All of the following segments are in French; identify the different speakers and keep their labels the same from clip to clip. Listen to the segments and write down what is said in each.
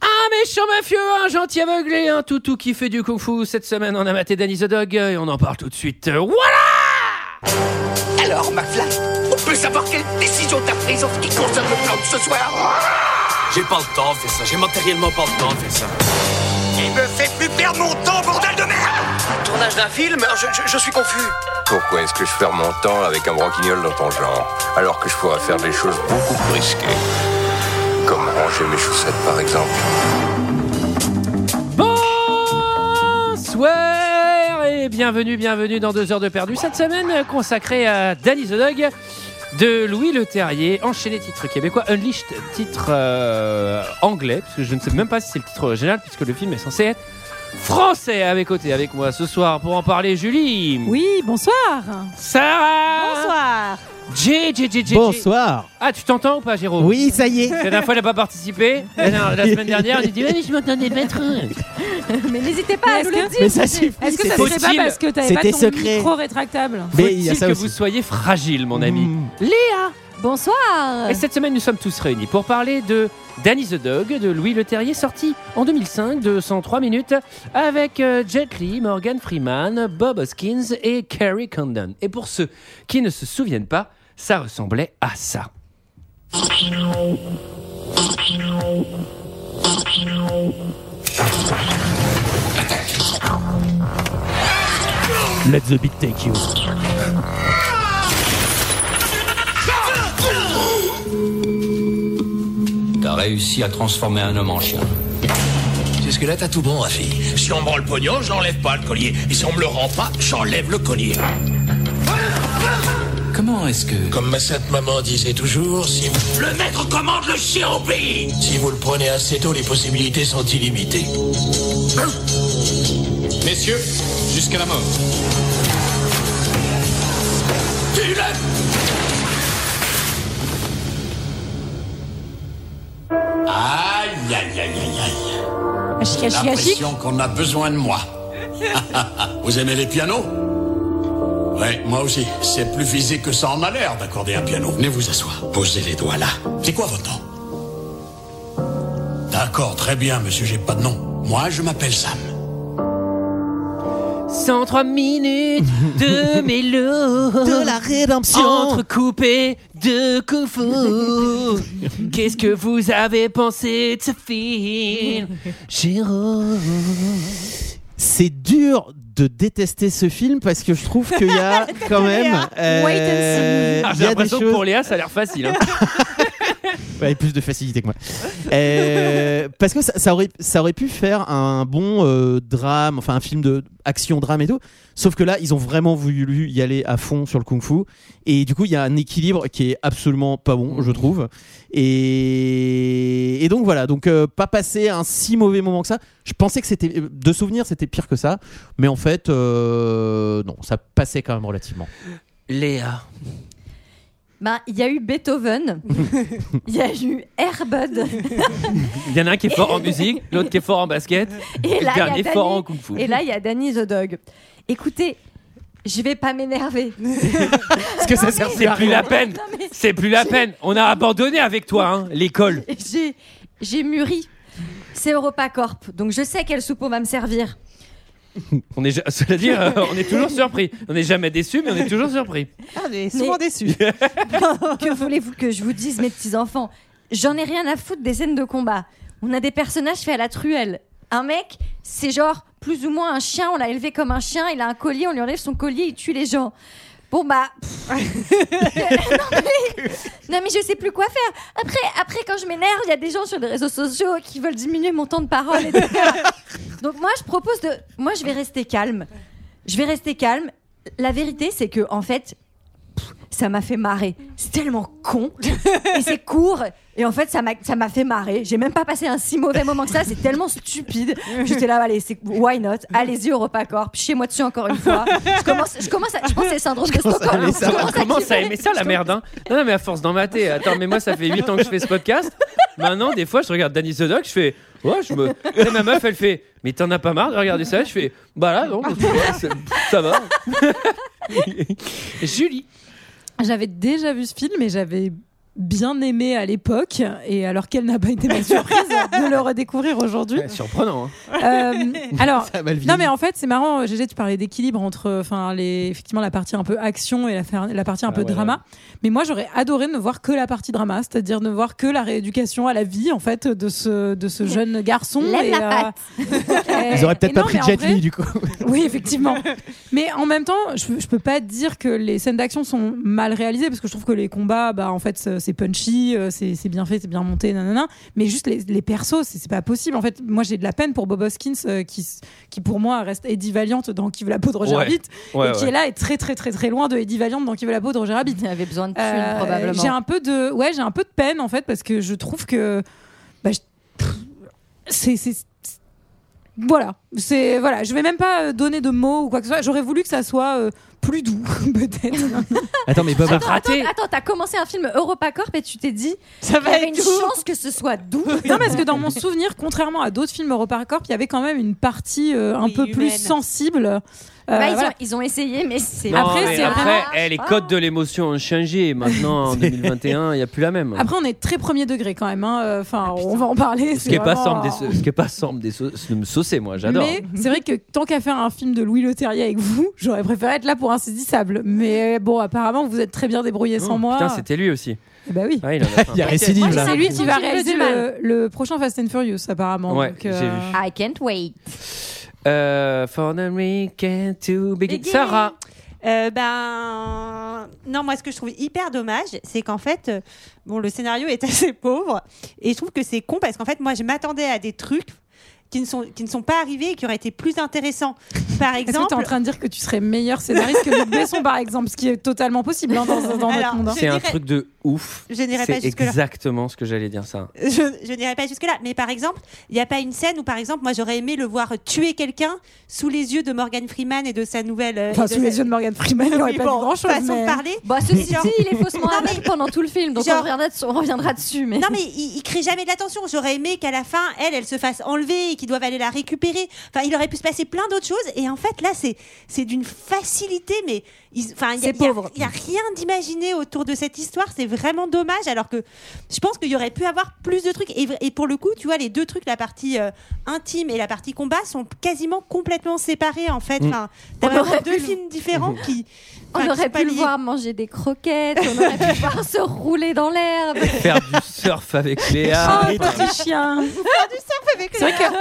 Speaker 1: Ah, méchant mafieux, un gentil aveuglé, un toutou qui fait du kung-fu. Cette semaine, on a maté Danny the Dog et on en parle tout de suite. Voilà
Speaker 2: Alors, McFly, on peut savoir quelle décision t'as prise en ce qui concerne le plan de ce soir
Speaker 3: J'ai pas le temps de faire ça, j'ai matériellement pas le temps de faire ça.
Speaker 2: Il me fait plus perdre mon temps, bordel de merde Tournage d'un film Ah, je, je- je suis confus.
Speaker 4: Pourquoi est-ce que je perds mon temps avec un broquignol dans ton genre Alors que je pourrais faire des choses beaucoup plus risquées. Comme ranger mes chaussettes par exemple.
Speaker 1: Bonsoir et bienvenue, bienvenue dans deux heures de perdu. Cette semaine consacrée à Danny the Dog de Louis Le Terrier, enchaîné titre québécois, Unleashed titre euh, anglais, parce que je ne sais même pas si c'est le titre original, puisque le film est censé être français. À mes côtés, avec moi ce soir pour en parler, Julie,
Speaker 5: Oui, bonsoir.
Speaker 1: Sarah,
Speaker 5: Bonsoir.
Speaker 1: J, J, J, J,
Speaker 6: Bonsoir.
Speaker 1: Ah, tu t'entends ou pas, Jérôme
Speaker 6: Oui, ça y est.
Speaker 1: La dernière fois, il n'a pas participé. La, la semaine dernière, il dit Ouais, mais je m'entendais pas trop.
Speaker 5: Mais n'hésitez pas à nous le dire.
Speaker 6: Mais ça suffit.
Speaker 5: Est-ce que ça
Speaker 6: c'était-
Speaker 5: se fait pas parce que t'avais pas
Speaker 6: C'était
Speaker 5: ton
Speaker 6: secret.
Speaker 5: micro rétractable
Speaker 6: Mais il y a
Speaker 1: Faut-il
Speaker 6: ça
Speaker 1: que
Speaker 6: aussi.
Speaker 1: vous soyez fragile, mon ami
Speaker 6: Mm.
Speaker 1: Léa
Speaker 5: Bonsoir.
Speaker 1: Et cette semaine, nous sommes tous réunis pour parler de Danny the Dog de Louis Leterrier, sorti en 2005 de 103 minutes avec euh, Jet Li, Morgan Freeman, Bob Hoskins et Carrie Condon. Et pour ceux qui ne se souviennent pas, ça ressemblait à ça.
Speaker 6: Let the beat take you.
Speaker 7: T'as réussi à transformer un homme en chien.
Speaker 3: Jusque-là, t'as tout bon, Rafi.
Speaker 2: Si on me rend le pognon, je n'enlève pas le collier. Et si on me le rend pas, j'enlève le collier.
Speaker 7: Comment est-ce que...
Speaker 8: Comme ma sainte maman disait toujours, si vous,
Speaker 2: Le maître commande le chien au pays
Speaker 8: si vous le prenez assez tôt, les possibilités sont illimitées.
Speaker 3: Messieurs, jusqu'à la mort.
Speaker 2: Tu le
Speaker 8: Aïe, aïe, aïe, aïe, aïe.
Speaker 5: Achi, achi, achi.
Speaker 8: L'impression qu'on a besoin de moi. vous aimez les pianos Ouais, moi aussi. C'est plus physique que ça en a l'air d'accorder un piano. Venez vous asseoir. Posez les doigts là. C'est quoi votre nom D'accord, très bien, monsieur, j'ai pas de nom. Moi, je m'appelle Sam.
Speaker 1: 103 minutes de mélo.
Speaker 6: rédemption.
Speaker 1: Oh. entrecoupé de kung fu. Qu'est-ce que vous avez pensé de ce film, Jérôme
Speaker 6: C'est dur de détester ce film parce que je trouve qu'il y a quand même. euh,
Speaker 5: Wait and see.
Speaker 1: Ah,
Speaker 6: il y
Speaker 1: J'ai
Speaker 6: a des
Speaker 1: l'impression que
Speaker 6: choses.
Speaker 1: pour Léa, ça a l'air facile. hein.
Speaker 6: Ouais, plus de facilité que moi. Euh, parce que ça, ça aurait, ça aurait pu faire un bon euh, drame, enfin un film de action drame et tout. Sauf que là, ils ont vraiment voulu y aller à fond sur le kung-fu. Et du coup, il y a un équilibre qui est absolument pas bon, je trouve. Et, et donc voilà, donc euh, pas passer un si mauvais moment que ça. Je pensais que c'était, euh, de souvenir, c'était pire que ça. Mais en fait, euh, non, ça passait quand même relativement.
Speaker 1: Léa.
Speaker 9: Bah, il y a eu Beethoven, il y a eu Airbud,
Speaker 1: Il y en a un qui est fort en musique, l'autre qui est fort en basket,
Speaker 9: et
Speaker 1: le
Speaker 9: là, il
Speaker 1: dernier
Speaker 9: y a
Speaker 1: fort en
Speaker 9: Danny,
Speaker 1: kung fu.
Speaker 9: et là, il y a Danny the Dog. Écoutez, je vais pas m'énerver.
Speaker 6: Parce que ça sert
Speaker 1: C'est plus la peine.
Speaker 9: Non, mais
Speaker 1: C'est plus la peine. On a abandonné avec toi hein, l'école.
Speaker 9: j'ai, j'ai mûri. C'est EuropaCorp, donc je sais quelle soupe on va me servir.
Speaker 1: On est, ja- cela dit, euh, on est toujours surpris. On n'est jamais déçu, mais on est toujours surpris.
Speaker 5: On est
Speaker 9: souvent
Speaker 5: déçus.
Speaker 9: Que voulez-vous que je vous dise, mes petits enfants J'en ai rien à foutre des scènes de combat. On a des personnages faits à la truelle. Un mec, c'est genre plus ou moins un chien, on l'a élevé comme un chien, il a un collier, on lui enlève son collier, il tue les gens. Bon bah. pff. non, mais... non, mais je sais plus quoi faire. Après, après quand je m'énerve, il y a des gens sur les réseaux sociaux qui veulent diminuer mon temps de parole, etc. Donc moi, je propose de. Moi, je vais rester calme. Je vais rester calme. La vérité, c'est que, en fait, ça m'a fait marrer. C'est tellement con. et c'est court. Et en fait, ça m'a, ça m'a fait marrer. J'ai même pas passé un si mauvais moment que ça. C'est tellement stupide. J'étais là, allez, c'est, why not Allez-y, EuropaCorp. Chez-moi dessus encore une fois. Je commence, je commence à, je pense que c'est le syndrome de
Speaker 6: commence à
Speaker 1: Ah,
Speaker 9: Stockholm.
Speaker 6: aimer ça.
Speaker 9: Je
Speaker 1: On commence à
Speaker 9: kiffer.
Speaker 1: aimer ça, la merde. Hein. Non, non, mais à force d'en mater. Attends, mais moi, ça fait 8 ans que je fais ce podcast. Maintenant, des fois, je regarde Danny the Dog, je fais. Ouais, je me. Et ma meuf, elle fait. Mais t'en as pas marre de regarder ça Je fais. Bah là, non, tu vois, c'est- ça va. Julie.
Speaker 5: J'avais déjà vu ce film et j'avais bien aimée à l'époque, et alors qu'elle n'a pas été ma surprise de le redécouvrir aujourd'hui.
Speaker 1: Ouais, surprenant. hein.
Speaker 5: Euh, alors,
Speaker 6: Eh, Ça a mal vieilli.
Speaker 5: non mais en fait c'est marrant, euh, Gégé, tu parlais d'équilibre entre, enfin les, effectivement la partie un peu action et la, fer- la partie un
Speaker 1: Ah
Speaker 5: peu
Speaker 1: ouais,
Speaker 5: drama. Mais moi j'aurais adoré ne voir que la partie drama, c'est-à-dire ne voir que la rééducation à la vie en fait de ce de ce jeune garçon.
Speaker 9: Lève
Speaker 5: et,
Speaker 9: la patte.
Speaker 5: euh,
Speaker 6: Ils auraient peut-être
Speaker 5: et
Speaker 6: pas
Speaker 5: non,
Speaker 6: pris
Speaker 5: mais en
Speaker 6: Jet
Speaker 5: vrai-
Speaker 6: Li, du coup.
Speaker 5: oui, effectivement. Mais en même temps, je, je peux pas dire que les scènes d'action sont mal réalisées parce que je trouve que les combats, bah en fait, c'est c'est punchy, euh, c'est c'est bien fait, c'est bien monté, nanana. Mais juste les, les persos, c'est c'est pas possible. En fait, moi j'ai de la peine pour Bob Hoskins euh, qui, s- qui pour moi reste Eddie Valiant dans Qui veut la peau de Roger
Speaker 1: Ouais,
Speaker 5: Rabbit
Speaker 1: Ouais,
Speaker 5: et qui
Speaker 1: ouais.
Speaker 5: est là est très très très très loin de Eddie Valiant dans Qui veut la peau de Roger Rabbit.
Speaker 9: Il avait besoin de tuer,
Speaker 5: Euh,
Speaker 9: probablement.
Speaker 5: J'ai un peu de, ouais, j'ai un peu de peine en fait parce que je trouve que, bah, je- pff, c'est, c'est- c'est- voilà, c'est voilà, je vais même pas euh, donner de mots ou quoi que ce soit. J'aurais voulu que ça soit euh, plus doux peut-être.
Speaker 6: Attends, mais Bob,
Speaker 1: Ça raté.
Speaker 9: Attends, t'as commencé un film EuropaCorp et tu t'es dit
Speaker 5: ça
Speaker 9: qu'il y avait une chance que ce soit doux.
Speaker 1: Euh,
Speaker 5: Non parce que dans mon souvenir, contrairement à d'autres films EuropaCorp, il y avait quand même une partie euh, un
Speaker 10: Oui,
Speaker 5: peu plus
Speaker 10: humaine.
Speaker 5: sensible. Euh,
Speaker 9: Bah, ils,
Speaker 5: voilà.
Speaker 9: ont, ils ont essayé, mais c'est.
Speaker 1: Non,
Speaker 5: Après,
Speaker 1: mais
Speaker 5: c'est
Speaker 1: après,
Speaker 5: vraiment- Ah.
Speaker 1: eh, les codes de l'émotion ont changé. Maintenant, en 2021, il n'y a plus la même.
Speaker 5: Après, on est très premier degré quand même. hein.
Speaker 9: Ah,
Speaker 5: Enfin, on va en parler.
Speaker 1: ce qui n'est pas
Speaker 5: vraiment-
Speaker 1: semble des, ce qui est pas semble des sau- me saucer, moi, j'adore.
Speaker 5: Mais c'est vrai que tant qu'à faire un film de Louis Leterrier avec vous, j'aurais préféré être là pour Insaisissable. Mais bon, apparemment, vous êtes très bien débrouillés sans
Speaker 1: Oh,
Speaker 5: moi.
Speaker 1: Putain, c'était lui aussi.
Speaker 5: Eh bah oui.
Speaker 1: Ah, il en a fait un.
Speaker 6: il y a récidive
Speaker 9: Moi,
Speaker 6: là.
Speaker 5: C'est lui qui va
Speaker 9: J'ai eu
Speaker 5: réaliser
Speaker 9: du
Speaker 5: le,
Speaker 9: mal.
Speaker 5: le prochain Fast and Furious, apparemment.
Speaker 1: Ouais,
Speaker 5: Donc, euh,
Speaker 1: j'ai vu.
Speaker 9: Ah, I can't wait.
Speaker 1: Euh, for an American to begin.
Speaker 10: Begin.
Speaker 1: Sarah,
Speaker 10: Euh, ben non, moi ce que je trouve hyper dommage, c'est qu'en fait, euh, bon, le scénario est assez pauvre et je trouve que c'est con parce qu'en fait, moi je m'attendais à des trucs qui ne sont qui ne sont pas arrivés et qui auraient été plus intéressants. Par
Speaker 5: Est-ce que t'es
Speaker 10: exemple,
Speaker 5: en train de dire que tu serais meilleur scénariste que Luc Besson, par exemple Ce qui est totalement possible hein, dans, dans notre
Speaker 10: Alors,
Speaker 5: monde. hein.
Speaker 1: c'est un
Speaker 10: dirais-
Speaker 1: truc de ouf.
Speaker 10: je n'irai pas
Speaker 1: C'est
Speaker 10: jusque là.
Speaker 1: exactement ce que j'allais dire, ça.
Speaker 10: Je, je n'irai pas jusque là, mais par exemple, il n'y a pas une scène où par exemple, moi j'aurais aimé le voir tuer quelqu'un sous les yeux de Morgan Freeman et de sa nouvelle. euh,
Speaker 5: Enfin,
Speaker 10: et de
Speaker 5: sous
Speaker 10: sa-
Speaker 5: les yeux de Morgan Freeman, il aurait
Speaker 10: Oui,
Speaker 5: pas
Speaker 10: bon,
Speaker 5: vu grand-chose.
Speaker 10: façon
Speaker 5: mais-
Speaker 10: de parler.
Speaker 9: Bah, ceci
Speaker 10: Genre-
Speaker 9: dit, il est faussement
Speaker 10: Non,
Speaker 9: aveugle pendant tout le film, donc
Speaker 10: Genre-
Speaker 9: on, reviendra dessus, on reviendra dessus. Mais...
Speaker 10: Non, mais il, il crée jamais de l'attention. J'aurais aimé qu'à la fin, elle, elle se fasse enlever et qu'ils doivent aller la récupérer. Enfin, il aurait pu se passer plein d'autres choses. Et en fait, là, c'est c'est d'une facilité, mais ils- enfin, il y
Speaker 9: C'est
Speaker 10: a- il y a-
Speaker 9: pauvre.
Speaker 10: il y a rien d'imaginé autour de cette histoire. C'est vraiment dommage. Alors que je pense qu'il y aurait pu avoir plus de trucs. Et, vra- et pour le coup, tu vois, les deux trucs, la partie euh, intime et la partie combat, sont quasiment complètement séparés. En fait,
Speaker 1: Mm.
Speaker 10: enfin, t'as
Speaker 9: On
Speaker 10: vraiment
Speaker 9: aurait
Speaker 10: deux films différents qui. enfin,
Speaker 9: on
Speaker 10: qui sont
Speaker 9: aurait
Speaker 10: pas
Speaker 9: pu le
Speaker 10: liés.
Speaker 9: voir manger des croquettes, on aurait pu le voir se rouler dans l'herbe.
Speaker 1: Faire du surf avec Léa.
Speaker 5: Oh, petit chien
Speaker 10: Avec
Speaker 5: C'est vrai que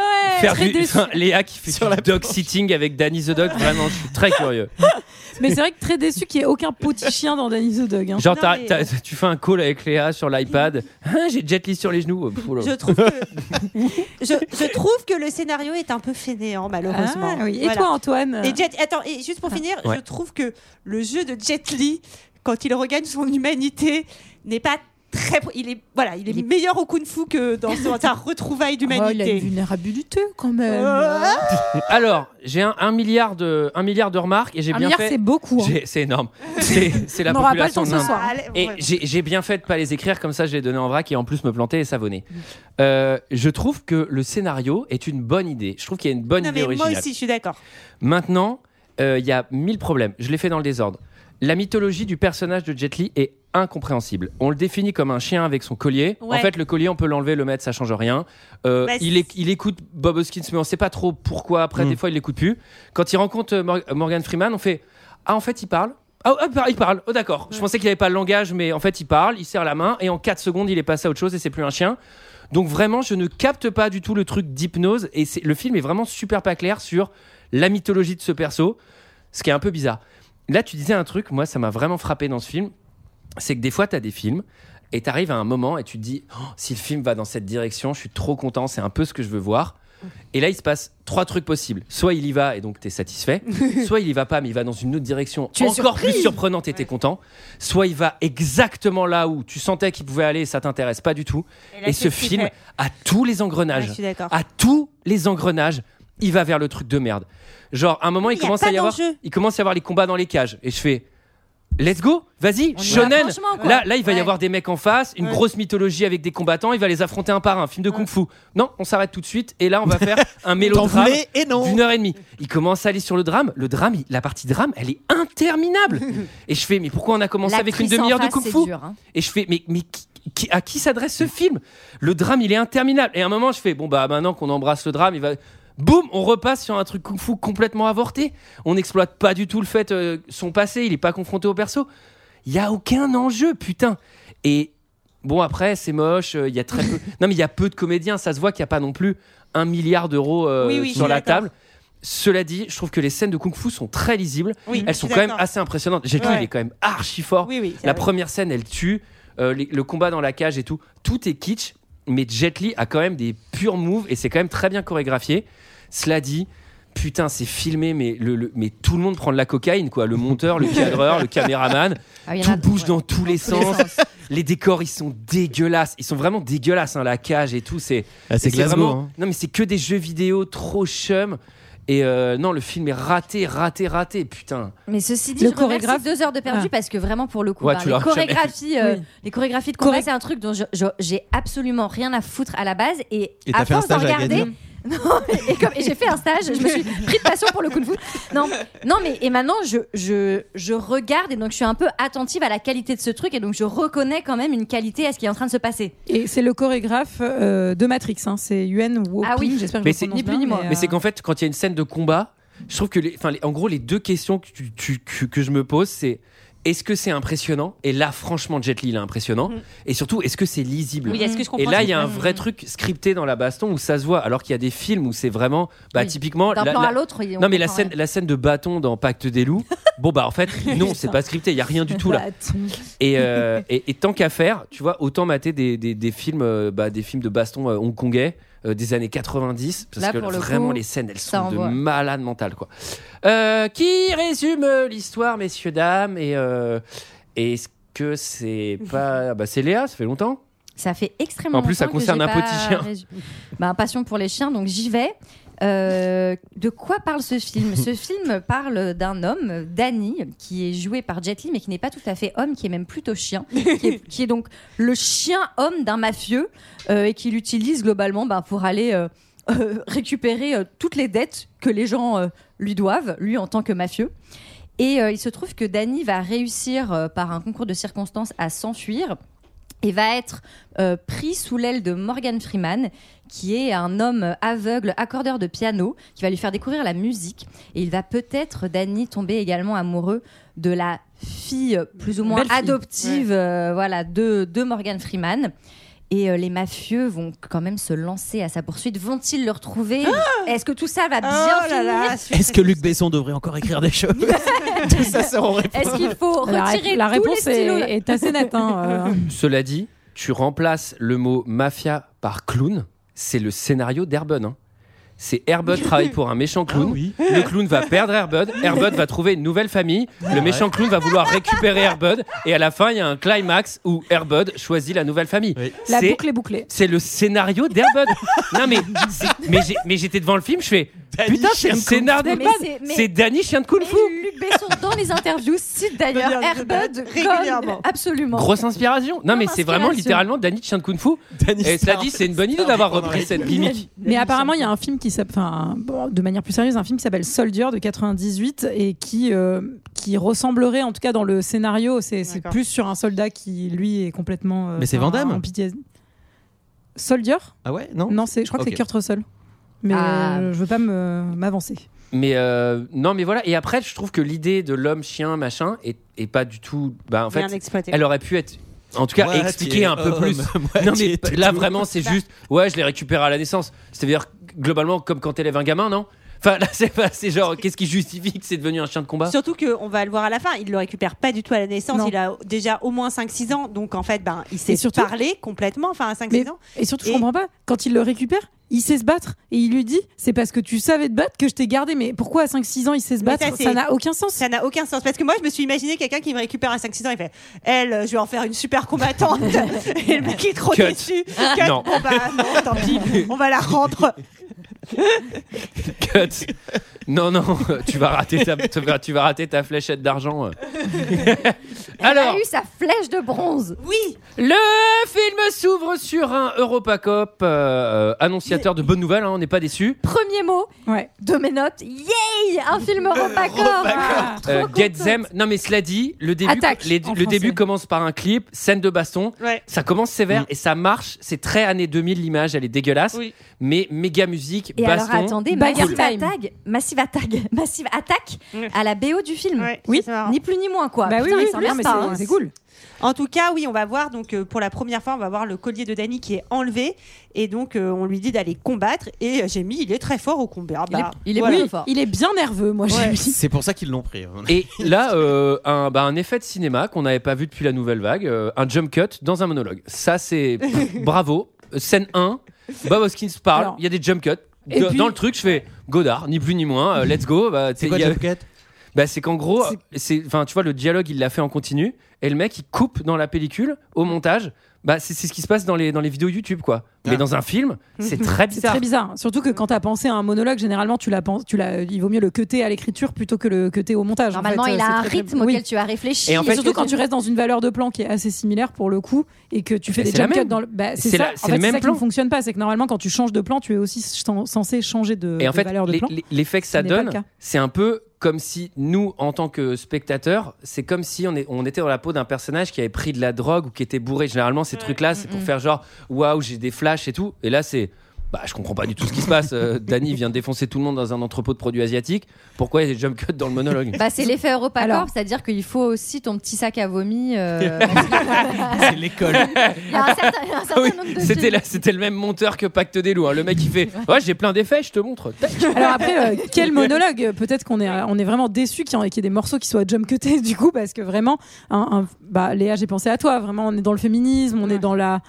Speaker 1: Faire
Speaker 5: très
Speaker 1: du...
Speaker 5: déçu.
Speaker 1: Léa qui fait du dog sitting avec Danny the Dog. Vraiment, je suis très curieux.
Speaker 5: Mais c'est vrai que très déçu qu'il n'y ait aucun petit chien dans Danny the Dog. hein.
Speaker 1: Genre,
Speaker 10: Non,
Speaker 1: t'as-
Speaker 10: mais-
Speaker 1: t'as- tu fais un call avec Léa sur l'iPad. Hein, J'ai Jet Li sur les genoux. Oh, pff, oula.
Speaker 10: Je trouve, que, je, je trouve que le scénario est un peu fainéant, malheureusement.
Speaker 5: Ah oui. Et
Speaker 10: Voilà.
Speaker 5: toi, Ah. Antoine
Speaker 10: Et Jet- attends, et juste pour finir,
Speaker 1: Ouais.
Speaker 10: je trouve que le jeu de Jet Li, quand il regagne son humanité, n'est pas très. pro- Il est, voilà, il est
Speaker 9: Il est-
Speaker 10: meilleur au kung-fu que dans son- sa retrouvaille
Speaker 5: Oh, il a une
Speaker 10: d'humanité.
Speaker 5: vulnérabilité quand même.
Speaker 9: Ah.
Speaker 10: Euh,
Speaker 1: Alors, j'ai un, un milliard de, un milliard de remarques et j'ai
Speaker 5: un
Speaker 1: Eh bien
Speaker 5: milliard,
Speaker 1: fait.
Speaker 5: c'est beaucoup. hein.
Speaker 1: J'ai- C'est énorme. C'est c'est la
Speaker 5: On n'aura pas le temps
Speaker 1: population
Speaker 5: ce
Speaker 1: de l'Inde.
Speaker 5: soir.
Speaker 10: allez,
Speaker 1: Et
Speaker 10: vraiment.
Speaker 1: j'ai j'ai bien fait de pas les écrire comme ça, je les donné en vrac et en plus me planter et savonner. Euh, je trouve que le scénario est une bonne idée. Je trouve qu'il y a une bonne
Speaker 10: Non,
Speaker 1: idée
Speaker 10: mais moi
Speaker 1: originale.
Speaker 10: aussi, je suis d'accord.
Speaker 1: Maintenant, euh, il y a mille problèmes. Je l'ai fait dans le désordre. La mythologie du personnage de Jet Li est incompréhensible. On le définit comme un chien avec son collier.
Speaker 10: Ouais.
Speaker 1: En fait, le collier, on peut l'enlever, le mettre, ça change rien. Euh,
Speaker 10: Bah,
Speaker 1: il,
Speaker 10: c'est-
Speaker 1: éc- il écoute Bob Hoskins, mais on sait pas trop pourquoi. Après,
Speaker 6: Mm.
Speaker 1: des fois, il l'écoute plus. Quand il rencontre euh, Mor- Morgan Freeman, on fait Ah, en fait, il parle. Ah, ah, par- il parle. Oh, d'accord. Je pensais qu'il avait pas le langage, mais en fait, il parle, il serre la main, et en 4 secondes, il est passé à autre chose et c'est plus un chien. Donc, vraiment, je ne capte pas du tout le truc d'hypnose. Et c'est- le film est vraiment super pas clair sur la mythologie de ce perso, ce qui est un peu bizarre. Là, tu disais un truc, moi, ça m'a vraiment frappé dans ce film. C'est que des fois, tu as des films et tu arrives à un moment et tu te dis Oh, si le film va dans cette direction, je suis trop content, c'est un peu ce que je veux voir. Et là, il se passe trois trucs possibles. Soit il y va et donc tu es satisfait. Soit il y va pas, mais il va dans une autre direction
Speaker 9: Tu es
Speaker 1: encore plus surprenante et t'es content. Soit il va exactement là où tu sentais qu'il pouvait aller et ça t'intéresse pas du tout.
Speaker 10: là,
Speaker 1: et
Speaker 10: c'est
Speaker 1: ce
Speaker 10: ce qu'il
Speaker 1: film
Speaker 10: fait.
Speaker 1: a tous les
Speaker 10: Ouais,
Speaker 1: engrenages
Speaker 10: je suis d'accord.
Speaker 1: à tous les engrenages, il va vers le truc de merde. Genre, à un moment, il
Speaker 10: Mais y a
Speaker 1: commence
Speaker 10: pas
Speaker 1: à y avoir,
Speaker 10: d'enjeu.
Speaker 1: il commence à y avoir les combats dans les cages, et je fais. Let's go, vas-y,
Speaker 9: On y va
Speaker 1: shonen.
Speaker 9: franchement, quoi.
Speaker 1: Là, là, il va y
Speaker 9: Ouais.
Speaker 1: avoir des mecs en face, une
Speaker 10: Ouais.
Speaker 1: grosse mythologie avec des combattants. Il va les affronter un par un. Film de kung-fu. Non, on s'arrête tout de suite. Et là, on va faire un
Speaker 6: T'en
Speaker 1: mélodrame
Speaker 6: voulais et non
Speaker 1: d'une heure et demie. Il commence à aller sur le drame. Le drame, il- la partie drame, elle est interminable. et je fais, mais pourquoi on a commencé avec une
Speaker 9: L'actrice en
Speaker 1: demi-heure de
Speaker 9: face, c'est
Speaker 1: kung-fu
Speaker 9: dur, hein.
Speaker 1: Et je fais, mais, mais qui- qui- à qui s'adresse ce film Le drame, il est interminable. Et à un moment, je fais, bon, bah maintenant qu'on embrasse le drame, il va. Boum, on repasse sur un truc kung-fu complètement avorté. On n'exploite pas du tout le fait, euh, son passé, il n'est pas confronté au perso. Il n'y a aucun enjeu, putain. Et bon, après, c'est moche, euh, il y a très peu. Non, mais il y a peu de comédiens, ça se voit qu'il n'y a pas non plus un milliard d'euros euh,
Speaker 10: Oui, oui, je
Speaker 1: sur
Speaker 10: suis
Speaker 1: la
Speaker 10: d'accord.
Speaker 1: table. Cela dit, je trouve que les scènes de kung-fu sont très lisibles.
Speaker 10: Oui,
Speaker 1: Elles
Speaker 10: je
Speaker 1: sont
Speaker 10: suis
Speaker 1: quand même
Speaker 10: d'accord.
Speaker 1: assez impressionnantes. Jet Li,
Speaker 10: Ouais.
Speaker 1: il est quand même archi fort.
Speaker 10: Oui, oui. c'est
Speaker 1: La
Speaker 10: vrai.
Speaker 1: première scène, elle tue. Euh, les- le combat dans la cage et tout, tout est kitsch. Mais Jet Li a quand même des purs moves et c'est quand même très bien chorégraphié. Cela dit, putain, c'est filmé, mais, le, le- mais tout le monde prend de la cocaïne, quoi. Le monteur, le cadreur, le caméraman,
Speaker 9: Ah, il y en
Speaker 1: tout
Speaker 9: a-
Speaker 1: bouge
Speaker 9: ouais.
Speaker 1: dans tous les
Speaker 9: Tous les
Speaker 1: sens.
Speaker 9: sens.
Speaker 1: Les décors, ils sont dégueulasses. Ils sont vraiment dégueulasses, hein, la cage et tout. C'est
Speaker 6: Ah, c'est
Speaker 1: et
Speaker 6: Glasgow.
Speaker 1: vraiment-
Speaker 6: hein.
Speaker 1: Non, mais c'est que des jeux vidéo trop chum. Et euh, non, le film est raté, raté, raté. Putain.
Speaker 9: Mais ceci dit,
Speaker 5: Le
Speaker 9: je remercie
Speaker 5: chorégraphe-
Speaker 9: deux heures de perdu
Speaker 5: Ah.
Speaker 9: parce que vraiment pour le coup,
Speaker 1: Ouais,
Speaker 9: ben,
Speaker 1: tu
Speaker 9: les,
Speaker 1: l'auras jamais.
Speaker 9: chorégraphies, euh,
Speaker 5: Oui.
Speaker 9: les chorégraphies de combat,
Speaker 5: Correct.
Speaker 9: c'est un truc dont je- je- j'ai absolument rien à foutre à la base et,
Speaker 6: Et
Speaker 9: à
Speaker 6: t'as fait un
Speaker 9: force d'en
Speaker 6: stage à
Speaker 9: regarder.
Speaker 6: Agadir
Speaker 9: Non, et, comme- et j'ai fait un stage, je me suis pris de passion pour le kung fu. Non, non, mais et maintenant je, je, je regarde et donc je suis un peu attentive à la qualité de ce truc et donc je reconnais quand même une qualité à ce qui est en train de se passer.
Speaker 5: Et c'est le chorégraphe euh, de Matrix, hein, c'est Yuen Woping.
Speaker 9: Ah oui.
Speaker 5: j'espère que
Speaker 1: Mais
Speaker 5: je le
Speaker 1: c'est-
Speaker 5: prononce
Speaker 9: Ni plus
Speaker 5: bien,
Speaker 9: ni moins.
Speaker 5: euh,
Speaker 1: Mais c'est qu'en fait, quand il y a une scène de combat, je trouve que, les, enfin, les- en gros, les deux questions que, tu- tu- que, que je me pose, c'est est-ce que c'est impressionnant Et là, franchement, Jet Li, il est impressionnant.
Speaker 9: Mm.
Speaker 1: Et surtout, est-ce que c'est lisible
Speaker 9: Mm-hmm.
Speaker 10: Oui, est-ce que je comprends
Speaker 1: Et là,
Speaker 10: ce
Speaker 1: il y a
Speaker 10: que-
Speaker 1: un vrai truc scripté dans la baston où ça se voit, alors qu'il y a des films où c'est vraiment, bah,
Speaker 9: Oui.
Speaker 1: typiquement,
Speaker 9: D'un
Speaker 1: la-
Speaker 9: plan
Speaker 1: la-
Speaker 9: à l'autre. il- on
Speaker 1: non mais la
Speaker 9: comprend
Speaker 1: scène,
Speaker 9: rien.
Speaker 1: la scène de bâton dans Pacte des loups, bon bah en fait non c'est pas scripté, il y a rien du tout là.
Speaker 5: Bâton.
Speaker 1: Et, euh, et, et tant qu'à faire, tu vois, autant mater des, des, des films, euh, bah, des films de baston euh, hongkongais euh, des années 90, parce
Speaker 9: Là,
Speaker 1: que
Speaker 9: pour le
Speaker 1: vraiment
Speaker 9: coup,
Speaker 1: les scènes, elles
Speaker 9: ça
Speaker 1: sont de
Speaker 9: envoie.
Speaker 1: malade mental quoi. Euh, qui résume euh, l'histoire, messieurs dames Et euh, est-ce que c'est pas, bah, c'est Léa, ça fait longtemps.
Speaker 9: Ça fait extrêmement
Speaker 1: En plus, ça
Speaker 9: longtemps que
Speaker 1: concerne
Speaker 9: j'ai
Speaker 1: un
Speaker 9: pas
Speaker 1: petit chien.
Speaker 9: résu- Bah, passion pour les chiens, donc j'y vais. Euh, de quoi parle ce film Ce film parle d'un homme, Danny, qui est joué par Jet Li, mais qui n'est pas tout à fait homme, qui est même plutôt chien, qui est, qui est donc le chien-homme d'un mafieux euh, et qui l'utilise globalement bah, pour aller euh, euh, récupérer euh, toutes les dettes que les gens euh, lui doivent, lui en tant que mafieux. Et euh, il se trouve que Danny va réussir euh, par un concours de circonstances à s'enfuir et va être euh, pris sous l'aile de Morgan Freeman, qui est un homme aveugle, accordeur de piano, qui va lui faire découvrir la musique. Et il va peut-être, Danny, tomber également amoureux de la fille euh, plus ou moins
Speaker 5: Belle fille.
Speaker 9: adoptive euh, voilà, de, de Morgan Freeman. Et euh, les mafieux vont quand même se lancer à sa poursuite. Vont-ils le retrouver Est-ce que tout ça va bien
Speaker 10: Ah Oh là
Speaker 9: finir
Speaker 10: là,
Speaker 6: Est-ce que Luc Besson devrait encore écrire des choses Tout ça sert en réponse.
Speaker 9: Est-ce qu'il faut
Speaker 5: La,
Speaker 9: retirer
Speaker 5: la
Speaker 9: tous
Speaker 5: réponse
Speaker 9: les stylos là
Speaker 5: est, est assez nette. hein, euh.
Speaker 1: Cela dit, tu remplaces le mot mafia par clown, c'est le scénario d'Airbud. hein. C'est Airbud travaille pour un méchant
Speaker 6: Ah
Speaker 1: clown.
Speaker 6: oui.
Speaker 1: Le clown va perdre Airbud, Airbud va trouver une nouvelle famille, le méchant clown va vouloir récupérer Airbud, et à la fin, il y a un climax où Airbud choisit la nouvelle famille.
Speaker 6: Oui.
Speaker 5: La
Speaker 1: C'est-
Speaker 5: boucle est bouclée.
Speaker 1: C'est le scénario d'Airbud. non, mais, c'est- mais, j'ai- mais j'étais devant le film, je fais
Speaker 6: Danny
Speaker 1: Putain, c'est
Speaker 6: Chien
Speaker 1: le
Speaker 6: de Kung
Speaker 1: scénario
Speaker 9: Fu. Mais
Speaker 1: d'Airbud.
Speaker 9: c'est- mais-
Speaker 1: C'est Danny Chien de Kung Fu.
Speaker 9: Et Luc Besson, dans les interviews, cite d'ailleurs
Speaker 10: D'ailleurs,
Speaker 9: Airbud
Speaker 10: régulièrement.
Speaker 9: comme- Absolument.
Speaker 1: Grosse inspiration. Non, mais c'est vraiment
Speaker 9: Inspiration.
Speaker 1: littéralement Danny Chien de Kung Fu.
Speaker 6: Danny
Speaker 1: Et cela
Speaker 6: Star.
Speaker 1: dit, c'est une bonne idée d'avoir
Speaker 6: Star.
Speaker 1: repris cette gimmick.
Speaker 5: Mais apparemment, il y a un film qui s'appelle, enfin, bon, de manière plus sérieuse, un film qui s'appelle Soldier de 98 et qui, euh, qui ressemblerait, en tout cas dans le scénario, c'est c'est
Speaker 10: D'accord.
Speaker 5: plus sur un soldat qui, lui, est complètement. euh,
Speaker 6: Mais c'est Van Damme.
Speaker 5: en PTSD. Soldier
Speaker 6: Ah ouais, non
Speaker 5: Non, c'est, je crois
Speaker 6: Ok.
Speaker 5: que c'est Kurt Russell. Mais
Speaker 9: Ah.
Speaker 5: euh, je veux pas me- m'avancer.
Speaker 1: Mais euh, non, mais voilà. Et après, je trouve que l'idée de l'homme chien machin est, est pas du tout. Bah, en fait,
Speaker 10: bien exploité.
Speaker 1: elle aurait pu être. En tout cas,
Speaker 6: Moitié
Speaker 1: expliquer un peu
Speaker 6: homme,
Speaker 1: plus. Non,
Speaker 6: moitié
Speaker 1: mais là,
Speaker 6: tout.
Speaker 1: vraiment, c'est juste. Ouais, je l'ai récupéré à la naissance. C'est-à-dire, globalement, comme quand t'élèves un gamin, non Enfin, là, c'est pas- c'est genre, qu'est-ce qui justifie que c'est devenu un chien de combat
Speaker 10: Surtout qu'on va le voir à la fin, il le récupère pas du tout à la naissance,
Speaker 5: Non.
Speaker 10: il a déjà au moins 5-6 ans, donc en fait, ben, il sait
Speaker 5: Et surtout-
Speaker 10: parler complètement, enfin à 5-6
Speaker 5: Mais-
Speaker 10: ans.
Speaker 5: Et surtout,
Speaker 10: Et-
Speaker 5: je comprends pas. Quand il le récupère, il sait se battre et il lui dit c'est parce que tu savais te battre que je t'ai gardé. Mais pourquoi à 5-6 ans il sait se
Speaker 10: Mais
Speaker 5: battre
Speaker 10: ça, c'est-
Speaker 5: Ça n'a aucun sens.
Speaker 10: Ça n'a aucun sens, parce que moi, je me suis imaginé quelqu'un qui me récupère à 5-6 ans, il fait « Elle, euh, je vais en faire une super combattante !» Et le mec est trop
Speaker 1: Cut.
Speaker 10: déçu. Cut.
Speaker 1: Non.
Speaker 10: Bon, bah, non, tant pis, on va la rendre.
Speaker 1: Cut. Non, non, tu vas rater ta, tu vas- tu vas rater ta fléchette d'argent. Alors,
Speaker 9: Elle a eu sa flèche de bronze.
Speaker 10: Oui,
Speaker 1: le film s'ouvre sur un Europacop, euh, annonciateur de bonnes nouvelles, hein, on n'est pas déçus.
Speaker 9: Premier mot
Speaker 5: Ouais.
Speaker 9: de mes notes. Yay Un film Europacorp
Speaker 5: Ah.
Speaker 1: Euh,
Speaker 9: Trop
Speaker 1: Get
Speaker 9: contente.
Speaker 1: Them. Non, mais cela dit, le début,
Speaker 5: Attaque,
Speaker 1: les-
Speaker 5: en
Speaker 1: le début
Speaker 5: français.
Speaker 1: commence par un clip, scène de baston.
Speaker 10: ouais.
Speaker 1: Ça commence
Speaker 6: Mm.
Speaker 1: sévère et ça marche. C'est très années 2000, l'image, elle est dégueulasse.
Speaker 10: Oui.
Speaker 1: Mais méga musique,
Speaker 9: Et
Speaker 1: baston.
Speaker 9: alors attendez,
Speaker 5: Bagarre
Speaker 9: Massive
Speaker 5: time.
Speaker 9: Attack, Massive Attack, Massive Attack
Speaker 10: Ouais.
Speaker 9: à la BO du film.
Speaker 10: ouais,
Speaker 5: Oui.
Speaker 10: c'est marrant.
Speaker 9: Ni plus ni moins quoi.
Speaker 5: Bah oui,
Speaker 9: Putain,
Speaker 5: oui,
Speaker 9: ils s'en
Speaker 5: non,
Speaker 9: lassent
Speaker 5: mais
Speaker 9: pas,
Speaker 5: c'est-
Speaker 9: hein.
Speaker 5: c'est cool.
Speaker 10: En tout cas, oui, on va voir donc euh, pour la première fois, on va voir le collier de Danny qui est enlevé et donc euh, on lui dit d'aller combattre et euh, j'ai mis il est très fort au combat. Bah,
Speaker 9: il est
Speaker 10: voilà.
Speaker 9: plutôt
Speaker 5: Oui,
Speaker 9: fort.
Speaker 5: il est bien nerveux, moi j'ai
Speaker 10: Ouais.
Speaker 5: dit.
Speaker 6: C'est pour ça qu'ils l'ont pris. hein.
Speaker 1: Et là, euh, un, bah, un effet de cinéma qu'on n'avait pas vu depuis la nouvelle vague, euh, un jump cut dans un monologue. Ça, c'est pff, bravo. Euh, Scène 1, Bob Hoskins parle,
Speaker 5: Alors.
Speaker 1: il y a des jump cuts.
Speaker 5: Et
Speaker 1: Dans-
Speaker 5: puis-
Speaker 1: Dans le truc, je fais Godard, ni plus ni moins, euh, let's go. Bah, t'sais,
Speaker 6: C'est quoi
Speaker 1: il y a-
Speaker 6: Jeff Cut
Speaker 1: bah, c'est qu'en gros, c'est, enfin, tu vois, le dialogue, il l'a fait en continu, et le mec, il coupe dans la pellicule au montage. Bah, c'est, c'est ce qui se passe dans les, dans les vidéos YouTube, quoi. Mais
Speaker 6: Ah.
Speaker 1: dans un film, c'est très
Speaker 5: Mhm. C'est
Speaker 1: bizarre.
Speaker 5: très bizarre. Surtout que quand t'as pensé à un monologue, généralement, tu l'as pensé, tu l'as, il vaut mieux le cutter à l'écriture plutôt que le cutter au montage. en
Speaker 9: Normalement,
Speaker 5: fait,
Speaker 9: il
Speaker 5: euh,
Speaker 9: a
Speaker 5: c'est
Speaker 9: un
Speaker 5: très, très-
Speaker 9: rythme
Speaker 5: oui.
Speaker 9: auquel tu as réfléchi.
Speaker 1: Et en fait-
Speaker 5: Et surtout quand tu restes dans une valeur de plan qui est assez similaire pour le coup et que tu fais
Speaker 1: Mais
Speaker 5: des
Speaker 1: c'est la
Speaker 5: jump cuts
Speaker 1: même.
Speaker 5: dans le. Bah, c'est
Speaker 1: C'est
Speaker 5: ça,
Speaker 1: la-
Speaker 5: en
Speaker 1: c'est
Speaker 5: fait,
Speaker 1: le
Speaker 5: c'est
Speaker 1: même
Speaker 5: ça qui
Speaker 1: plan.
Speaker 5: ne fonctionne pas. C'est que normalement, quand tu changes de plan, tu es aussi chan- censé changer de,
Speaker 1: Et en
Speaker 5: de
Speaker 1: fait,
Speaker 5: valeur de
Speaker 1: les-
Speaker 5: plan.
Speaker 1: les- l'effet que ça
Speaker 5: n'est pas
Speaker 1: donne,
Speaker 5: le cas.
Speaker 1: c'est un peu comme si nous, en tant que spectateurs, c'est comme si on, est- on était dans la peau d'un personnage qui avait pris de la drogue ou qui était bourré. Généralement, ces trucs-là, c'est pour faire genre waouh, j'ai des flashs et tout. Et là, c'est bah, je comprends pas du tout ce qui se passe. Euh, Dany vient de défoncer tout le monde dans un entrepôt de produits asiatiques. Pourquoi il y a des jump cuts dans le monologue
Speaker 9: Bah, c'est l'effet Europacorp,
Speaker 5: Alors.
Speaker 9: c'est-à-dire qu'il faut aussi ton petit sac à vomi. euh, parce que-
Speaker 6: C'est l'école.
Speaker 9: il y a un certain, il y a un certain
Speaker 1: Oui,
Speaker 9: nombre de
Speaker 1: c'était
Speaker 9: films.
Speaker 1: là, c'était le même monteur que Pacte des loups. hein. Le mec, il fait ouais, j'ai plein d'effets, je te montre. Tac.
Speaker 5: Alors après, euh, quel monologue Peut-être qu'on est, on est vraiment déçu qu'il y, en ait- qu'il y ait des morceaux qui soient jump cutés du coup, parce que vraiment, un, un- bah, Léa, j'ai pensé à toi. Vraiment, on est dans le féminisme, on est dans la,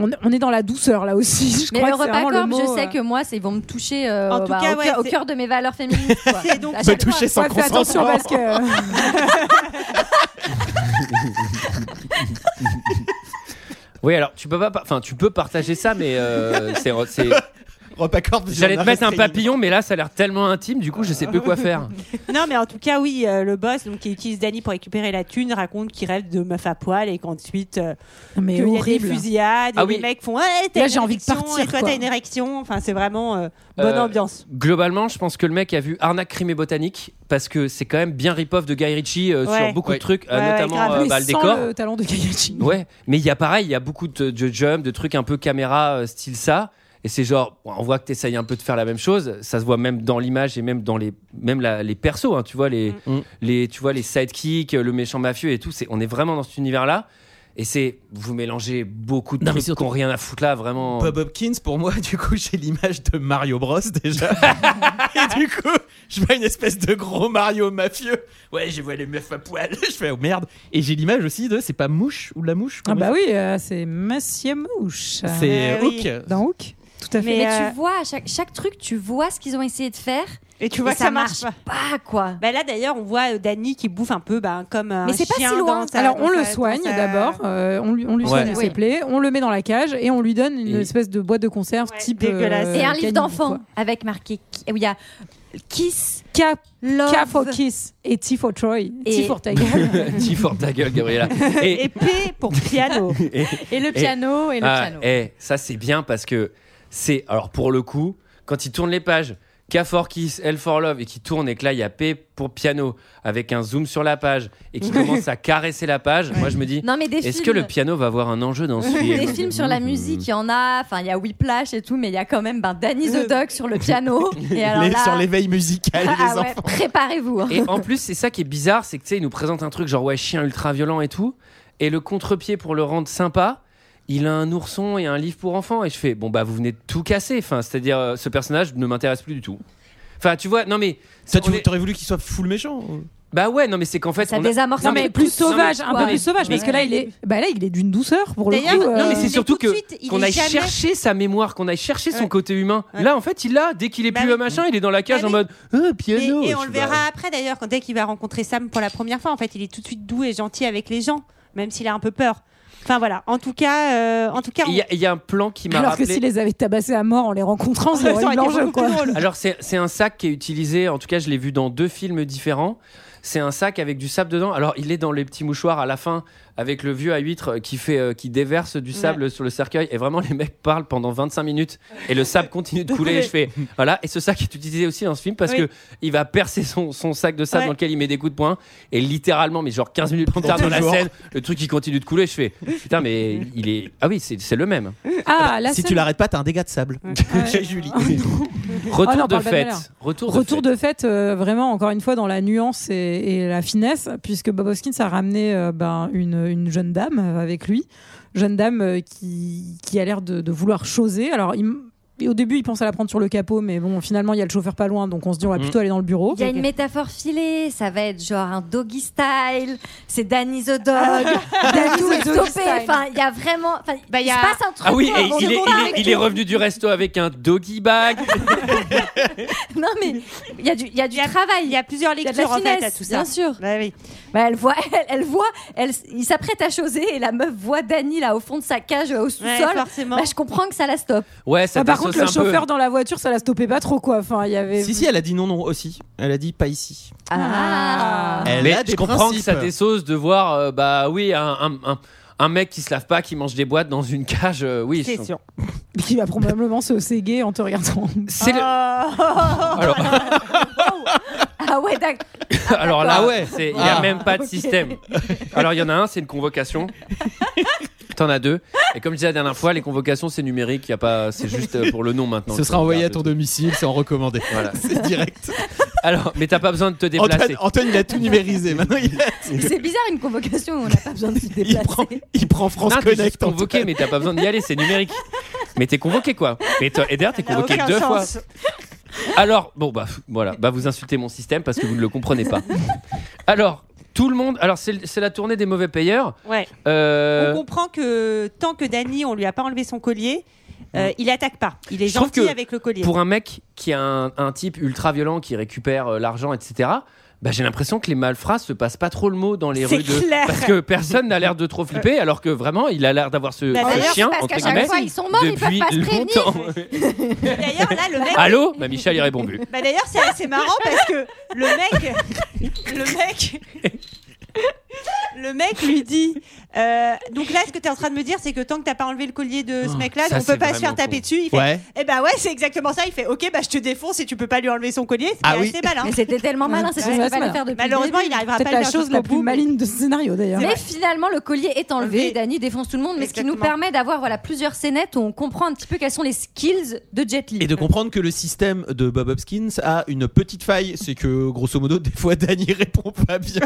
Speaker 5: on, on est dans la douceur là aussi. Je
Speaker 9: Mais
Speaker 5: crois
Speaker 9: le
Speaker 5: que c'est vraiment le
Speaker 9: Europacorp,
Speaker 5: mot,
Speaker 9: je sais
Speaker 5: euh,
Speaker 9: que moi, c'est- ils vont me toucher euh,
Speaker 10: En tout
Speaker 9: bah,
Speaker 10: cas,
Speaker 9: au,
Speaker 10: ouais,
Speaker 9: cœur, au
Speaker 10: c'est-
Speaker 9: cœur de mes valeurs féministes. quoi.
Speaker 10: C'est donc-
Speaker 9: À
Speaker 6: Me
Speaker 9: chaque fois.
Speaker 6: toucher sans
Speaker 5: Ouais, fais attention
Speaker 6: consentement.
Speaker 5: parce que
Speaker 1: Oui, alors tu peux pas, par- enfin, tu peux partager ça, mais euh, c'est- c'est
Speaker 6: Repacorp,
Speaker 1: J'allais te
Speaker 6: Jean-Marie
Speaker 1: mettre un
Speaker 6: Strelin.
Speaker 1: papillon, mais là, ça a l'air tellement intime, du coup, je sais plus quoi faire.
Speaker 10: Non, mais en tout cas, oui, euh, le boss donc, qui utilise Danny pour récupérer la thune raconte qu'il rêve de meuf à poil et qu'ensuite, euh,
Speaker 5: mais
Speaker 10: qu'il y a des
Speaker 5: horrible.
Speaker 10: fusillades
Speaker 1: Ah
Speaker 10: et
Speaker 1: oui.
Speaker 10: les mecs font hey, t'as
Speaker 5: Là,
Speaker 10: une
Speaker 5: j'ai envie de
Speaker 10: érection,
Speaker 5: partir,
Speaker 10: Et toi,
Speaker 5: quoi.
Speaker 10: t'as une érection. Enfin, c'est vraiment euh, bonne
Speaker 1: Euh,
Speaker 10: ambiance.
Speaker 1: Globalement, je pense que le mec a vu Arnaque, Crime et Botanique, parce que c'est quand même bien rip-off de Guy Ritchie euh,
Speaker 10: Ouais.
Speaker 1: sur beaucoup
Speaker 6: Ouais.
Speaker 1: de trucs, euh,
Speaker 10: Ouais, ouais,
Speaker 1: notamment
Speaker 10: grave.
Speaker 1: euh,
Speaker 5: Mais
Speaker 1: bah, le
Speaker 5: sans
Speaker 1: décor.
Speaker 5: le talent de Gayachi.
Speaker 1: Ouais, mais il y a pareil, il y a beaucoup de, de jumps, de trucs un peu caméra euh, style ça. Et c'est genre, on voit que tu essayes un peu de faire la même chose. Ça se voit même dans l'image et même dans les, même la- les persos. hein. tu vois les,
Speaker 6: Mm.
Speaker 1: les, tu vois les sidekicks, euh, le méchant mafieux et tout. C'est, on est vraiment dans cet univers-là. Et c'est, vous mélangez beaucoup de
Speaker 6: Non, mais
Speaker 1: trucs qui
Speaker 6: surtout-
Speaker 1: n'ont rien à foutre là, vraiment.
Speaker 6: Bob Hopkins, pour moi, du coup, j'ai l'image de Mario Bros déjà. et du coup, je vois une espèce de gros Mario mafieux. Ouais, je vois les meufs à poil. je fais oh merde. Et j'ai l'image aussi de c'est pas Mouche ou la Mouche
Speaker 5: Ah
Speaker 6: comment
Speaker 5: bah oui, euh, c'est Monsieur Mouche.
Speaker 6: il- C'est
Speaker 10: Ah oui.
Speaker 6: Hook.
Speaker 5: dans Hook. Tout à fait.
Speaker 9: Mais,
Speaker 10: Mais, euh,
Speaker 9: tu vois, à chaque, chaque truc, tu vois ce qu'ils ont essayé de faire.
Speaker 10: Et tu vois
Speaker 9: et
Speaker 10: que ça marche pas.
Speaker 9: pas, quoi.
Speaker 10: Bah là d'ailleurs on voit euh, Danny qui bouffe un peu bah, comme un
Speaker 9: Mais c'est pas
Speaker 10: chien
Speaker 9: si loin.
Speaker 10: dans sa-
Speaker 5: Alors on
Speaker 10: dans
Speaker 5: le
Speaker 10: sa-
Speaker 5: soigne
Speaker 10: dans sa-
Speaker 5: d'abord, euh, on lui, on lui
Speaker 1: Ouais.
Speaker 5: soigne
Speaker 9: Oui.
Speaker 5: ses plaies, on le met dans la cage et on lui donne une
Speaker 1: Et-
Speaker 5: espèce de boîte de conserve
Speaker 10: Ouais,
Speaker 5: type
Speaker 10: dégueulasse.
Speaker 9: Et
Speaker 10: Euh,
Speaker 9: un
Speaker 5: canine,
Speaker 9: livre d'enfant
Speaker 5: quoi.
Speaker 9: avec marqué qui- où il y a Kiss,
Speaker 5: K,
Speaker 9: Love.
Speaker 5: K for Kiss et T for Troy,
Speaker 9: Et-
Speaker 5: T for ta gueule.
Speaker 1: Dis fort ta gueule, Gabriela. Et,
Speaker 10: Et P pour piano.
Speaker 9: Et le piano, et, le
Speaker 1: Ah,
Speaker 9: piano.
Speaker 1: eh, ça c'est bien parce que c'est alors pour le coup quand il tourne les pages K for Kiss, L for Love et qui tourne et que là il y a P pour piano avec un zoom sur la page et qui commence à caresser la page. Moi je me dis
Speaker 9: Non, mais des
Speaker 1: est-ce
Speaker 9: films.
Speaker 1: que le piano va avoir un enjeu dans ce film
Speaker 9: des films sur la musique, il y en a. Enfin, il y a Whiplash et tout, mais il y a quand même ben, Danny the Dog sur le piano. Et alors
Speaker 6: Les-
Speaker 9: là,
Speaker 6: Sur l'éveil musical des
Speaker 9: ah ouais,
Speaker 6: enfants.
Speaker 9: préparez-vous. hein.
Speaker 1: Hmm. Et en plus c'est ça qui est bizarre c'est que tu sais il nous présente un truc genre ouais chien ultra violent et tout et le contre-pied pour le rendre sympa. Il a un ourson et un livre pour enfants et je fais bon bah vous venez de tout casser enfin c'est-à-dire euh, ce personnage ne m'intéresse plus du tout. Enfin tu vois non mais
Speaker 6: Toi,
Speaker 1: on
Speaker 6: tu
Speaker 1: est-
Speaker 6: t'aurais voulu qu'il soit full méchant
Speaker 1: Bah ouais, non mais c'est qu'en fait.
Speaker 9: Ça
Speaker 1: on a-
Speaker 9: désamorce
Speaker 1: Non,
Speaker 9: un
Speaker 1: mais
Speaker 9: peu
Speaker 5: plus
Speaker 9: plus.
Speaker 5: sauvage, un
Speaker 9: quoi.
Speaker 5: peu plus sauvage parce que là il est, bah là il est d'une douceur pour le coup.
Speaker 10: D'ailleurs,
Speaker 5: euh,
Speaker 10: non,
Speaker 1: mais
Speaker 10: il
Speaker 1: c'est
Speaker 10: est
Speaker 1: surtout que
Speaker 10: tout de suite, il
Speaker 1: qu'on
Speaker 10: est
Speaker 1: aille
Speaker 10: jamais-
Speaker 1: chercher sa mémoire, qu'on aille chercher son
Speaker 10: Ouais.
Speaker 1: côté humain.
Speaker 10: Ouais.
Speaker 1: Là en fait il l'a dès qu'il est
Speaker 10: Bah
Speaker 1: plus
Speaker 10: oui.
Speaker 1: euh, machin, il est dans la cage
Speaker 10: Bah
Speaker 1: en
Speaker 10: oui.
Speaker 1: mode Ah,
Speaker 10: Mais-
Speaker 1: piano.
Speaker 10: et
Speaker 1: Je
Speaker 10: on
Speaker 1: suis
Speaker 10: le verra
Speaker 1: pas-
Speaker 10: après d'ailleurs quand dès qu'il va rencontrer Sam pour la première fois en fait il est tout de suite doux et gentil avec les gens même s'il a un peu peur. Enfin voilà, en tout cas, euh, en tout cas,
Speaker 1: Il y, a- il y a un plan qui m'a
Speaker 5: Alors
Speaker 1: rappelé.
Speaker 5: que s'ils les avaient tabassés à mort en les rencontrant,
Speaker 10: Ça
Speaker 5: ça aurait
Speaker 10: aurait
Speaker 5: eu
Speaker 10: été
Speaker 5: l'enjeu,
Speaker 10: beaucoup
Speaker 5: quoi.
Speaker 10: plus drôle.
Speaker 1: Alors c'est c'est un sac qui est utilisé, en tout cas je l'ai vu dans deux films différents. C'est un sac avec du sable dedans. Alors il est dans les petits mouchoirs à la fin avec le vieux à huître qui fait euh, qui déverse du sable sur le cercueil et vraiment les mecs parlent pendant 25 minutes et le sable continue de couler et je fais voilà et ce sac est utilisé aussi dans ce film parce
Speaker 10: Oui.
Speaker 1: que il va percer son, son sac de sable
Speaker 10: Ouais.
Speaker 1: dans lequel il met des coups de poing et littéralement mais genre 15 minutes plus tard dans la
Speaker 6: toujours.
Speaker 1: scène le truc qui continue de couler je fais putain mais il est ah oui c'est c'est le même
Speaker 5: Ah, la
Speaker 6: si
Speaker 5: scène-
Speaker 6: tu l'arrêtes pas, t'as un dégât de sable. Chez Julie.
Speaker 1: retour
Speaker 5: Ah non,
Speaker 1: de
Speaker 5: parle pas de
Speaker 1: fête
Speaker 5: malheur.
Speaker 1: retour de
Speaker 5: Retour
Speaker 1: fête.
Speaker 5: de fête, euh, vraiment encore une fois dans la nuance et, et la finesse, puisque Bob Hoskins a ramené euh, ben, une, une jeune dame euh, avec lui, jeune dame euh, qui, qui a l'air de, de vouloir choser. Alors, il m- et au début, il pense à la prendre sur le capot, mais bon, finalement, il y a le chauffeur pas loin, donc on se dit on va
Speaker 1: Mm.
Speaker 5: plutôt aller dans le bureau.
Speaker 9: Il y a une métaphore filée, ça va être genre un doggy style, c'est Danny the Dog, Danny
Speaker 5: Danny the
Speaker 9: the
Speaker 5: Dog
Speaker 9: Dopé,
Speaker 5: style.
Speaker 9: enfin il y a vraiment, enfin,
Speaker 10: Bah, il y
Speaker 9: il se
Speaker 10: a-
Speaker 9: passe un truc.
Speaker 1: Ah oui,
Speaker 9: quoi,
Speaker 1: et
Speaker 9: on
Speaker 1: il, est, il
Speaker 9: se
Speaker 1: est-
Speaker 9: parle.
Speaker 1: il est revenu du resto avec un doggy
Speaker 5: Ah,
Speaker 1: bag.
Speaker 9: Non mais il y a du, il y a du
Speaker 10: Il y a-
Speaker 9: travail,
Speaker 10: il y a plusieurs
Speaker 9: il y a de la
Speaker 10: lectures en
Speaker 9: finesse,
Speaker 10: fait à tout ça.
Speaker 9: bien sûr.
Speaker 10: Bah oui.
Speaker 9: Bah, elle voit, elle, elle voit, elle, s- il s'apprête à choser et la meuf voit Danny là au fond de sa cage euh, au
Speaker 10: Ouais,
Speaker 9: sous-sol.
Speaker 10: forcément.
Speaker 9: bah, je comprends que ça la stoppe.
Speaker 1: Ouais, ça
Speaker 5: Ah, par
Speaker 1: passe
Speaker 5: contre, le
Speaker 1: un peu.
Speaker 5: chauffeur dans la voiture, ça la stoppait pas trop, quoi. Enfin, il y avait.
Speaker 6: si, si, elle a dit non, non aussi. Elle a dit pas ici.
Speaker 5: Ah.
Speaker 6: Elle
Speaker 1: Mais
Speaker 6: a
Speaker 1: je
Speaker 6: des
Speaker 1: comprends
Speaker 6: principes.
Speaker 1: que ça désauce de voir, euh, bah oui, un, un- un- un mec qui se lave pas, qui mange des boîtes dans une cage. euh, oui,
Speaker 10: C'est
Speaker 1: je-
Speaker 10: sûr.
Speaker 5: Qui va probablement se séguer en te regardant.
Speaker 1: C'est
Speaker 5: Ah.
Speaker 1: le-
Speaker 10: Oh,
Speaker 1: Alors,
Speaker 9: Ah ouais, d'accord.
Speaker 1: alors là,
Speaker 6: Ah
Speaker 1: ouais,
Speaker 6: ouais.
Speaker 1: il n'y a
Speaker 6: Ah.
Speaker 1: même pas de
Speaker 9: Ok.
Speaker 1: système. Alors il y en a un, c'est une convocation. T'en as deux. Et comme je disais la dernière fois, les convocations, c'est numérique. Y a pas, c'est juste euh, pour le nom maintenant.
Speaker 6: Ce sera envoyé à ton
Speaker 1: deux.
Speaker 6: domicile, c'est en recommandé.
Speaker 1: Voilà.
Speaker 6: C'est direct.
Speaker 1: Alors, mais t'as pas besoin de te déplacer.
Speaker 6: Antoine, Antoine, il a tout numérisé. Maintenant, il,
Speaker 9: C'est bizarre une convocation où on n'a pas besoin de se
Speaker 6: il
Speaker 9: déplacer.
Speaker 6: prend, il prend France
Speaker 1: Non, t'es juste
Speaker 6: Connect.
Speaker 1: convoqué,
Speaker 6: Antoine.
Speaker 1: mais t'as pas besoin d'y aller, c'est numérique. Mais t'es convoqué quoi. Mais toi- et d'ailleurs, t'es
Speaker 10: Ça n'a
Speaker 1: convoqué
Speaker 10: aucun
Speaker 1: deux fois.
Speaker 10: sens.
Speaker 1: Alors, bon bah pff, voilà, bah vous insultez mon système parce que vous ne le comprenez pas. Alors, tout le monde, alors c'est c'est la tournée des mauvais payeurs.
Speaker 10: Ouais.
Speaker 1: Euh,
Speaker 10: On comprend que tant que Danny, on lui a pas enlevé son collier, euh, il attaque pas. Il est
Speaker 1: Je trouve
Speaker 10: gentil
Speaker 1: que
Speaker 10: avec le collier.
Speaker 1: pour un mec qui a un, un type ultra violent qui récupère euh, l'argent, etc. Bah, j'ai l'impression que les malfrats se passent pas trop le mot dans les
Speaker 10: C'est
Speaker 1: rues de
Speaker 10: clair.
Speaker 1: parce que personne n'a l'air de trop flipper alors que vraiment il a l'air d'avoir ce,
Speaker 10: Bah,
Speaker 1: ce
Speaker 10: d'ailleurs,
Speaker 1: chien
Speaker 9: c'est parce
Speaker 1: entre
Speaker 9: qu'à chaque
Speaker 1: guillemets
Speaker 9: fois, ils sont morts, ils
Speaker 1: depuis
Speaker 9: peuvent pas se prévenir.
Speaker 1: longtemps.
Speaker 10: D'ailleurs, là, le mec.
Speaker 1: Allô, ma Michel irait bon but.
Speaker 10: Bah, D'ailleurs, c'est assez marrant parce que le mec. Le mec. Le mec lui dit. euh, donc là, ce que tu es en train de me dire, c'est que tant que t'as pas enlevé le collier de ce mec-là,
Speaker 1: ça,
Speaker 10: on peut
Speaker 1: c'est
Speaker 10: pas se
Speaker 1: vraiment
Speaker 10: faire taper
Speaker 1: con.
Speaker 10: dessus. Il fait,
Speaker 6: Ouais.
Speaker 10: Eh bah ouais, c'est exactement ça. Il fait Ok, bah je te défonce et tu peux pas lui enlever son collier. C'est
Speaker 6: Ah oui.
Speaker 10: assez malin.
Speaker 9: Mais c'était tellement malin, hein. c'est ce
Speaker 5: Ouais,
Speaker 9: qu'il
Speaker 5: c'est
Speaker 9: fallait
Speaker 5: malin.
Speaker 9: faire depuis le
Speaker 10: Malheureusement,
Speaker 9: début.
Speaker 10: il n'arrivera pas à
Speaker 5: Peut-être
Speaker 10: le
Speaker 5: la
Speaker 10: faire
Speaker 5: chose la
Speaker 10: jusqu'au
Speaker 5: plus
Speaker 10: bout.
Speaker 5: maligne de ce scénario, d'ailleurs.
Speaker 9: Mais finalement, le collier est enlevé.
Speaker 10: Enlevé.
Speaker 9: Danny défonce tout le monde, mais ce qui nous
Speaker 10: Exactement.
Speaker 9: permet d'avoir voilà plusieurs scénettes où on comprend un petit peu quelles sont les skills de Jet Li.
Speaker 6: Et de comprendre que le système de Bob Hopkins a une petite faille, c'est que grosso modo, des fois, Danny répond pas bien.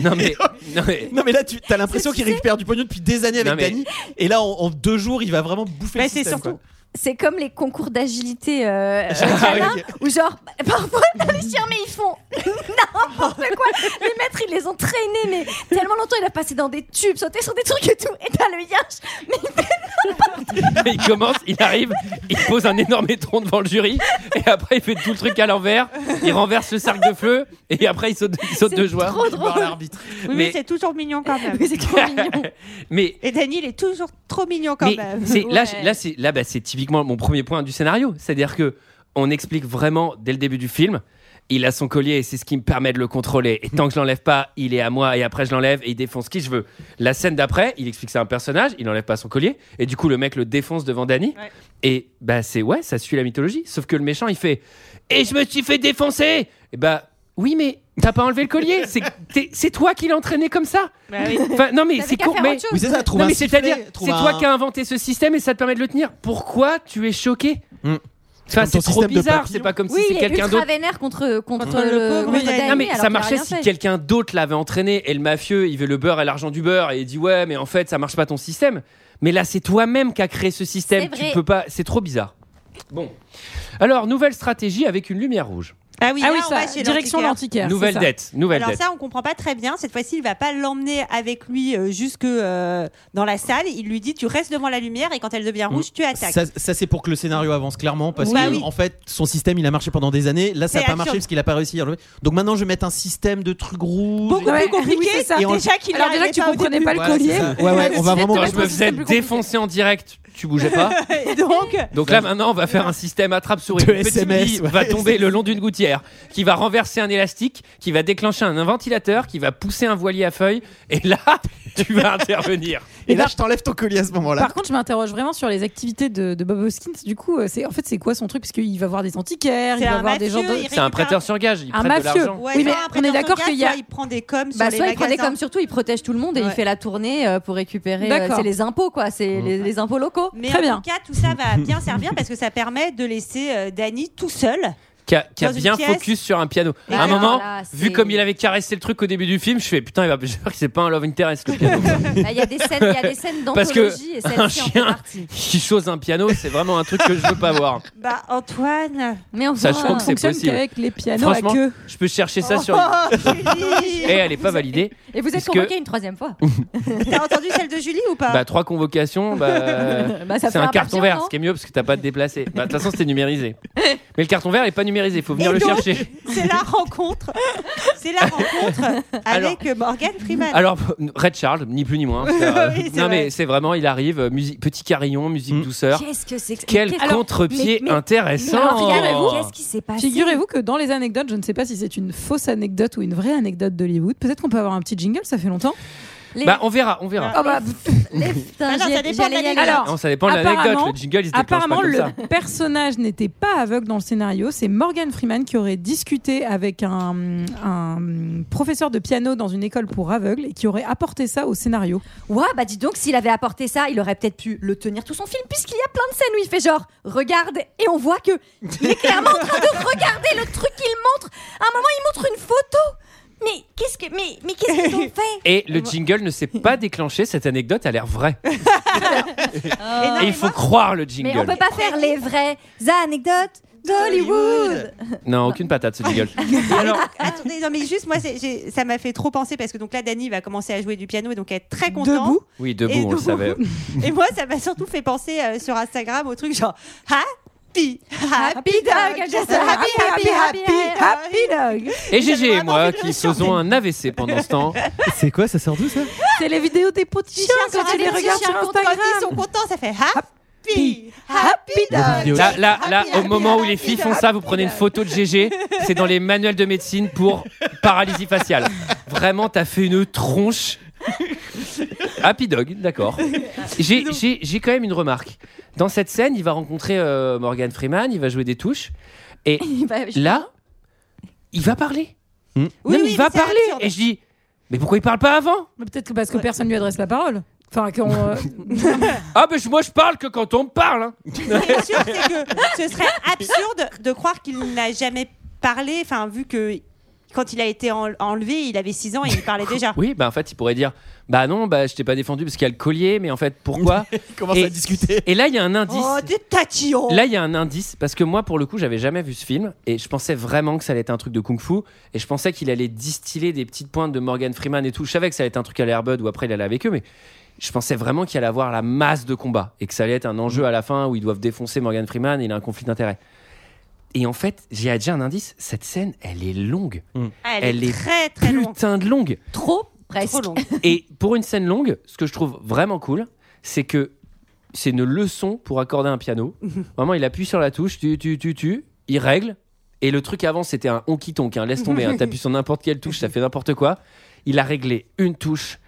Speaker 1: Non mais, non, mais-
Speaker 6: non, mais là, tu as l'impression
Speaker 9: C'est- tu
Speaker 6: qu'il
Speaker 9: sais-
Speaker 6: récupère du pognon depuis des années avec
Speaker 1: Non, mais-
Speaker 6: Danny, et là, en, en deux jours, il va vraiment bouffer
Speaker 10: Mais
Speaker 6: le
Speaker 10: c'est
Speaker 6: système.
Speaker 10: surtout-
Speaker 9: C'est comme les concours d'agilité euh,
Speaker 1: Ah
Speaker 9: euh,
Speaker 6: quoi.
Speaker 9: câlin, où genre parfois les chiens mais ils font n'importe quoi. Les maîtres ils les ont traînés mais tellement longtemps il a passé dans des tubes, sauté sur des trucs et tout. Et t'as le yinche
Speaker 1: il commence, il arrive, il pose un énorme étron devant le jury, et après il fait tout le truc à l'envers, il renverse le cercle de feu, et après il saute, il saute
Speaker 9: C'est
Speaker 1: de joie.
Speaker 9: trop
Speaker 6: Il barre
Speaker 9: drôle.
Speaker 6: l'arbitre.
Speaker 10: Oui, mais
Speaker 1: Mais-
Speaker 10: c'est toujours mignon quand même.
Speaker 9: Mais c'est trop mignon.
Speaker 1: Mais,
Speaker 10: Et Danny, il est toujours trop mignon quand
Speaker 1: mais
Speaker 10: même.
Speaker 1: c'est, là,
Speaker 9: Ouais.
Speaker 1: j- là, c'est, là bah, c'est typiquement mon premier point du scénario. C'est-à-dire que on explique vraiment dès le début du film. Il a son collier et c'est ce qui me permet de le contrôler. Et tant que je l'enlève pas, il est à moi et après je l'enlève et il défonce qui je veux. La scène d'après, il explique que c'est un personnage, il n'enlève pas son collier et du coup le mec le défonce devant Danny.
Speaker 10: Ouais.
Speaker 1: Et bah c'est ouais, ça suit la mythologie. Sauf que le méchant il fait et je me suis fait défoncer. Et bah oui mais t'as pas enlevé le collier, c'est, t'es- c'est toi qui l'as entraîné comme ça.
Speaker 10: Bah oui.
Speaker 1: Enfin non mais
Speaker 9: T'avais
Speaker 1: c'est
Speaker 9: qu'à
Speaker 1: con,
Speaker 9: faire
Speaker 1: mais-
Speaker 9: autre chose.
Speaker 6: Oui, c'est ça, trouve
Speaker 1: non,
Speaker 6: un
Speaker 1: mais
Speaker 6: sifflet,
Speaker 1: c'est-à-dire,
Speaker 6: trouve
Speaker 1: c'est toi
Speaker 6: un-
Speaker 1: qui as inventé ce système et ça te permet de le tenir. Pourquoi tu es choqué
Speaker 6: Hmm.
Speaker 1: Enfin,
Speaker 6: Comme
Speaker 1: c'est
Speaker 6: ton
Speaker 1: trop
Speaker 6: système de
Speaker 1: bizarre,
Speaker 6: papillon.
Speaker 1: c'est pas comme
Speaker 9: Oui,
Speaker 1: si
Speaker 9: il
Speaker 1: c'est
Speaker 9: est
Speaker 1: quelqu'un
Speaker 9: ultra
Speaker 1: d'autre.
Speaker 9: vénère contre contre
Speaker 10: Contre le
Speaker 9: le
Speaker 10: pauvre
Speaker 9: contre
Speaker 10: Danny.
Speaker 9: Danny,
Speaker 1: Non mais
Speaker 9: alors
Speaker 1: ça
Speaker 9: qu'il a
Speaker 1: marchait
Speaker 9: rien
Speaker 1: si
Speaker 9: fait.
Speaker 1: quelqu'un d'autre l'avait entraîné et le mafieux il veut le beurre et l'argent du beurre et il dit ouais mais en fait ça marche pas ton système mais là c'est toi-même qui as créé ce système
Speaker 9: C'est
Speaker 1: tu
Speaker 9: vrai.
Speaker 1: peux pas c'est trop bizarre bon alors nouvelle stratégie avec une lumière rouge
Speaker 10: Ah oui,
Speaker 5: Ah
Speaker 10: là,
Speaker 5: oui,
Speaker 10: on
Speaker 5: ça,
Speaker 10: va chez
Speaker 5: direction l'antiquaire.
Speaker 10: l'antiquaire.
Speaker 1: Nouvelle
Speaker 5: c'est ça.
Speaker 1: dette, nouvelle
Speaker 10: Alors
Speaker 1: dette.
Speaker 10: ça, on comprend pas très bien. Cette fois-ci, il va pas l'emmener avec lui euh, jusque euh, dans la salle. Il lui dit tu restes devant la lumière et quand elle devient
Speaker 1: Mm.
Speaker 10: rouge, tu attaques.
Speaker 6: Ça, ça, c'est pour que le scénario avance clairement parce
Speaker 10: Bah
Speaker 6: que
Speaker 10: oui.
Speaker 6: en fait son système il a marché pendant des années là ça
Speaker 10: C'est
Speaker 6: n'a pas
Speaker 10: absurde.
Speaker 6: marché parce qu'il a pas réussi à enlever. donc maintenant je vais mettre un système de trucs rouges
Speaker 10: Beaucoup
Speaker 5: Ouais,
Speaker 10: plus compliqué.
Speaker 5: oui, c'est ça.
Speaker 6: Et on-
Speaker 10: Déjà qu'il
Speaker 5: Alors déjà
Speaker 10: arrivait
Speaker 5: que tu
Speaker 10: pas au
Speaker 5: comprenais
Speaker 10: début.
Speaker 5: pas le
Speaker 6: Voilà,
Speaker 5: collier.
Speaker 6: c'est ça. ouais ouais on va vraiment
Speaker 1: Quand je
Speaker 5: Dans
Speaker 1: me
Speaker 5: le
Speaker 1: faisais
Speaker 5: système plus compliqué.
Speaker 1: défoncer en direct, tu bougeais pas.
Speaker 10: Et donc,
Speaker 1: Donc là maintenant, on va faire un système attrape-souris.
Speaker 6: De
Speaker 1: Une petite
Speaker 6: SMS,
Speaker 1: bille
Speaker 6: ouais.
Speaker 1: va tomber le long d'une gouttière, qui va renverser un élastique, qui va déclencher un ventilateur, qui va pousser un voilier à feuilles. Et là, tu vas intervenir.
Speaker 6: et là je t'enlève ton collier à ce moment là
Speaker 5: Par contre, je m'interroge vraiment sur les activités de, de Bob Hoskins. Du coup, euh, c'est en fait c'est quoi son truc Parce qu'il va voir des antiquaires, il
Speaker 10: C'est
Speaker 5: va
Speaker 10: un
Speaker 5: voir des gens.
Speaker 10: mafieux,
Speaker 5: de-
Speaker 10: il
Speaker 1: C'est un
Speaker 10: récupère-
Speaker 1: prêteur sur gage, il
Speaker 5: Un
Speaker 1: prête de
Speaker 5: mafieux.
Speaker 1: l'argent.
Speaker 10: Ouais,
Speaker 5: Oui, mais
Speaker 10: soit un
Speaker 5: on est d'accord
Speaker 10: prédateur
Speaker 5: qu'il y a-
Speaker 10: gaz, soit Il prend des coms
Speaker 9: Bah,
Speaker 10: sur les
Speaker 9: soit il prend des
Speaker 10: magasins.
Speaker 9: coms surtout, il protège tout le monde et
Speaker 10: Ouais.
Speaker 9: il fait la tournée euh, pour récupérer. euh,
Speaker 5: D'accord.
Speaker 9: c'est les impôts, quoi. C'est
Speaker 1: Mmh.
Speaker 9: les, les impôts locaux.
Speaker 10: Mais
Speaker 5: Très
Speaker 10: en
Speaker 5: bien.
Speaker 10: tout cas, tout ça va bien servir parce que ça permet de laisser euh, Danny tout seul.
Speaker 1: qui a, qui a
Speaker 10: Dans une
Speaker 1: bien
Speaker 10: pièce.
Speaker 1: focus sur un piano.
Speaker 9: Et
Speaker 1: à un
Speaker 9: alors
Speaker 1: moment,
Speaker 9: là,
Speaker 1: vu
Speaker 9: c'est-
Speaker 1: comme il avait caressé le truc au début du film, je fais putain, il va j'espère que c'est pas un love interest le piano.
Speaker 9: Bah, Il y a des scènes, il y a des scènes
Speaker 1: Parce que
Speaker 9: d'anthologie et celle-ci
Speaker 1: un
Speaker 9: en fait
Speaker 1: chien-
Speaker 9: partie.
Speaker 1: Qui chose un piano, c'est vraiment un truc que je veux pas voir.
Speaker 10: Bah Antoine.
Speaker 9: Mais enfin,
Speaker 1: Sachant que
Speaker 5: Ça
Speaker 1: c'est
Speaker 5: fonctionne
Speaker 1: possible.
Speaker 5: qu'avec les pianos à
Speaker 1: Franchement,
Speaker 5: queue.
Speaker 1: Je peux chercher ça sur.
Speaker 10: Oh, Julie
Speaker 1: Et elle est pas validée.
Speaker 9: et vous êtes
Speaker 1: puisque-
Speaker 9: convoqué une troisième fois.
Speaker 10: T'as entendu celle de Julie ou pas
Speaker 1: Bah trois convocations, bah,
Speaker 9: Bah, ça
Speaker 1: c'est
Speaker 9: fait
Speaker 1: un
Speaker 9: un
Speaker 1: carton
Speaker 9: papillon,
Speaker 1: vert,
Speaker 9: non
Speaker 1: ce qui est mieux parce que t'as pas à te déplacer. Bah, De toute façon, c'était numérisé. Mais le carton vert est pas numérisé, faut venir
Speaker 10: Et
Speaker 1: le
Speaker 10: donc-
Speaker 1: chercher.
Speaker 10: C'est la rencontre. C'est la rencontre avec Morgan Freeman.
Speaker 1: Alors Red Charles, ni plus ni moins. parce que, euh,
Speaker 10: Oui, c'est
Speaker 1: non mais
Speaker 10: vrai.
Speaker 1: c'est vraiment, il arrive, euh, musique, petit carillon, musique
Speaker 6: Mm.
Speaker 1: douceur.
Speaker 9: Qu'est-ce que c'est que
Speaker 1: Quel
Speaker 9: qu'est-ce-
Speaker 1: contre-pied
Speaker 9: mais- mais-
Speaker 1: intéressant.
Speaker 9: Mais alors, figurez-vous, Qu'est-ce qui s'est passé
Speaker 10: Ah,
Speaker 5: Figurez-vous que dans les anecdotes, je ne sais pas si c'est une fausse anecdote ou une vraie anecdote d'Hollywood. Peut-être qu'on peut avoir un petit jingle, ça fait longtemps.
Speaker 9: Les- Ah.
Speaker 1: Bah on verra, on verra.
Speaker 5: Oh bah,
Speaker 9: les- putain,
Speaker 10: Ah non,
Speaker 9: j'y-
Speaker 10: ça dépend de
Speaker 9: j'allais y aller.
Speaker 5: Alors,
Speaker 1: Non, ça dépend de l'anecdote.
Speaker 5: Apparemment-
Speaker 1: Le jingle, il se déclenche pas
Speaker 5: Apparemment,
Speaker 1: comme
Speaker 5: le
Speaker 1: ça.
Speaker 5: personnage n'était pas aveugle dans le scénario. C'est Morgan Freeman qui aurait discuté avec un, un professeur de piano dans une école pour aveugles et qui aurait apporté ça au scénario.
Speaker 9: Ouais, bah dis donc, s'il avait apporté ça, il aurait peut-être pu le tenir tout son film, puisqu'il y a plein de scènes où il fait genre, regarde, et on voit que il est clairement en train de regarder le truc qu'il montre. À un moment, il montre une photo. Mais qu'est-ce que, mais, mais qu'est-ce qu'ils ont fait
Speaker 1: Et le jingle ne s'est pas déclenché. Cette anecdote a l'air vraie.
Speaker 10: Et non,
Speaker 1: Et Ah, il
Speaker 10: mais
Speaker 1: faut
Speaker 10: moi,
Speaker 1: croire le
Speaker 9: Mais on
Speaker 1: jingle.
Speaker 9: peut pas faire les vraies anecdotes d'Hollywood.
Speaker 1: Non, aucune patate ce jingle. Alors,
Speaker 10: attendez, non, mais juste, moi, c'est- j'ai- ça m'a fait trop penser parce que donc là, Dany va commencer à jouer du piano et donc être très content.
Speaker 5: Debout.
Speaker 1: oui,
Speaker 10: Et
Speaker 1: debout, on le
Speaker 10: donc-
Speaker 1: savait.
Speaker 10: Et moi, ça m'a surtout fait penser euh, sur Instagram au truc genre Happy, Happy Dog, just a happy, happy, happy, happy.
Speaker 5: dog.
Speaker 1: Et
Speaker 10: J'avais
Speaker 1: GG et
Speaker 10: vraiment
Speaker 1: moi
Speaker 10: envie de
Speaker 1: qui
Speaker 10: le chanter.
Speaker 1: faisons un AVC pendant ce temps.
Speaker 6: c'est quoi ça sort d'où ça
Speaker 5: C'est les vidéos des petits chiens quand
Speaker 10: Ah,
Speaker 5: tu les
Speaker 10: petits
Speaker 5: regardes
Speaker 10: chiens
Speaker 5: sur
Speaker 10: contents,
Speaker 5: Instagram.
Speaker 10: Quand ils sont contents, ça fait Happy, Happy Dog.
Speaker 1: Là, là, là,
Speaker 10: Happy,
Speaker 1: au
Speaker 10: happy,
Speaker 1: moment où les
Speaker 10: happy,
Speaker 1: filles font ça, vous prenez une photo de GG. C'est dans les manuels de médecine pour paralysie faciale. Vraiment, t'as fait une tronche. Happy Dog, d'accord. J'ai- J'ai j'ai quand même une remarque. Dans cette scène, il va rencontrer euh, Morgan Freeman, il va jouer des touches. Et
Speaker 9: Bah, je-
Speaker 1: là, il va parler. Non,
Speaker 10: Oui,
Speaker 1: mais
Speaker 10: oui,
Speaker 1: il va
Speaker 10: mais c'est
Speaker 1: parler.
Speaker 10: absurde.
Speaker 1: Et je dis, mais pourquoi il parle pas avant
Speaker 5: Mais Peut-être que parce que personne lui adresse la parole. Enfin, qu'on, euh,
Speaker 1: Ah, mais je- moi je parle que quand on me parle. hein.
Speaker 10: Ce qui est sûr, c'est que ce serait absurde de croire qu'il n'a jamais parlé, enfin, vu que quand il a été en- enlevé, il avait 6 ans et il parlait déjà.
Speaker 1: Oui, bah en fait, il pourrait dire, bah non, bah je t'ai pas défendu parce qu'il y a le collier, mais en fait, pourquoi
Speaker 6: il commence
Speaker 1: Et-
Speaker 6: à discuter
Speaker 1: Et là, il y a un indice.
Speaker 10: Oh, t'es tatillon
Speaker 1: Là, il y a un indice parce que moi, pour le coup, j'avais jamais vu ce film et je pensais vraiment que ça allait être un truc de kung-fu et je pensais qu'il allait distiller des petites pointes de Morgan Freeman et tout. Je savais que ça allait être un truc à l'air Bud ou après il allait avec eux, mais je pensais vraiment qu'il allait avoir la masse de combats et que ça allait être un enjeu à la fin où ils doivent défoncer Morgan Freeman et il a un conflit d'intérêt. Et en fait, j'ai déjà un indice. Cette scène, elle est longue,
Speaker 10: Ah, elle,
Speaker 1: elle
Speaker 10: est,
Speaker 1: est
Speaker 10: très très longue.
Speaker 1: putain de longue.
Speaker 9: trop presque.
Speaker 10: Trop longue.
Speaker 1: Et pour une scène longue, ce que je trouve vraiment cool, c'est que c'est une leçon pour accorder un piano. Vraiment, il appuie sur la touche, tu, tu, tu, tu, il règle. Et le truc avant, c'était un honky tonk, un laisse tomber, un t'appuies sur n'importe quelle touche, ça fait n'importe quoi. Il a réglé une touche.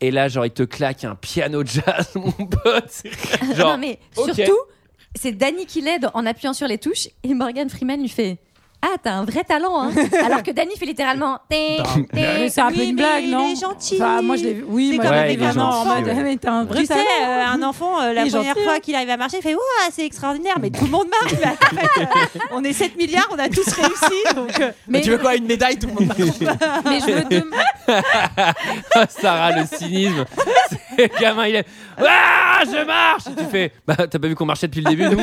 Speaker 1: Et là, genre, il te claque un piano jazz, mon pote. Genre,
Speaker 9: non, mais
Speaker 1: ok.
Speaker 9: surtout, c'est Danny qui l'aide en appuyant sur les touches et Morgan Freeman lui fait Ah, t'as un vrai talent, hein. Alors que Danny fait littéralement
Speaker 1: Bah,
Speaker 9: Ting, ting,
Speaker 5: mais c'est un peu
Speaker 10: Oui,
Speaker 5: une
Speaker 10: mais
Speaker 5: blague,
Speaker 10: il
Speaker 5: non
Speaker 10: est gentil.
Speaker 5: Enfin, moi, je l'ai vu. Oui,
Speaker 10: C'est
Speaker 5: moi,
Speaker 10: comme
Speaker 5: j'avais
Speaker 10: Ouais, il est
Speaker 5: vraiment en
Speaker 10: gentil,
Speaker 5: mode,
Speaker 1: ouais.
Speaker 5: Ah, mais t'as un vrai
Speaker 10: Tu sais,
Speaker 5: talent.
Speaker 10: euh, un enfant, euh, la
Speaker 5: Il est
Speaker 10: première
Speaker 5: gentil,
Speaker 10: fois
Speaker 5: hein.
Speaker 10: qu'il arrive à marcher, il fait Ouah, c'est extraordinaire, mais tout le monde marche. Mais en fait, euh, on est 7 milliards, on a tous réussi. Donc, euh,
Speaker 5: mais,
Speaker 6: tu veux quoi une médaille tout le monde
Speaker 5: mais je me demande.
Speaker 1: Sarah, le Ah, cynisme. le gamin, il est. Ah, je marche Et Tu fais. Bah, t'as pas vu qu'on marchait depuis le début, nous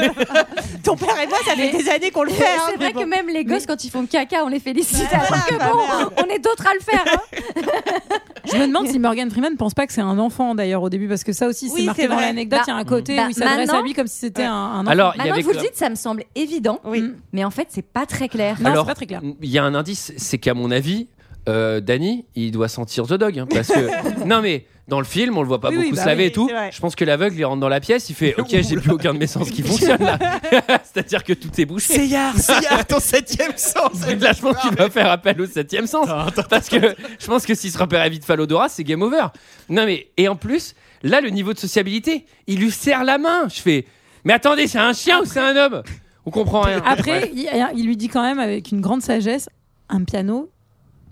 Speaker 10: Ton père et moi, ça fait
Speaker 9: Mais-
Speaker 10: des années qu'on le fait. hein,
Speaker 9: C'est vrai
Speaker 10: mais bon.
Speaker 9: que même les gosses, quand ils font caca, on les félicite.
Speaker 10: Voilà,
Speaker 9: alors que
Speaker 10: bah merde.
Speaker 9: bon, on est d'autres à le faire. hein.
Speaker 5: Je me demande si Morgan Freeman pense pas que c'est un enfant d'ailleurs au début parce que ça aussi
Speaker 10: Oui,
Speaker 5: c'est marqué
Speaker 10: c'est
Speaker 5: dans
Speaker 10: vrai.
Speaker 5: l'anecdote.
Speaker 9: Bah,
Speaker 5: Il y a un côté
Speaker 9: bah,
Speaker 5: où il s'adresse à
Speaker 9: maintenant-
Speaker 5: lui comme si c'était
Speaker 10: Ouais.
Speaker 5: un, un enfant.
Speaker 1: Alors, il y
Speaker 9: Maintenant
Speaker 1: avait.
Speaker 9: que vous
Speaker 1: que-
Speaker 9: le dites, ça me semble évident, Mm.
Speaker 10: Oui.
Speaker 9: mais en fait, c'est pas très clair.
Speaker 5: Non,
Speaker 1: Alors-
Speaker 5: c'est pas très clair.
Speaker 1: Il y a un indice, c'est qu'à mon avis, euh, Danny, il doit sentir The Dog. hein, parce que, non, mais dans le film, on le voit pas
Speaker 5: Oui, oui,
Speaker 1: beaucoup
Speaker 5: bah
Speaker 1: se laver
Speaker 10: oui,
Speaker 1: et tout.
Speaker 10: c'est vrai.
Speaker 1: Je pense que l'aveugle, il rentre dans la pièce, il fait Ok, j'ai plus aucun de mes sens qui fonctionne là. C'est-à-dire que tout est bouché.
Speaker 6: Seyard, Seyard, ton septième sens.
Speaker 1: C'est lâchement qu'il va faire appel au septième sens. Parce que je pense que s'il se repère vite Falodora, c'est game over. Non, mais, et en plus, là, le niveau de sociabilité, il lui serre la main. Je fais Mais attendez, c'est un chien ou c'est un homme On comprend rien.
Speaker 5: Après, il, y a- il lui dit quand même avec une grande sagesse, un piano,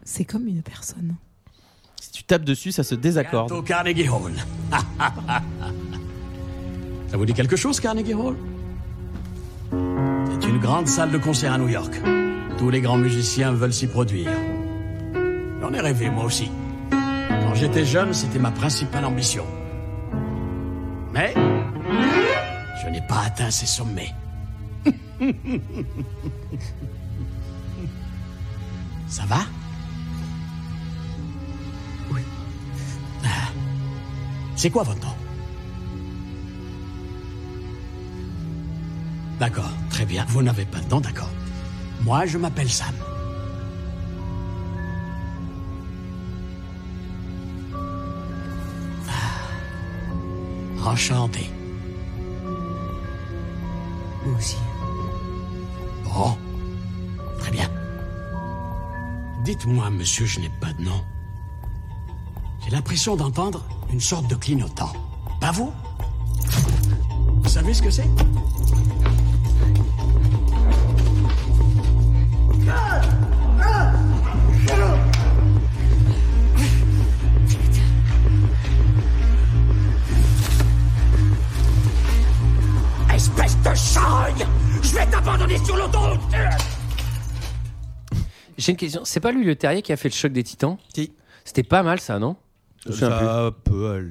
Speaker 5: c'est comme une personne.
Speaker 6: Si tu tapes dessus, ça se désaccorde.
Speaker 8: Au Carnegie Hall. Ça vous dit quelque chose, Carnegie Hall C'est une grande salle de concert à New York. Tous les grands musiciens veulent s'y produire. J'en ai rêvé, moi aussi. Quand j'étais jeune, c'était ma principale ambition. Mais je n'ai pas atteint ces sommets. Ça va Oui. Ah. C'est quoi votre nom D'accord, très bien. Vous n'avez pas de nom, d'accord. Moi, je m'appelle Sam. Ah. Enchanté. Vous aussi. Bon. Très bien. Dites-moi, monsieur, je n'ai pas de nom. J'ai l'impression d'entendre une sorte de clignotant. Pas vous Vous savez ce que c'est
Speaker 2: Espèce de charogne Je vais t'abandonner sur l'autoroute
Speaker 1: J'ai une question. C'est pas lui le terrier qui a fait le choc des titans
Speaker 6: Si.
Speaker 1: C'était pas mal ça, non Je me souviens plus.
Speaker 6: peut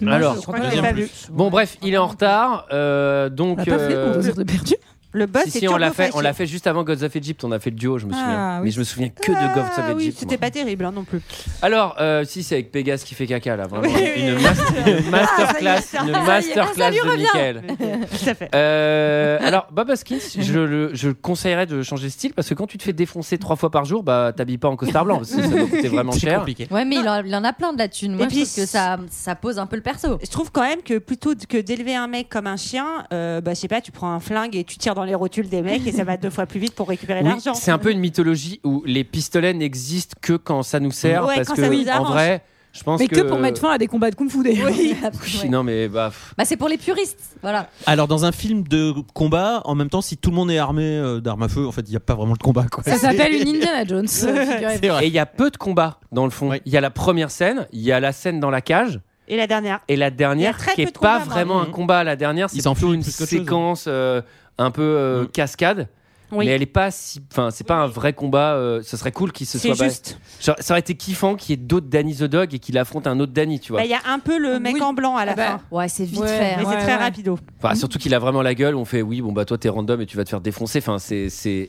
Speaker 6: aller.
Speaker 1: Alors,
Speaker 10: Je crois que
Speaker 6: deuxième
Speaker 10: j'ai pas
Speaker 6: plus.
Speaker 10: vu.
Speaker 1: Bon, bref, il est en retard. euh,
Speaker 5: On
Speaker 1: donc.
Speaker 5: l'a pas fait
Speaker 1: euh,
Speaker 5: pour deux heures de perdu.
Speaker 10: Le boss
Speaker 1: si,
Speaker 10: est
Speaker 1: si, on l'a fait,
Speaker 10: turbofacile.
Speaker 1: on l'a fait juste avant Gods of Egypt. On a fait le duo, je me
Speaker 5: Ah,
Speaker 1: souviens.
Speaker 5: oui.
Speaker 1: Mais je me souviens que de Gods of
Speaker 10: Ah oui,
Speaker 1: Egypt.
Speaker 10: c'était
Speaker 1: moi.
Speaker 10: pas terrible hein, non plus.
Speaker 1: Alors, euh, si c'est avec Pégase qui fait caca là, vraiment
Speaker 10: Oui, oui,
Speaker 1: une,
Speaker 10: oui.
Speaker 1: mas- une
Speaker 10: Ah,
Speaker 1: masterclass,
Speaker 10: ça y
Speaker 1: une
Speaker 10: est, ça-
Speaker 1: masterclass de Michael.
Speaker 10: Tout à fait.
Speaker 1: Euh, alors, Bob Hoskins, je, le, je le conseillerais de changer de style parce que quand tu te fais défoncer trois fois par jour, bah t'habilles pas en costard blanc parce que ça doit coûter vraiment
Speaker 6: C'est
Speaker 1: cher.
Speaker 6: compliqué.
Speaker 9: Ouais, mais il en, il en a plein de la thune. Moi,
Speaker 10: Et puis,
Speaker 9: je trouve que ça, ça pose un peu le perso.
Speaker 10: Je trouve quand même que plutôt que d'élever un mec comme un chien, euh, bah, je sais pas, tu prends un flingue et tu tires dans les rotules des mecs et ça va deux fois plus vite pour récupérer
Speaker 1: Oui,
Speaker 10: l'argent.
Speaker 1: c'est un peu une mythologie où les pistolets n'existent que quand ça nous sert
Speaker 10: Ouais,
Speaker 1: parce
Speaker 10: quand
Speaker 1: que
Speaker 10: ça nous
Speaker 1: en
Speaker 10: arrange.
Speaker 1: vrai, je pense
Speaker 5: Mais que pour mettre fin à des combats de kung-fu d'ailleurs.
Speaker 1: Oui,
Speaker 9: Ouais.
Speaker 1: Non mais bah pff.
Speaker 9: Bah, c'est pour les puristes. Voilà.
Speaker 6: Alors, dans un film de combat, en même temps, si tout le monde est armé euh, d'armes à feu, en fait, il n'y a pas vraiment de combat. Quoi.
Speaker 5: Ça s'appelle une Indiana Jones. figurez-vous.
Speaker 6: C'est vrai.
Speaker 1: et il y a peu de combats dans le fond. Il
Speaker 6: Oui.
Speaker 1: y a la première scène, il y a la scène dans la cage
Speaker 10: Et la dernière.
Speaker 1: et la
Speaker 10: Il
Speaker 1: dernière
Speaker 10: y a très
Speaker 1: qui
Speaker 10: peu
Speaker 1: est
Speaker 10: de
Speaker 1: pas
Speaker 10: combats, moi.
Speaker 1: vraiment un
Speaker 6: Mhm.
Speaker 1: combat. La dernière c'est
Speaker 6: Ils en
Speaker 1: plutôt
Speaker 6: font
Speaker 1: une
Speaker 6: plus qu'autre chose.
Speaker 1: séquence euh, un peu euh,
Speaker 6: Mhm.
Speaker 1: cascade.
Speaker 10: Oui.
Speaker 1: Mais elle est pas si, enfin c'est pas un vrai combat. euh, ce serait cool qu'il se
Speaker 10: C'est
Speaker 1: soit. bas-
Speaker 10: juste.
Speaker 1: Genre, ça aurait été kiffant qu'il y ait d'autres Danny the Dog et qu'il affronte un autre Danny, tu vois.
Speaker 10: Bah, Il y a un peu le mec
Speaker 5: Oui.
Speaker 10: en blanc à la
Speaker 5: Ah bah,
Speaker 10: fin.
Speaker 9: Ouais, c'est vite
Speaker 5: Ouais.
Speaker 9: fait.
Speaker 10: Mais
Speaker 9: hein.
Speaker 10: c'est très
Speaker 5: ouais.
Speaker 10: rapido.
Speaker 1: Enfin, surtout qu'il a vraiment la gueule. On fait oui, bon bah toi t'es random et tu vas te faire défoncer. Enfin c'est c'est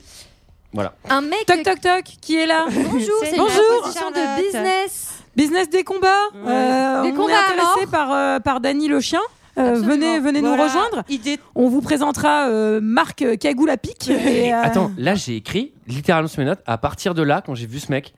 Speaker 1: voilà.
Speaker 9: Un mec.
Speaker 5: Toc toc toc, qui est là
Speaker 9: Bonjour,
Speaker 10: C'est
Speaker 9: c'est une
Speaker 5: Bonjour.
Speaker 9: proposition
Speaker 10: Charlotte.
Speaker 9: de business.
Speaker 5: Business des combats. Euh,
Speaker 9: Des
Speaker 5: on
Speaker 9: combats
Speaker 5: est
Speaker 9: à
Speaker 5: intéressé
Speaker 9: mort.
Speaker 5: par euh, par Danny le chien. Euh,
Speaker 9: Absolument.
Speaker 5: venez venez
Speaker 10: Voilà.
Speaker 5: nous rejoindre.
Speaker 10: Idée.
Speaker 5: On vous présentera euh, Marc euh, Cagoule à pic. et, euh,
Speaker 1: Attends, là j'ai écrit littéralement sur mes notes. À partir de là, quand j'ai vu ce mec,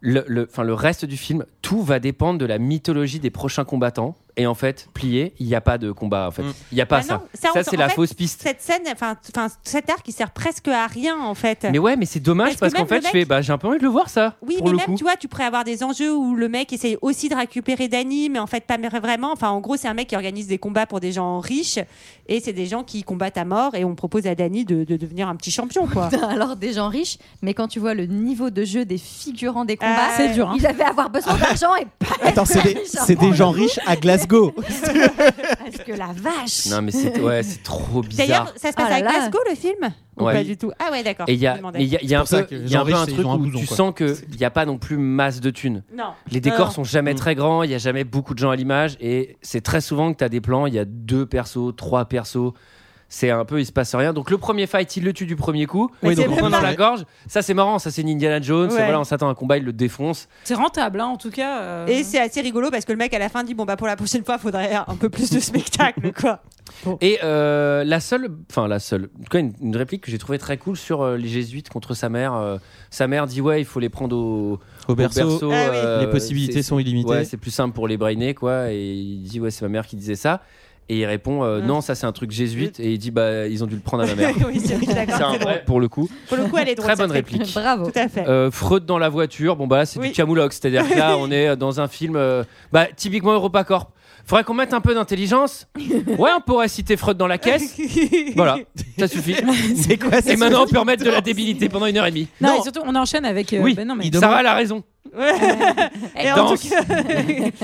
Speaker 1: le, le, enfin, le reste du film, tout va dépendre de la mythologie des prochains combattants. Et en fait, plié, il n'y a pas de combat. En fait,
Speaker 6: Mm.
Speaker 1: il n'y a pas
Speaker 10: Bah
Speaker 1: ça.
Speaker 10: non, ça,
Speaker 1: Ça,
Speaker 10: on-
Speaker 1: c'est
Speaker 10: en
Speaker 1: la
Speaker 10: fait,
Speaker 1: fausse piste.
Speaker 10: Cette scène, enfin, t- enfin, cet arc, il sert presque à rien en fait.
Speaker 1: Mais ouais, mais c'est dommage
Speaker 10: Parce que
Speaker 1: parce qu'en
Speaker 10: même
Speaker 1: fait,
Speaker 10: le
Speaker 1: je fais,
Speaker 10: mec-
Speaker 1: bah j'ai un peu envie de le voir ça.
Speaker 10: Oui,
Speaker 1: pour
Speaker 10: mais
Speaker 1: le
Speaker 10: même,
Speaker 1: coup.
Speaker 10: tu vois, tu pourrais avoir des enjeux où le mec essaye aussi de récupérer Dany, mais en fait, pas vraiment. Enfin, en gros, c'est un mec qui organise des combats pour des gens riches, et c'est des gens qui combattent à mort, et on propose à Dany de, de devenir un petit champion, quoi.
Speaker 9: Alors des gens riches, mais quand tu vois le niveau de jeu des figurants des combats,
Speaker 10: Ah,
Speaker 5: c'est dur. hein.
Speaker 9: ils avaient avoir besoin d'argent et pas.
Speaker 6: Attends, c'est des, c'est des gens riches à glace let's go
Speaker 9: Parce que la vache.
Speaker 1: Non, mais c'est ouais, c'est trop bizarre.
Speaker 10: D'ailleurs, ça se
Speaker 9: Ah
Speaker 10: passe
Speaker 9: là
Speaker 10: à
Speaker 9: là.
Speaker 10: Glasgow le film Ou
Speaker 1: Ouais.
Speaker 10: pas du tout Ah ouais, d'accord.
Speaker 1: Et il y a,
Speaker 10: je me demandais.
Speaker 1: mais il y a, il y a un
Speaker 6: C'est pour ça
Speaker 1: peu,
Speaker 6: que
Speaker 1: il
Speaker 6: les
Speaker 1: y a un
Speaker 6: gens
Speaker 1: peu un
Speaker 6: riches, ils
Speaker 1: truc
Speaker 6: ont un
Speaker 1: où
Speaker 6: blouson,
Speaker 1: tu
Speaker 6: quoi.
Speaker 1: sens qu'il n'y a pas non plus masse de thunes.
Speaker 10: Non.
Speaker 1: Les décors
Speaker 10: non.
Speaker 1: sont jamais
Speaker 6: Mm.
Speaker 1: très grands, il n'y a jamais beaucoup de gens à l'image, et c'est très souvent que tu as des plans, il y a deux persos, trois persos. C'est un peu, il se passe rien. Donc le premier fight, il le tue du premier coup.
Speaker 6: Mais
Speaker 1: il
Speaker 6: c'est
Speaker 1: le prend
Speaker 6: même
Speaker 1: dans
Speaker 6: pas-
Speaker 1: la gorge. Ça, c'est marrant. Ça, c'est une Indiana Jones.
Speaker 10: Ouais.
Speaker 1: Voilà, on s'attend à un combat, il le défonce.
Speaker 5: C'est rentable, hein, en tout cas. euh.
Speaker 10: Et c'est assez rigolo parce que le mec à la fin dit bon bah pour la prochaine fois faudrait un peu plus de spectacle quoi.
Speaker 1: Et euh, la seule, enfin la seule, en tout cas une, une réplique que j'ai trouvée très cool sur euh, les jésuites contre sa mère. euh, sa mère dit ouais, il faut les prendre au,
Speaker 6: Au berceau,
Speaker 1: au berceau,
Speaker 10: Ah oui.
Speaker 1: euh,
Speaker 6: les possibilités
Speaker 1: c'est-
Speaker 6: sont illimitées.
Speaker 1: Ouais, c'est plus simple pour les brainer, quoi. Et il dit, ouais, c'est ma mère qui disait ça. Et il répond, euh,
Speaker 10: Mm.
Speaker 1: non, ça c'est un truc jésuite. Et il dit, bah, ils ont dû le prendre à ma mère.
Speaker 10: oui, c'est vrai,
Speaker 1: c'est
Speaker 10: d'accord.
Speaker 1: un
Speaker 10: c'est
Speaker 1: vrai,
Speaker 10: drôle.
Speaker 1: pour le coup.
Speaker 10: Pour le coup, elle est drôle.
Speaker 1: Très bonne
Speaker 10: cette
Speaker 1: réplique.
Speaker 9: Bravo.
Speaker 10: Tout à fait.
Speaker 1: Euh, Freud dans la voiture, bon, bah, c'est
Speaker 10: Oui.
Speaker 1: du camoulox. C'est-à-dire que là, on est dans un film, euh, bah, typiquement EuropaCorp. Faudrait qu'on mette un peu d'intelligence. Ouais, on pourrait citer Freud dans la caisse. Voilà, ça suffit.
Speaker 6: C'est quoi
Speaker 1: Et maintenant, on peut remettre de la débilité pendant une heure et demie.
Speaker 5: Non,
Speaker 6: non.
Speaker 5: et surtout, on enchaîne avec. euh,
Speaker 1: Oui.
Speaker 5: ben non, mais...
Speaker 6: Il demande-
Speaker 1: Sarah, elle a raison.
Speaker 10: Ouais. Et en
Speaker 1: Danse.
Speaker 10: tout cas-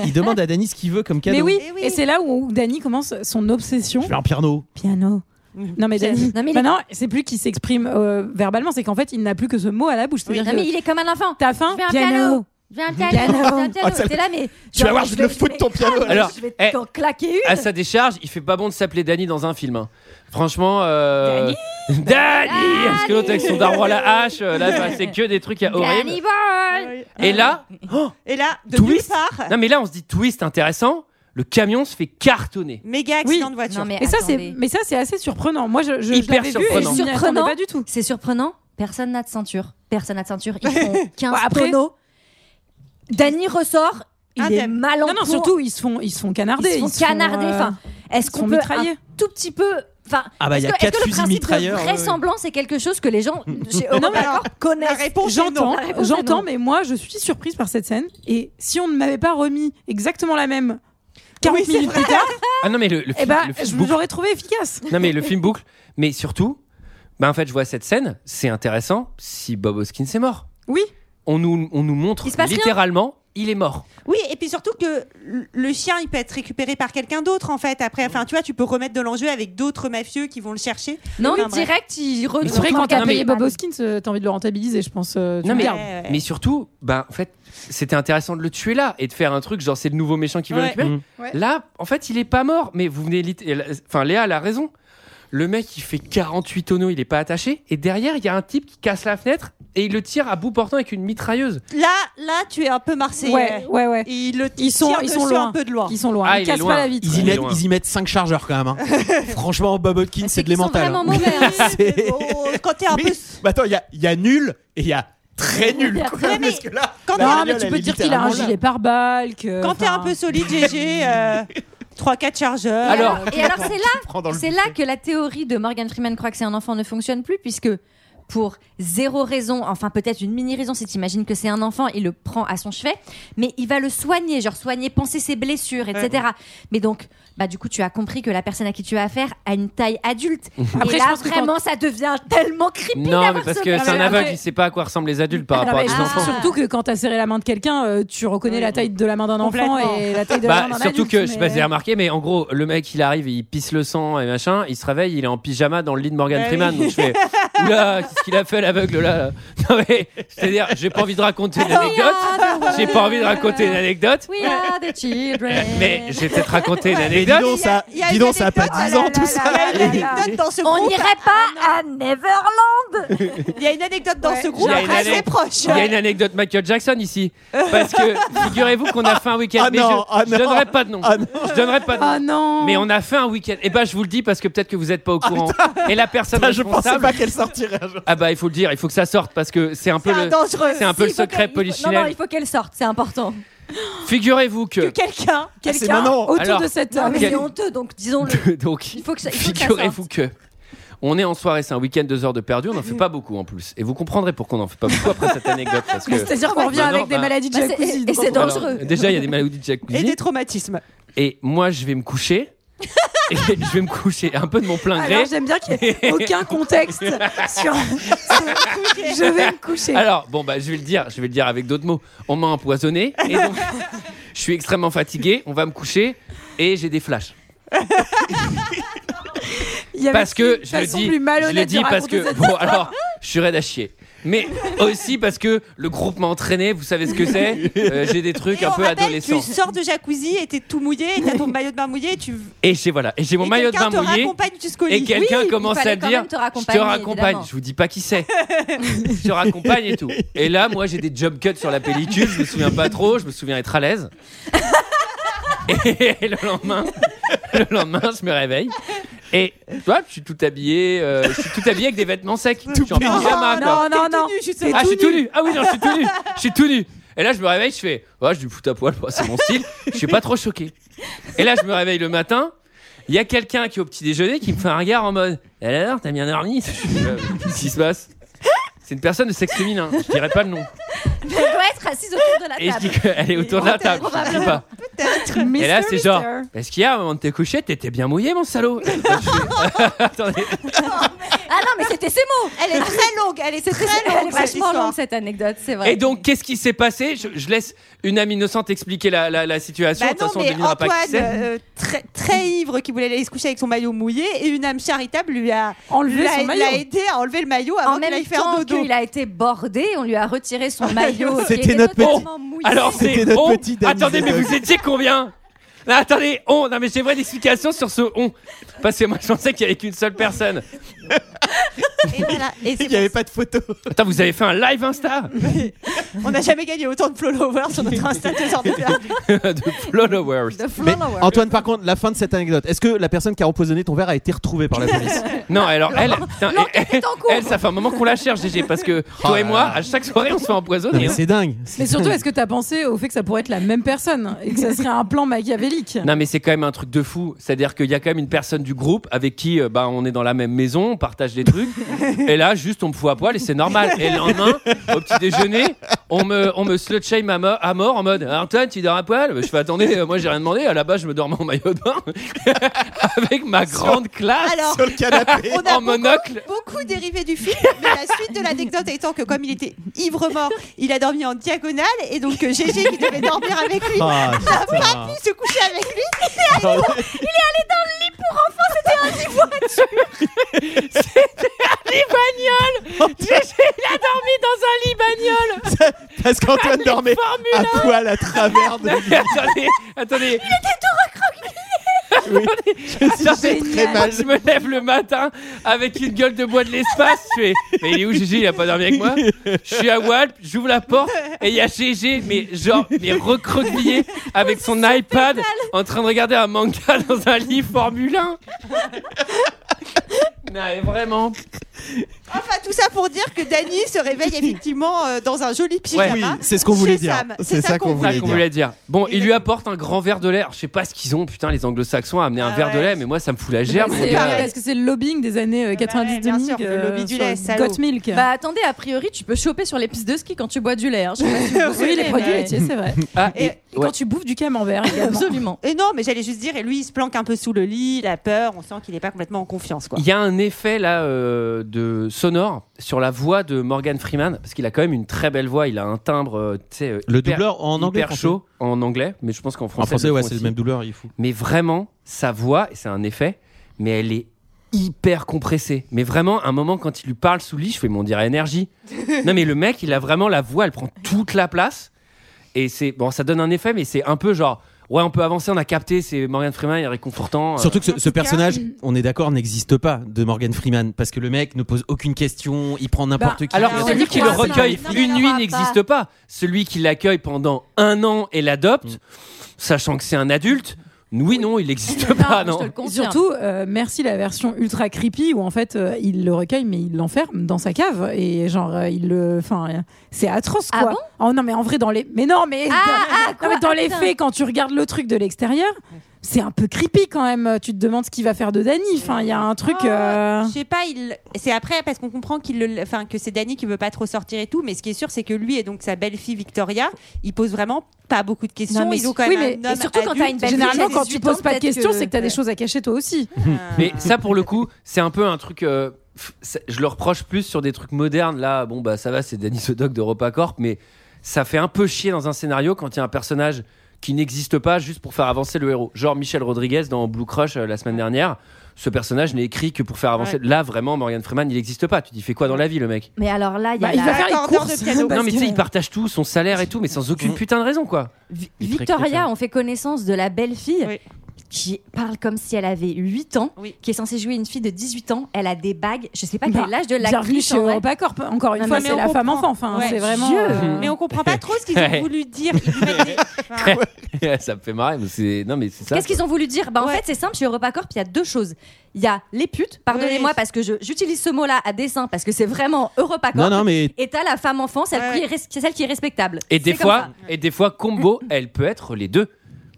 Speaker 6: Il demande à Danny ce qu'il veut comme cadeau.
Speaker 5: Mais oui,
Speaker 10: Eh
Speaker 5: et,
Speaker 10: oui.
Speaker 5: c'est là où Danny commence son obsession.
Speaker 6: Je veux un piano.
Speaker 5: Piano. Non mais
Speaker 9: Piano.
Speaker 5: Danny.
Speaker 9: Non, mais il-
Speaker 5: Maintenant, c'est plus qu'il s'exprime euh, verbalement, c'est qu'en fait, il n'a plus que ce mot à la bouche.
Speaker 9: Oui,
Speaker 5: C'est-à-dire
Speaker 9: non, mais
Speaker 5: que
Speaker 9: il est comme un enfant.
Speaker 5: t'as faim,
Speaker 9: Je veux un
Speaker 5: piano.
Speaker 9: piano. J'ai un piano. j'ai un piano.
Speaker 6: Ah, ça-
Speaker 9: T'es là, mais.
Speaker 6: Tu vas voir, je vais te foutre ton piano. là.
Speaker 1: Alors,
Speaker 9: Alors, je vais
Speaker 1: eh,
Speaker 9: t'en claquer une.
Speaker 1: à sa décharge, il fait pas bon de s'appeler Danny dans un film. hein. Franchement, euh... Danny, parce que l'autre avec son daron à la hache, euh, là bah, c'est que des trucs
Speaker 6: Eh,
Speaker 1: à horribles.
Speaker 9: Danny Boy.
Speaker 1: Et là,
Speaker 10: Et là, de nulle
Speaker 1: Twist.
Speaker 10: part,
Speaker 1: non mais là on se dit twist intéressant, le camion se fait cartonner.
Speaker 10: méga accident
Speaker 5: Oui.
Speaker 10: de voiture.
Speaker 9: Non, mais
Speaker 5: Et ça, c'est,
Speaker 9: attendez.
Speaker 5: mais ça, c'est assez surprenant. Moi, je, je,
Speaker 1: Hyper
Speaker 5: je l'avais
Speaker 1: surprenant.
Speaker 5: vu et je m'y attendais
Speaker 9: Surprenant.
Speaker 5: pas du tout.
Speaker 9: C'est surprenant. Personne n'a de ceinture. Personne n'a de ceinture. Ils font 15
Speaker 5: Bon, après-
Speaker 9: tonneaux. Danny ressort. Il est
Speaker 10: Indemne.
Speaker 9: mal en
Speaker 5: Non, non,
Speaker 9: point.
Speaker 5: surtout, ils se font, ils se font canarder.
Speaker 9: ils se font canarder.
Speaker 5: euh,
Speaker 9: Enfin, est-ce
Speaker 5: ils
Speaker 9: qu'on
Speaker 5: sont
Speaker 9: peut
Speaker 5: mitraillés.
Speaker 9: un tout petit peu. Enfin,
Speaker 6: Ah bah,
Speaker 9: est-ce
Speaker 6: il y a
Speaker 9: que- est-ce
Speaker 6: quatre
Speaker 9: que le
Speaker 6: fusils
Speaker 9: principe de
Speaker 6: mitrailleurs, euh, ouais, ouais.
Speaker 9: Vraisemblance, c'est quelque chose que les gens chez
Speaker 5: Non,
Speaker 9: Europe
Speaker 5: mais-
Speaker 9: Accord
Speaker 10: La
Speaker 9: connaissent.
Speaker 10: réponse est non.
Speaker 5: J'entends,
Speaker 9: La réponse est
Speaker 5: j'entends,
Speaker 9: non.
Speaker 5: mais moi, je suis surprise par cette scène. Et si on ne m'avait pas remis exactement la même 40
Speaker 10: Oui, c'est
Speaker 5: minutes plus tard,
Speaker 1: Ah non mais le, le
Speaker 5: eh
Speaker 1: film,
Speaker 9: bah,
Speaker 5: ben,
Speaker 1: le film
Speaker 5: je
Speaker 1: boucle.
Speaker 5: l'aurais trouvé efficace.
Speaker 1: Non mais le film boucle. Mais surtout, bah en fait je vois cette scène, c'est intéressant si Bob Hoskins est mort.
Speaker 5: Oui.
Speaker 1: On nous on nous montre
Speaker 9: Il se passe rien.
Speaker 1: littéralement il est mort.
Speaker 10: Oui, et puis surtout que le- le chien, il peut être récupéré par quelqu'un d'autre en fait. Après, enfin, tu vois, tu peux remettre de l'enjeu avec d'autres mafieux qui vont le chercher.
Speaker 9: Non,
Speaker 10: Enfin, bref.
Speaker 9: direct, il
Speaker 1: Mais c'est vrai
Speaker 9: retourne
Speaker 1: que
Speaker 5: Quand
Speaker 1: quand
Speaker 5: t'as
Speaker 1: t'as
Speaker 5: payé
Speaker 1: payé
Speaker 5: Bob Hoskins, euh, t'as envie de le rentabiliser, je pense. euh, tu
Speaker 1: Non,
Speaker 5: le
Speaker 1: mais-
Speaker 5: gardes.
Speaker 10: Ouais, ouais.
Speaker 1: Mais surtout, bah en fait c'était intéressant de le tuer là et de faire un truc genre c'est le nouveau méchant qui veut
Speaker 10: Ouais.
Speaker 1: récupérer.
Speaker 6: Mm.
Speaker 5: Ouais.
Speaker 1: Là, en fait, il est pas mort, mais vous venez. lit- elle- Enfin, Léa, elle a raison. Le mec, il fait 48 tonneaux, il est pas attaché. Et derrière, il y a un type qui casse la fenêtre et il le tire à bout portant avec une mitrailleuse.
Speaker 10: Là, là, tu es un peu marseillais.
Speaker 5: Ouais, ouais, ouais.
Speaker 10: Ils le
Speaker 5: Ils sont-
Speaker 10: tirent
Speaker 5: ils sont
Speaker 10: dessus
Speaker 5: loin.
Speaker 10: un peu de loin.
Speaker 5: Ils sont loin.
Speaker 1: Ah, il
Speaker 5: ils
Speaker 1: est
Speaker 5: cassent
Speaker 1: loin.
Speaker 5: pas la vitre.
Speaker 6: Ils y,
Speaker 1: Ouais.
Speaker 6: mettent, ils y mettent 5 chargeurs quand même. hein. Franchement, Bob Hoskins, c'est de
Speaker 9: qu'ils sont
Speaker 6: l'émental.
Speaker 9: vraiment
Speaker 6: hein.
Speaker 9: mauvais, hein.
Speaker 6: C'est-
Speaker 10: Oh, quand t'es un
Speaker 6: Mais-
Speaker 10: peu
Speaker 6: mais attends, il y a, il y a nul et il y a très nul. quoi,
Speaker 10: Mais-
Speaker 6: parce que là,
Speaker 10: quand
Speaker 6: la
Speaker 5: Non,
Speaker 10: t'es-
Speaker 6: bagnole,
Speaker 5: mais tu
Speaker 6: elle
Speaker 5: peux
Speaker 6: est
Speaker 5: dire qu'il a un
Speaker 6: littéralement là.
Speaker 5: gilet pare-balles. que-
Speaker 10: Quand t'es un
Speaker 5: euh, enfin,
Speaker 10: peu solide, GG, euh, 3-4 chargeurs.
Speaker 1: Alors-
Speaker 9: Et alors, c'est là,
Speaker 6: Prends dans le
Speaker 9: c'est là que la théorie de Morgan Freeman croit que c'est un enfant ne fonctionne plus, puisque pour zéro raison, enfin peut-être une mini raison, si t'imagines que c'est un enfant, il le prend à son chevet, mais il va le soigner, genre soigner, penser ses blessures, etc. Mais donc, bah du coup, tu as compris que la personne à qui tu as affaire a une taille adulte.
Speaker 5: Après,
Speaker 9: et
Speaker 5: je
Speaker 9: là,
Speaker 5: pense que quand-
Speaker 9: vraiment, ça devient tellement creepy.
Speaker 1: non, mais
Speaker 9: d'avoir
Speaker 1: parce
Speaker 9: ce
Speaker 1: que
Speaker 9: mec.
Speaker 1: c'est un
Speaker 5: Après-
Speaker 1: aveugle, il sait pas à quoi ressemblent les adultes par
Speaker 5: Ah,
Speaker 1: rapport à
Speaker 5: mais
Speaker 1: des
Speaker 5: c'est
Speaker 1: enfants.
Speaker 5: Surtout que quand t'as serré la main de quelqu'un, euh, tu reconnais la taille de la main d'un enfant
Speaker 10: Complètement.
Speaker 5: et la taille de la
Speaker 1: Bah,
Speaker 5: main d'un
Speaker 1: surtout
Speaker 5: adulte,
Speaker 1: que, je sais pas
Speaker 5: mais-
Speaker 1: si vous avez remarqué, mais en gros, le mec, il arrive, il pisse le sang et machin, il se réveille, il est en pyjama dans le lit de Morgan
Speaker 6: Bah
Speaker 10: Ah
Speaker 1: Freeman.
Speaker 10: oui.
Speaker 1: Donc je fais, oula, qu'est-ce qu'il a fait l'aveugle là Non mais, c'est-à-dire, j'ai pas envie de raconter une anecdote, j'ai pas envie de raconter une anecdote,
Speaker 9: Ah, bah We are the children.
Speaker 1: mais j'ai peut-être raconté une
Speaker 6: Et dis
Speaker 1: anecdote.
Speaker 6: donc, ça,
Speaker 10: Il y a- il y a
Speaker 6: dis
Speaker 10: une
Speaker 6: donc, ça a pas
Speaker 10: anecdote,
Speaker 6: 10 ans tout ça. là.
Speaker 10: Il y a une anecdote dans ce
Speaker 9: On
Speaker 10: groupe.
Speaker 9: n'irait pas à Neverland.
Speaker 10: Il y a une anecdote dans
Speaker 5: Ouais.
Speaker 10: ce groupe
Speaker 1: Il y a une
Speaker 10: assez
Speaker 1: anecdote-
Speaker 10: proche.
Speaker 1: Il y a une anecdote Michael Jackson ici. Parce que figurez-vous qu'on a fait un week-end.
Speaker 6: Ah
Speaker 1: mais
Speaker 6: non,
Speaker 1: je,
Speaker 6: ah
Speaker 1: je
Speaker 6: non.
Speaker 1: donnerai pas de nom.
Speaker 6: Ah non.
Speaker 1: Je donnerai pas de nom.
Speaker 5: Ah non
Speaker 1: Mais on a fait un week-end. Et bah je vous le dis parce que peut-être que vous n'êtes pas au courant. Et la personne
Speaker 6: Ah, Putain, Bah, je pensais
Speaker 1: responsable.
Speaker 6: pas qu'elle sortirait un jour.
Speaker 1: Ah bah il faut le dire, il faut que ça sorte parce que c'est un peu
Speaker 10: C'est un
Speaker 1: le.
Speaker 10: dangereux.
Speaker 1: C'est un peu
Speaker 9: Il
Speaker 1: le
Speaker 9: faut qu'elle-
Speaker 1: secret
Speaker 9: il faut- Non, non,
Speaker 1: polichinelle.
Speaker 9: il faut qu'elle sorte, c'est important.
Speaker 1: Figurez-vous que.
Speaker 10: Quelqu'un.
Speaker 6: Ah, c'est
Speaker 5: Quelqu'un
Speaker 6: maintenant.
Speaker 5: autour
Speaker 1: Alors-
Speaker 5: de cette
Speaker 9: Non,
Speaker 5: table.
Speaker 9: Ah, mais
Speaker 1: Quel-
Speaker 9: c'est honteux, donc disons-le.
Speaker 1: Donc,
Speaker 9: euh, Il faut que ça- il faut que ça
Speaker 1: figurez-vous que. On est en soirée, c'est un week-end, deux heures de perdu, on n'en fait pas beaucoup en plus. Et vous comprendrez pourquoi on n'en fait pas beaucoup après cette anecdote. Parce que...
Speaker 5: C'est-à-dire qu'on revient
Speaker 1: Bah non,
Speaker 5: avec des
Speaker 1: bah-
Speaker 5: maladies de
Speaker 9: Bah, c'est-
Speaker 5: jacuzzi.
Speaker 9: et c'est
Speaker 5: donc-
Speaker 9: dangereux.
Speaker 1: Alors, déjà, il y a des maladies de
Speaker 10: Et
Speaker 1: jacuzzi.
Speaker 10: des traumatismes.
Speaker 1: Et moi, je vais me coucher. et je vais me coucher un peu de mon plein gré.
Speaker 5: Alors j'aime bien qu'il n'y ait aucun contexte sur. je vais me coucher.
Speaker 1: Alors, bon, bah, je vais le dire, je vais le dire avec d'autres mots. On m'a empoisonné, et donc, je suis extrêmement fatigué, on va me coucher, et j'ai des flashs.
Speaker 5: Il y avait
Speaker 1: Parce que,
Speaker 5: une
Speaker 1: je le
Speaker 5: façon
Speaker 1: dis,
Speaker 5: plus
Speaker 1: je
Speaker 5: malhonnête
Speaker 1: le
Speaker 5: de
Speaker 1: dis parce
Speaker 5: raconter
Speaker 1: que,
Speaker 5: cette
Speaker 1: bon, alors, je suis raide à chier. Mais aussi parce que le groupe m'a entraîné, vous savez ce que c'est Euh, J'ai des trucs
Speaker 10: Et
Speaker 1: un
Speaker 10: on
Speaker 1: peu
Speaker 10: rappelle,
Speaker 1: adolescents.
Speaker 10: Tu sors de jacuzzi et t'es tout mouillé, et t'as ton maillot de bain mouillé, et tu.
Speaker 1: Et j'ai voilà, et j'ai mon
Speaker 10: et
Speaker 1: maillot de bain
Speaker 10: quelqu'un te
Speaker 1: mouillé.
Speaker 10: raccompagne jusqu'au
Speaker 1: Et
Speaker 10: lit.
Speaker 1: quelqu'un
Speaker 9: Oui, il
Speaker 1: commence
Speaker 9: fallait
Speaker 1: à
Speaker 9: quand
Speaker 1: dire
Speaker 9: même te
Speaker 1: Je te
Speaker 9: raccompagner,
Speaker 1: raccompagne,
Speaker 9: évidemment.
Speaker 1: je vous dis pas qui c'est. je te raccompagne et tout. Et là, moi, j'ai des jump cuts sur la pellicule, je me souviens pas trop, je me souviens être à l'aise. et le lendemain, le lendemain, je me réveille. Et tu vois, je suis tout habillé, euh, je suis tout habillé avec des vêtements secs. je suis en
Speaker 5: Non,
Speaker 1: pyjama, quoi.
Speaker 5: non, non, non. T'es
Speaker 1: Ah, je suis
Speaker 5: tout
Speaker 1: tout nu. Ah oui, non, je suis tout nu. Je suis tout nu. Et là, je me réveille, je fais, ouais, je du foot à poil, bah, c'est mon style. Je suis pas trop choqué. Et là, je me réveille le matin. Il y a quelqu'un qui est au petit déjeuner qui me fait un regard en mode, Eh, alors, t'as bien dormi Je fais, Euh, Qu'est-ce qui se passe C'est une personne de sexe féminin. hein. Je dirais pas le nom.
Speaker 9: Elle doit être assise autour de la
Speaker 1: Et je
Speaker 9: table.
Speaker 1: dis qu'elle est autour de la table. Je dis pas. Et là, c'est genre, est-ce qu'il y a un moment de tes couchés, t'étais bien mouillé, mon salaud Et là, je fais, Attendez.
Speaker 9: Ah non, mais c'était ses mots.
Speaker 10: Elle est très longue, elle est très longue.
Speaker 9: Elle est
Speaker 10: cette
Speaker 9: vachement
Speaker 10: histoire.
Speaker 9: longue cette anecdote, c'est vrai.
Speaker 1: Et donc, qu'est-ce qui s'est passé je, je laisse une âme innocente expliquer la, la- la situation.
Speaker 10: Bah
Speaker 1: de toute
Speaker 10: non,
Speaker 1: façon, on
Speaker 10: mais
Speaker 1: devinera pas qui
Speaker 10: Antoine,
Speaker 1: c'est.
Speaker 10: euh, très, très ivre, qui voulait aller se coucher avec son maillot mouillé, et une âme charitable lui a,
Speaker 5: Enlever
Speaker 10: l'a-
Speaker 5: son maillot.
Speaker 10: l'a aidé à enlever le maillot avant
Speaker 9: en
Speaker 10: de
Speaker 9: même
Speaker 10: lui faire
Speaker 9: temps
Speaker 10: dodo.
Speaker 9: qu'il a été bordé, on lui a retiré son maillot. qui
Speaker 6: C'était
Speaker 9: était
Speaker 6: notre petit-
Speaker 9: totalement mouillé.
Speaker 1: Alors
Speaker 6: C'était
Speaker 1: c'est
Speaker 6: notre
Speaker 1: on.
Speaker 6: petit Danny
Speaker 1: Attendez, mais
Speaker 6: Zedok.
Speaker 1: vous étiez combien Non, attendez, on. Non, mais j'ai vraie explication sur ce on. Parce que moi, je pensais qu'il n'y avait qu'une seule personne.
Speaker 10: Et voilà. Et c'est
Speaker 6: Il n'y avait pas de photo.
Speaker 1: Attends, vous avez fait un live Insta
Speaker 10: On n'a jamais gagné autant de followers sur notre Insta de genre de faire.
Speaker 1: de followers.
Speaker 9: De
Speaker 6: Mais
Speaker 9: Flower.
Speaker 6: Antoine, par contre, la fin de cette anecdote, est-ce que la personne qui a empoisonné ton verre a été retrouvée par la police
Speaker 1: Non, alors elle, putain, elle,
Speaker 9: L'enquête est en cours.
Speaker 1: elle, ça fait un moment qu'on la cherche, GG, parce que
Speaker 6: Oh
Speaker 1: toi et
Speaker 6: là
Speaker 1: moi,
Speaker 6: là.
Speaker 1: à chaque soirée, on se fait
Speaker 6: Non,
Speaker 1: empoisonner.
Speaker 6: mais
Speaker 1: hein.
Speaker 6: c'est dingue.
Speaker 5: Mais surtout, est-ce que t'as pensé au fait que ça pourrait être la même personne et que ça serait un plan machiavélique
Speaker 1: Non mais c'est quand même un truc de fou, c'est-à-dire qu'il y a quand même une personne du groupe avec qui euh, bah, on est dans la même maison, on partage des trucs, et là juste on me fout à poil et c'est normal. Et le lendemain, au petit déjeuner, on me, on me slut shame à, mo- à mort en mode Antoine tu dors à poil Je fais attendez, euh, moi j'ai rien demandé, à la base je me dormais en maillot de bain avec ma grande classe
Speaker 10: Alors,
Speaker 6: Sur le canapé.
Speaker 10: on a
Speaker 1: en monocle.
Speaker 10: beaucoup dérivé du film, mais la suite de l'anecdote étant que comme il était ivre-mort, il a dormi en diagonale, et donc euh, Gégé qui devait dormir avec lui,
Speaker 6: Ah,
Speaker 10: n'a
Speaker 6: putain. Ah,
Speaker 10: pas pu se coucher avec lui.
Speaker 1: J'ai dormi dans un lit bagnole
Speaker 6: Parce qu'Antoine dormait à poil à travers de
Speaker 1: Mais attendez, attendez. Il était tout
Speaker 6: C'était très mal.
Speaker 1: Je me lève le matin avec une gueule de bois de l'espace. Je fais, mais il est où Gégé Il a pas dormi avec moi Je suis à Walp, j'ouvre la porte et il y a Gégé, mais genre, mais recroquevillé avec son iPad en train de regarder un manga dans un lit Formule 1. Non, mais vraiment.
Speaker 10: Enfin, tout ça pour dire que Dany se réveille effectivement euh, dans un joli pyjama.
Speaker 6: Oui, c'est ce qu'on voulait
Speaker 10: Chez
Speaker 6: dire.
Speaker 10: Sam.
Speaker 6: C'est ça qu'on
Speaker 1: C'est ça
Speaker 6: voulait
Speaker 1: qu'on
Speaker 6: dire.
Speaker 1: voulait dire. Bon, il lui apporte un grand verre de lait. Alors, Je sais pas ce qu'ils ont, putain, les anglo-saxons, à amener un
Speaker 10: Ah
Speaker 1: verre de
Speaker 10: ouais.
Speaker 1: lait, mais moi, ça me fout la gerbe. mon
Speaker 5: C'est-
Speaker 1: gars.
Speaker 5: Parce que c'est le lobbying des années euh, 90
Speaker 10: bien sûr,
Speaker 5: 2000,
Speaker 10: le lobby du lait,
Speaker 5: euh, sur
Speaker 10: salaud.
Speaker 5: Got Milk.
Speaker 9: Bah attendez, a priori, tu peux choper sur les pistes de ski quand tu bois du lait. hein. Je sais pas si vous vous
Speaker 5: oui,
Speaker 9: souvenez,
Speaker 5: les produits
Speaker 9: mais-
Speaker 5: laitiers, c'est vrai.
Speaker 1: Ah, et-
Speaker 5: Et, et
Speaker 1: ouais.
Speaker 5: quand tu bouffes du camembert également.
Speaker 9: Absolument.
Speaker 10: Et non, mais j'allais juste dire, et lui, il se planque un peu sous le lit, la peur, on sent qu'il n'est pas complètement en confiance, quoi.
Speaker 1: Il y a un effet là euh, de sonore sur la voix de Morgan Freeman parce qu'il a quand même une très belle voix. Il a un timbre, euh, tu sais, euh,
Speaker 6: Le
Speaker 1: hyper-
Speaker 6: doubleur en anglais.
Speaker 1: hyper
Speaker 6: français.
Speaker 1: chaud en anglais, mais je pense qu'en français.
Speaker 6: En français,
Speaker 1: ils le
Speaker 6: ouais,
Speaker 1: font
Speaker 6: c'est le
Speaker 1: aussi.
Speaker 6: même doubleur, il fout.
Speaker 1: Mais vraiment, sa voix, et c'est un effet, mais elle est hyper compressée. Mais vraiment, un moment quand il lui parle sous le lit, je fais, mais on dirait énergie. non, mais le mec, il a vraiment la voix, elle prend toute la place. Et c'est bon, ça donne un effet, mais c'est un peu genre, ouais, on peut avancer, on a capté, c'est Morgan Freeman, il est réconfortant. euh.
Speaker 6: Surtout que ce, ce personnage, on est d'accord, n'existe pas de Morgan Freeman parce que le mec ne pose aucune question, il prend n'importe
Speaker 5: Bah,
Speaker 6: qui.
Speaker 1: Alors
Speaker 9: Ah,
Speaker 1: que
Speaker 9: on
Speaker 1: celui
Speaker 9: y
Speaker 1: qui le
Speaker 9: croit, c'est
Speaker 1: recueille
Speaker 9: normal.
Speaker 1: une
Speaker 9: Non, mais il
Speaker 1: nuit
Speaker 9: aura
Speaker 1: n'existe pas. Celui qui l'accueille pendant un an et l'adopte, sachant que c'est un adulte, oui, non, il n'existe pas,
Speaker 9: je te
Speaker 1: non.
Speaker 9: le confirme.
Speaker 5: Surtout, euh, merci la version ultra creepy où en fait euh, il le recueille mais il l'enferme dans sa cave et genre euh, il le, enfin euh, c'est atroce
Speaker 9: Ah
Speaker 5: quoi. oh non mais en vrai dans les, mais non mais
Speaker 9: Ah, ah,
Speaker 5: dans, non, mais
Speaker 9: quoi,
Speaker 5: dans
Speaker 9: ah,
Speaker 5: les
Speaker 9: putain.
Speaker 5: faits quand tu regardes le truc de l'extérieur, c'est un peu creepy quand même. Tu te demandes ce qu'il va faire de Danny. Enfin, il y a un
Speaker 9: Oh.
Speaker 5: truc. euh,
Speaker 10: Je sais pas, il... c'est après parce qu'on comprend qu'il le... enfin, que c'est Danny qui veut pas trop sortir et tout, mais ce qui est sûr, c'est que lui et donc sa belle-fille Victoria, ils posent vraiment pas beaucoup de questions.
Speaker 9: Non, mais
Speaker 10: ils ont quand
Speaker 9: oui,
Speaker 10: même
Speaker 9: mais-
Speaker 10: un
Speaker 9: et
Speaker 10: homme
Speaker 9: surtout quand
Speaker 10: adulte.
Speaker 9: t'as une belle-fille,
Speaker 5: Généralement,
Speaker 9: j'ai
Speaker 5: quand tu
Speaker 9: 18
Speaker 5: poses
Speaker 9: ans,
Speaker 5: pas de
Speaker 9: peut-être
Speaker 5: questions,
Speaker 9: que-
Speaker 5: c'est que t'as des
Speaker 9: ouais.
Speaker 5: choses à cacher toi aussi.
Speaker 1: Mais ça, pour le coup, c'est un peu un truc. euh, pff, c'est- je le reproche plus sur des trucs modernes. Là, bon, bah ça va, c'est Danny Sodoc d'EuropaCorp, mais ça fait un peu chier dans un scénario quand il y a un personnage qui n'existe pas juste pour faire avancer le héros. Genre Michel Rodriguez dans Blue Crush euh, la semaine dernière. Ce personnage n'est écrit que pour faire avancer. Là, vraiment, Morgan Freeman, il n'existe pas. Tu dis, fais quoi dans la vie, le mec
Speaker 9: Mais alors là, il y a
Speaker 5: Bah, il
Speaker 9: la-
Speaker 5: va faire les
Speaker 10: Accordeur de
Speaker 5: courses.
Speaker 10: piano.
Speaker 5: parce
Speaker 1: Non, mais tu sais,
Speaker 5: que-
Speaker 1: il partage tout, son salaire et tout, mais sans aucune putain de raison, quoi.
Speaker 9: Vi-
Speaker 6: Il est très
Speaker 9: Victoria,
Speaker 6: clair.
Speaker 9: on fait connaissance de la belle-fille
Speaker 10: Oui.
Speaker 9: qui parle comme si elle avait 8 ans,
Speaker 10: Oui.
Speaker 9: qui est censée jouer une fille de 18 ans. Elle a des bagues. Je sais pas
Speaker 5: Bah,
Speaker 9: quel âge de
Speaker 5: Bienvenue
Speaker 9: l'actrice.
Speaker 5: chez
Speaker 9: en vrai.
Speaker 5: EuropaCorp. Encore une
Speaker 9: Non,
Speaker 5: fois,
Speaker 10: mais
Speaker 5: c'est
Speaker 10: on
Speaker 5: la femme
Speaker 10: comprend.
Speaker 5: enfant. Enfin,
Speaker 10: Ouais.
Speaker 5: c'est vraiment.
Speaker 9: Dieu.
Speaker 5: euh,
Speaker 10: Mais on comprend pas trop ce qu'ils ont voulu dire. Ils lui mettent des- enfin,
Speaker 1: ça me fait marrer. mais c'est- Non, mais c'est ça.
Speaker 9: Qu'est-ce qu'ils ont voulu dire bah, En
Speaker 10: Ouais.
Speaker 9: fait, c'est simple, chez EuropaCorp, il y a deux choses. Il y a les putes, pardonnez-moi
Speaker 10: Oui.
Speaker 9: parce que je- j'utilise ce mot-là à dessein, parce que c'est vraiment EuropaCorp.
Speaker 6: Non, non, mais
Speaker 9: Et t'as la femme enfant, celle,
Speaker 10: Ouais.
Speaker 9: qui, est res- qui est celle qui est respectable.
Speaker 1: Et des,
Speaker 9: C'est comme
Speaker 1: fois, et des fois, combo, elle peut être les deux.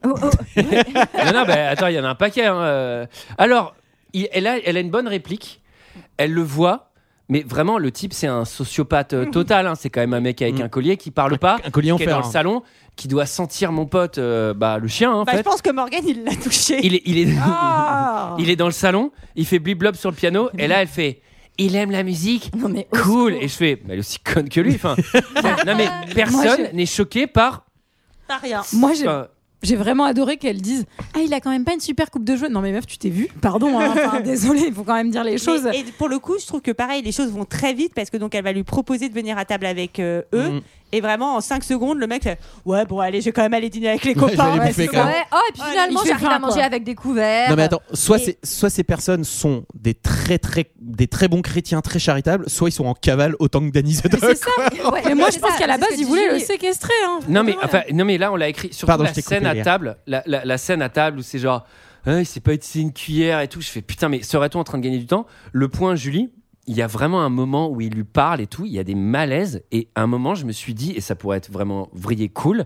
Speaker 9: ça. Oh, oh.
Speaker 1: non, non, bah, attends, il y en a un paquet. hein, euh. Alors, il- elle, a, elle a une bonne réplique. Elle le voit. Mais vraiment, le type, c'est un sociopathe euh, total. hein. C'est quand même un mec avec
Speaker 6: Mhm.
Speaker 1: un collier qui parle pas,
Speaker 6: un collier en
Speaker 1: qui est dans
Speaker 6: fer. hein.
Speaker 1: le salon, qui doit sentir mon pote, euh, bah, le chien, hein, en
Speaker 10: bah, je
Speaker 1: fait.
Speaker 10: pense que Morgan il l'a touché.
Speaker 1: Il est, il, est,
Speaker 10: Ah
Speaker 1: Oh. il est dans le salon, il fait blip-blop sur le piano, et là, elle fait Il aime la musique,
Speaker 9: Non, mais au
Speaker 1: cool.
Speaker 9: secours.
Speaker 1: Et je fais Mais Elle est aussi conne que lui. Enfin, non, mais personne n'est choqué par. euh,
Speaker 10: Pas rien.
Speaker 5: Moi, j'ai-
Speaker 1: enfin,
Speaker 5: j'ai vraiment adoré qu'elle dise Ah, il a quand même pas une super coupe de jeu. Non, mais meuf, tu t'es vue. Pardon, hein, enfin, désolé, il faut quand même dire les choses.
Speaker 10: Mais- et pour le coup, je trouve que pareil, les choses vont très vite parce que donc elle va lui proposer de venir à table avec euh, eux.
Speaker 6: Mm.
Speaker 10: Et vraiment, en 5 secondes, le mec fait Ouais, bon, allez, je vais quand même aller dîner avec les
Speaker 6: Ouais, je vais
Speaker 10: copains.
Speaker 6: aller
Speaker 10: Ouais,
Speaker 6: bouffer
Speaker 10: c'est
Speaker 6: quand
Speaker 10: ça.
Speaker 6: même.
Speaker 9: Ouais. Oh, et puis
Speaker 10: Ouais,
Speaker 9: finalement,
Speaker 5: il fait
Speaker 9: j'arrive
Speaker 5: faim,
Speaker 9: à manger
Speaker 5: quoi.
Speaker 9: avec des couverts.
Speaker 6: Non mais attends, soit,
Speaker 9: Et-
Speaker 6: c'est- soit ces personnes sont des très très des très bons chrétiens très charitables, soit ils sont en cavale autant que Danny The
Speaker 5: Mais
Speaker 6: Dog.
Speaker 5: c'est ça.
Speaker 9: Ouais,
Speaker 5: Mais moi, je
Speaker 9: c'est
Speaker 5: pense
Speaker 9: ça,
Speaker 5: qu'à la
Speaker 9: c'est ce
Speaker 5: base,
Speaker 9: que
Speaker 5: ils
Speaker 9: dit
Speaker 5: voulaient le
Speaker 9: Julie.
Speaker 5: séquentrer. hein.
Speaker 1: Non mais,
Speaker 5: Ouais.
Speaker 1: enfin, non mais là on l'a écrit surtout
Speaker 6: Pardon,
Speaker 1: la
Speaker 6: je t'ai coupé,
Speaker 1: scène à
Speaker 6: Léa.
Speaker 1: table, la, la- la scène à table où c'est genre Ah, il s'est pas utilisé une cuillère et tout. Je fais putain mais serait-on en train de gagner du temps Le point Julie, il y a vraiment un moment où il lui parle et tout, il y a des malaises et à un moment je me suis dit et ça pourrait être vraiment vrillé cool,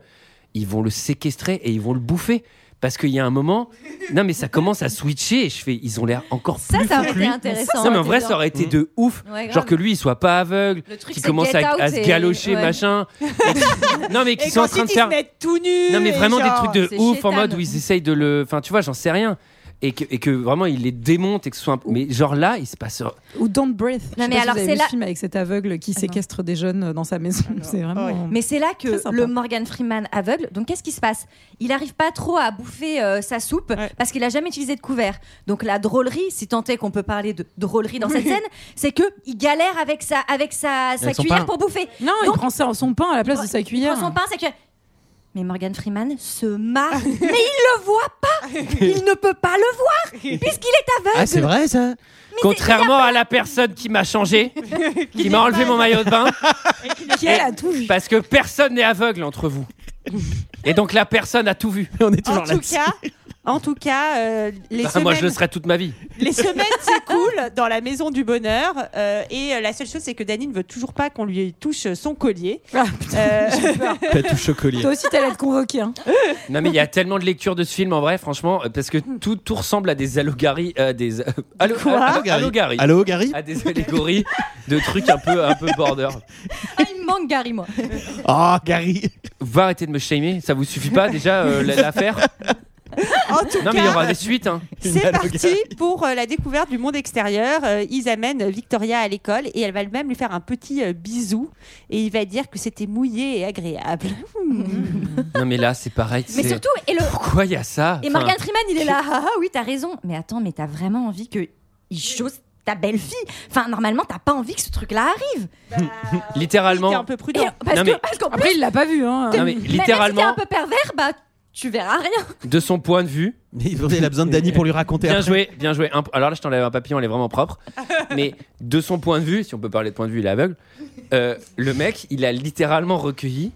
Speaker 1: ils vont le séquestrer et ils vont le bouffer parce qu'il y a un moment, non mais ça commence à switcher et je fais ils ont l'air encore
Speaker 9: Ça,
Speaker 1: plus
Speaker 9: ça aurait
Speaker 1: fous que
Speaker 9: été
Speaker 1: lui.
Speaker 9: intéressant.
Speaker 1: Non mais en
Speaker 9: ouais,
Speaker 1: vrai
Speaker 9: dedans.
Speaker 1: ça aurait été de ouf.
Speaker 9: Ouais, grave.
Speaker 1: Genre que lui il soit pas aveugle,
Speaker 9: Le truc,
Speaker 1: qui
Speaker 9: c'est
Speaker 1: commence
Speaker 9: Get
Speaker 1: à, à
Speaker 9: Out
Speaker 1: se
Speaker 9: et-
Speaker 1: galocher
Speaker 9: ouais.
Speaker 1: machin. Et- non mais qui
Speaker 10: Et
Speaker 1: sont en train
Speaker 10: qu'ensuite,
Speaker 1: de faire
Speaker 10: ils se mettent tout nus.
Speaker 1: non mais
Speaker 10: et
Speaker 1: vraiment
Speaker 10: genre-
Speaker 1: des trucs de
Speaker 9: c'est
Speaker 1: ouf en
Speaker 9: chétan.
Speaker 1: mode où ils essayent de le. Enfin, tu vois, j'en sais rien. Et que, et que vraiment ils les démontent et que ce soit un... Mais genre là, il se passe.
Speaker 5: Ou Don't Breathe. Je sais
Speaker 9: Non,
Speaker 5: pas
Speaker 9: mais
Speaker 5: si
Speaker 9: alors,
Speaker 5: vous avez
Speaker 9: c'est
Speaker 5: vu
Speaker 9: là-
Speaker 5: ce film avec cet aveugle qui
Speaker 9: non. Ah
Speaker 5: séquestre des jeunes euh, dans sa maison. C'est vraiment.
Speaker 10: Ouais.
Speaker 9: Mais c'est là
Speaker 5: Très
Speaker 9: que
Speaker 5: sympa.
Speaker 9: le Morgan Freeman aveugle, donc qu'est-ce qui se passe Il n'arrive pas trop à bouffer euh, sa soupe
Speaker 10: Ouais.
Speaker 9: parce qu'il a jamais utilisé de couvert. Donc la drôlerie, si tant est qu'on peut parler de drôlerie dans cette scène, c'est que il galère avec sa, avec sa, sa
Speaker 6: Avec son
Speaker 9: cuillère
Speaker 6: pain.
Speaker 9: pour bouffer.
Speaker 5: Non, il
Speaker 9: Donc-
Speaker 5: prend ça en son pain à la place de sa
Speaker 9: Il
Speaker 5: cuillère.
Speaker 9: prend son pain, sa cuillère. Mais Morgan Freeman se marre, mais il le voit pas Il ne peut pas le voir puisqu'il est aveugle
Speaker 6: Ah c'est vrai ça.
Speaker 1: Contrairement à la personne qui m'a changé, qui m'a enlevé mon maillot de bain,
Speaker 5: Qui, elle, a tout vu.
Speaker 1: parce que personne n'est aveugle entre vous. Et donc la personne a tout vu.
Speaker 6: On est
Speaker 10: En
Speaker 6: toujours là.
Speaker 10: tout cas, en tout cas, euh, les
Speaker 1: Bah,
Speaker 10: semaines,
Speaker 1: moi, je le serai toute ma vie.
Speaker 10: les semaines s'écoulent dans la maison du bonheur. euh, et euh, la seule chose, c'est que Dany ne veut toujours pas qu'on lui touche son collier.
Speaker 5: Ah, putain,
Speaker 10: Euh,
Speaker 6: Pas tout chocolatier.
Speaker 5: Toi aussi, t'allais être convoqué. hein.
Speaker 1: Non mais il y a tellement de lectures de ce film en vrai, franchement, euh, parce que tout, tout ressemble à des allogaries, euh, des euh, allo- allo- allogaries.
Speaker 6: Allô Gary
Speaker 1: à des allégories Ah, de trucs un peu un peu border.
Speaker 9: Ah, Il me manque Gary, moi
Speaker 6: Oh Gary.
Speaker 1: Va arrêter de me shamer, ça vous suffit pas déjà euh, l'affaire
Speaker 10: en tout
Speaker 1: Non mais il y
Speaker 10: cas,
Speaker 1: aura des suites. Hein.
Speaker 10: C'est
Speaker 6: analogue.
Speaker 10: parti pour euh, la découverte du monde extérieur. Euh, ils amènent Victoria à l'école et elle va même lui faire un petit euh, bisou et il va dire que c'était mouillé et agréable.
Speaker 1: Non mais là c'est pareil.
Speaker 9: Mais
Speaker 1: c'est-
Speaker 9: surtout, et le,
Speaker 1: pourquoi il y a ça
Speaker 9: Et
Speaker 1: Enfin,
Speaker 9: Morgan Freeman, il est là. Ah, ah, oui, t'as raison. Mais attends, mais t'as vraiment envie que il chose ta belle-fille. Enfin, normalement, t'as pas envie que ce truc-là arrive.
Speaker 10: Il était un
Speaker 1: littéralement.
Speaker 10: peu
Speaker 9: Et-
Speaker 10: prudent.
Speaker 9: parce
Speaker 1: Non,
Speaker 9: que,
Speaker 1: mais-
Speaker 9: parce qu'en plus,
Speaker 5: Après, il l'a pas vu. Hein.
Speaker 1: Non mais
Speaker 9: même si t'es un
Speaker 1: littéralement
Speaker 9: peu pervers, bah, tu verras rien.
Speaker 1: de son point de vue.
Speaker 6: Mais il a besoin de Danny pour lui raconter.
Speaker 1: Bien
Speaker 6: après.
Speaker 1: joué, bien joué. Un- Alors là je t'enlève un papillon, elle est vraiment propre. Mais de son point de vue, si on peut parler de point de vue, il est aveugle. euh, le mec, il a littéralement recueilli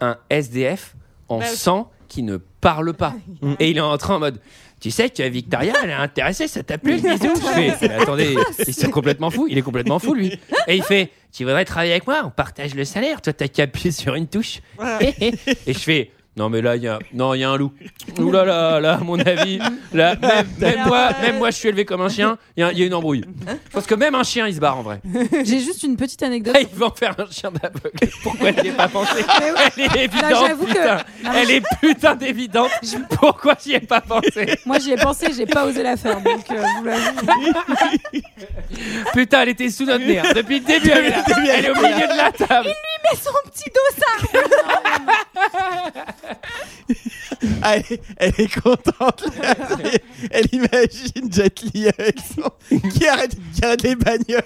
Speaker 1: un SDF en
Speaker 10: Bah oui.
Speaker 1: sang qui ne parle pas. Et il est en train en mode. Tu sais que Victoria, elle est intéressée, ça t'a plu le bisou Je fais, mais attendez, il est complètement fou, il est complètement fou lui. Et il fait, tu voudrais travailler avec moi On partage le salaire, toi t'as qu'à appuyer sur une touche. Et je fais, Non mais là il y a non il y a un loup. Ouh là là là à mon avis là même, même
Speaker 10: Alors,
Speaker 1: moi
Speaker 10: euh,
Speaker 1: même moi je suis élevé comme un chien il y, a- il y a une embrouille. Je pense que même un chien il se barre en vrai.
Speaker 5: J'ai juste une petite anecdote.
Speaker 1: Ah, il va en faire un chien d'aveugle. Pourquoi je n'y ai pas pensé
Speaker 5: Mais oui.
Speaker 1: Elle est
Speaker 5: Là,
Speaker 1: évidente
Speaker 5: j'avoue que-
Speaker 1: putain.
Speaker 5: Non, mais
Speaker 1: Elle est putain d'évidente. Pourquoi j'y ai pas pensé
Speaker 5: Moi, j'y ai pensé, j'ai pas osé la faire. Donc, euh, je vous l'avoue.
Speaker 1: Putain elle était sous notre nez hein. depuis le début. Elle est, là. Elle est au milieu de la table.
Speaker 9: Mais son petit dossard
Speaker 6: Ah, elle, est- elle est contente. là. Elle imagine Jet Li avec son- qui, arrête, qui arrête les bagnoles.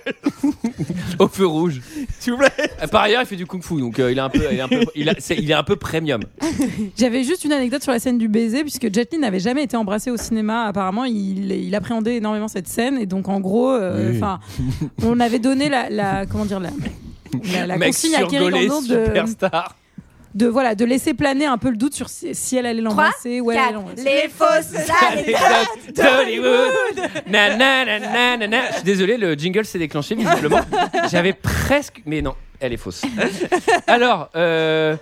Speaker 1: Au feu rouge.
Speaker 6: S'il vous plaît.
Speaker 1: Euh, Par ailleurs il fait du kung fu donc euh, il est un peu il est un peu il, a- c'est- il est un peu premium.
Speaker 5: J'avais juste une anecdote sur la scène du baiser, puisque Jet Li n'avait jamais été embrassé au cinéma. Apparemment, il, il appréhendait énormément cette scène. Et donc, en gros, euh, enfin, on avait donné la, la- comment dire, la, la, la
Speaker 1: Mec
Speaker 5: consigne à Kerry
Speaker 1: surgaulé,
Speaker 5: Gandon de,
Speaker 1: superstar.
Speaker 5: de, voilà, de laisser planer un peu le doute sur si, si elle allait l'embrasser. ou elle allait l'embrasser.
Speaker 9: Les fausses anecdotes
Speaker 1: Anecdote d'Hollywood. Na, na, na, na, na, na. Je suis désolé, le jingle s'est déclenché visiblement. J'avais presque, mais non, elle est fausse. Alors, euh,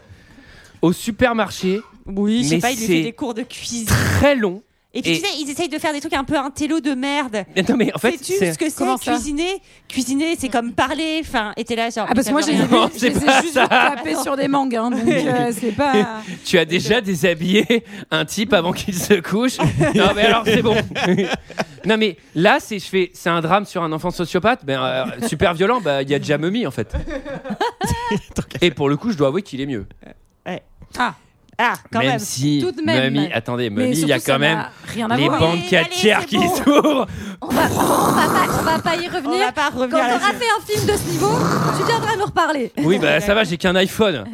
Speaker 1: au supermarché,
Speaker 10: Oui, je
Speaker 1: Mais
Speaker 10: sais pas, il lui
Speaker 1: c'est-
Speaker 10: fait des cours de cuisine.
Speaker 1: très long.
Speaker 10: Et puis
Speaker 1: Et-
Speaker 10: tu sais, ils essayent de faire des trucs un peu un télo de merde.
Speaker 1: Mais Non mais en fait,
Speaker 10: Sais-tu ce que
Speaker 5: Comment
Speaker 10: c'est
Speaker 5: ça
Speaker 10: cuisiner Cuisiner, c'est comme parler. Enfin, et t'es là genre.
Speaker 5: Ah, parce que moi,
Speaker 10: ça
Speaker 5: j'ai
Speaker 10: veut rien
Speaker 1: Non,
Speaker 5: j'ai
Speaker 1: c'est pas
Speaker 5: juste
Speaker 1: ça. Bah,
Speaker 5: tapé sur des mangas. hein, donc, euh, c'est pas.
Speaker 1: tu as déjà déshabillé un type avant qu'il se couche. Non mais alors c'est bon. Non mais là, c'est je fais, c'est un drame sur un enfant sociopathe, ben euh, super violent. Bah il y a déjà Mummy en fait. Et pour le coup, je dois avouer qu'il est mieux.
Speaker 5: Ah,
Speaker 10: Ah, quand
Speaker 1: même,
Speaker 10: même.
Speaker 1: si
Speaker 5: Tout de même.
Speaker 1: Mummy, attendez,
Speaker 5: mais
Speaker 1: Mummy, il y a
Speaker 5: surtout, ça
Speaker 1: quand même
Speaker 5: n'a rien à
Speaker 1: les
Speaker 5: voir.
Speaker 1: bandes
Speaker 9: Allez,
Speaker 1: catières
Speaker 9: allez,
Speaker 1: qui
Speaker 9: c'est bon.
Speaker 1: s'ouvrent.
Speaker 9: on va, on va pas, on va pas y
Speaker 10: On
Speaker 9: revenir.
Speaker 10: va pas
Speaker 9: Quand
Speaker 10: revenir
Speaker 9: on aura
Speaker 10: là-dessus.
Speaker 9: fait un film de ce niveau, tu viendras nous reparler.
Speaker 1: Oui, bah ça va, j'ai qu'un iPhone.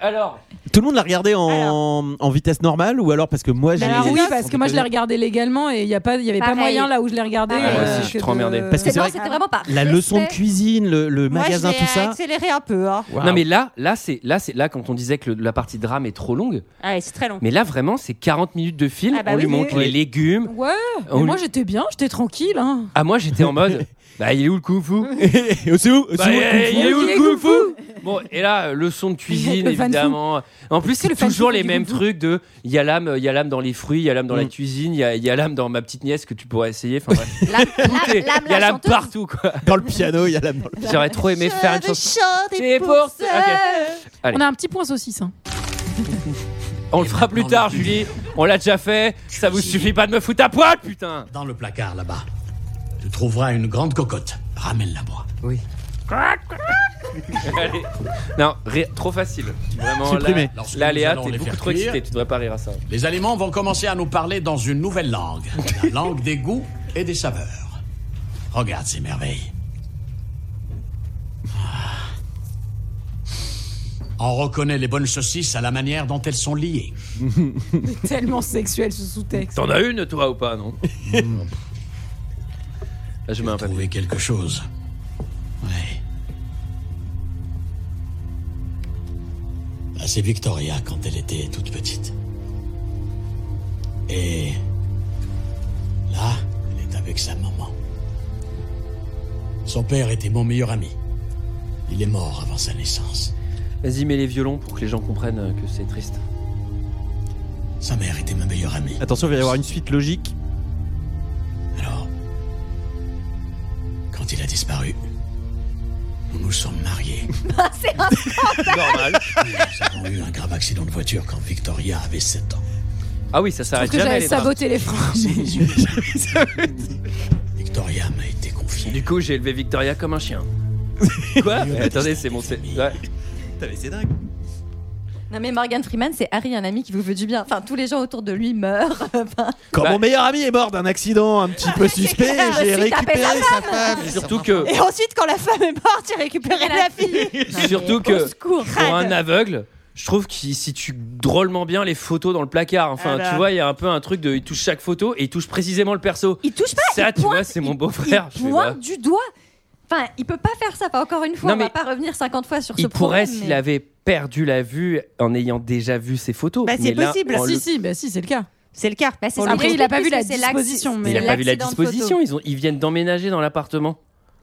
Speaker 1: Alors,
Speaker 6: Tout le monde l'a regardé en, en vitesse normale ou alors parce que moi
Speaker 10: Bah
Speaker 6: j'ai.
Speaker 5: Mais alors oui, parce que moi je l'ai regardé légalement et il y a pas, il y avait
Speaker 9: Pareil.
Speaker 5: pas moyen là où je l'ai regardé.
Speaker 9: Ah, moi
Speaker 1: aussi,
Speaker 5: euh,
Speaker 1: je suis
Speaker 5: que
Speaker 1: trop
Speaker 5: de-
Speaker 1: emmerdé.
Speaker 6: Parce que
Speaker 9: C'est
Speaker 6: c'est
Speaker 9: non,
Speaker 6: vrai que
Speaker 9: c'était vraiment par
Speaker 6: La leçon de
Speaker 9: respect.
Speaker 6: cuisine, le, le
Speaker 10: Moi,
Speaker 6: magasin,
Speaker 10: je l'ai
Speaker 6: tout ça.
Speaker 10: accéléré un peu. Hein.
Speaker 1: non mais là, là c'est là c'est là quand on disait que le- la partie drame est trop longue,
Speaker 10: Ah Ouais, c'est très long.
Speaker 1: mais là vraiment c'est 40 minutes de film,
Speaker 10: Ah bah
Speaker 1: on
Speaker 10: oui,
Speaker 1: lui
Speaker 10: oui,
Speaker 1: montre
Speaker 10: oui.
Speaker 1: les légumes.
Speaker 5: Ouais,
Speaker 1: on
Speaker 5: mais
Speaker 1: lui-
Speaker 5: moi j'étais bien, j'étais tranquille. Hein.
Speaker 1: Ah moi j'étais en mode bah il est où le kung fu
Speaker 6: Et c'est où C'est
Speaker 1: Bah,
Speaker 6: où le
Speaker 1: eh,
Speaker 6: kung fu
Speaker 1: Il est où
Speaker 5: Il est
Speaker 1: le kung
Speaker 5: kung
Speaker 1: fu Bon et là euh, leçon de cuisine
Speaker 5: Le fan fu.
Speaker 1: évidemment. En plus
Speaker 5: que
Speaker 1: c'est
Speaker 5: le fan
Speaker 1: toujours
Speaker 5: fu,
Speaker 1: les
Speaker 5: c'est du
Speaker 1: mêmes
Speaker 5: kung fu
Speaker 1: trucs de il y a l'âme euh, il y a l'âme dans les fruits, il y a l'âme dans la
Speaker 6: Mm.
Speaker 1: cuisine, il y a, il y a l'âme dans ma petite nièce que tu pourrais essayer enfin bref.
Speaker 9: L'âme- l'âme-
Speaker 1: Il
Speaker 9: l'âme,
Speaker 1: y a l'âme
Speaker 9: chanteuse.
Speaker 1: partout quoi.
Speaker 6: Dans le piano, il y a la. dans le-
Speaker 1: J'aurais trop aimé faire une
Speaker 10: Je veux
Speaker 1: chanson.
Speaker 10: chanter
Speaker 1: C'est pour
Speaker 10: ce-
Speaker 1: ça. Ok. Allez.
Speaker 5: On a un petit point saucisse. hein.
Speaker 1: On le fera plus tard, Julie. On l'a déjà fait. Ça vous suffit pas de me foutre à poil, putain.
Speaker 8: Dans le placard là-bas, tu trouveras une grande cocotte. Ramène-la moi.
Speaker 1: Allez. Non, ré- trop facile. Vraiment,
Speaker 6: Supprimé.
Speaker 1: là,
Speaker 8: Lorsque
Speaker 1: là,
Speaker 8: nous
Speaker 1: Léa,
Speaker 8: allons
Speaker 1: t'es
Speaker 8: les
Speaker 1: beaucoup
Speaker 8: faire
Speaker 1: trop
Speaker 8: cuire.
Speaker 1: excitée. Tu devrais pas rire à ça.
Speaker 8: Les Allemands vont commencer à nous parler dans une nouvelle langue, la langue des goûts et des saveurs. Regarde ces merveilles. Ah. On reconnaît les bonnes saucisses à la manière dont elles sont liées.
Speaker 5: Tellement sexuel ce sous-texte.
Speaker 1: T'en as une, toi, ou pas, non Là, je mets un papier.
Speaker 8: Trouver quelque chose. Ouais. Bah, C'est Victoria quand elle était toute petite. Et là, elle est avec sa maman. Son père était mon meilleur ami. Il est mort avant sa naissance.
Speaker 1: Vas-y, mets les violons pour que les gens comprennent euh, que c'est triste.
Speaker 8: Sa mère était ma meilleure amie.
Speaker 6: Attention, il va y avoir une suite logique.
Speaker 8: Alors, quand il a disparu, nous nous sommes mariés.
Speaker 1: Normal.
Speaker 8: Nous avons eu un grave accident de voiture quand Victoria avait 7 ans.
Speaker 1: Ah oui, ça
Speaker 5: Parce
Speaker 1: s'arrête
Speaker 5: que
Speaker 1: jamais.
Speaker 5: j'avais
Speaker 1: les drames.
Speaker 5: saboté les franges.
Speaker 8: Victoria m'a été confiée.
Speaker 1: Du coup, j'ai élevé Victoria comme un chien. Quoi Mais Attendez, c'est mon. c'est- Ouais.
Speaker 6: C'est dingue.
Speaker 9: Non mais Morgan Freeman, c'est Harry, un ami qui vous veut du bien. Enfin, tous les gens autour de lui meurent. Enfin,
Speaker 6: Quand
Speaker 1: Bah-
Speaker 6: mon meilleur ami est mort d'un accident un petit peu suspect,
Speaker 9: clair, je
Speaker 6: j'ai
Speaker 9: suis tapé
Speaker 6: récupéré
Speaker 9: la
Speaker 6: sa femme.
Speaker 1: Surtout que,
Speaker 10: Et ensuite, quand la femme est morte, tu récupères la fille.
Speaker 1: surtout que,
Speaker 9: au secours.
Speaker 1: pour un aveugle, je trouve qu'il situe drôlement bien les photos dans le placard. Enfin,
Speaker 10: Ah bah.
Speaker 1: tu vois, il y a un peu un truc de. Il touche chaque photo et il touche précisément le perso.
Speaker 9: Il touche pas.
Speaker 1: Ça,
Speaker 9: il
Speaker 1: tu
Speaker 9: pointe,
Speaker 1: vois, c'est mon
Speaker 9: il
Speaker 1: beau-frère. Je fais,
Speaker 9: pointe
Speaker 1: bah,
Speaker 9: du doigt. Enfin, il peut pas faire ça. Enfin, encore une fois,
Speaker 1: Non,
Speaker 9: on
Speaker 1: mais
Speaker 9: va pas revenir 50 fois sur ce
Speaker 1: il pourrait,
Speaker 9: problème,
Speaker 1: s'il
Speaker 9: mais-
Speaker 1: avait perdu la vue en ayant déjà vu ses photos.
Speaker 10: Bah, c'est
Speaker 1: Mais là,
Speaker 10: possible.
Speaker 1: en
Speaker 5: Si,
Speaker 1: le-
Speaker 5: si, bah, si c'est le cas.
Speaker 10: C'est le cas.
Speaker 9: Bah, c'est
Speaker 10: Pour
Speaker 9: ça.
Speaker 10: le
Speaker 5: Après,
Speaker 10: coup.
Speaker 5: il a pas vu la
Speaker 9: Parce que c'est l'acc-
Speaker 5: disposition, mais
Speaker 1: Mais il a pas vu la
Speaker 9: l'accident de photo.
Speaker 1: disposition. Ils, ont... ils viennent d'emménager dans l'appartement.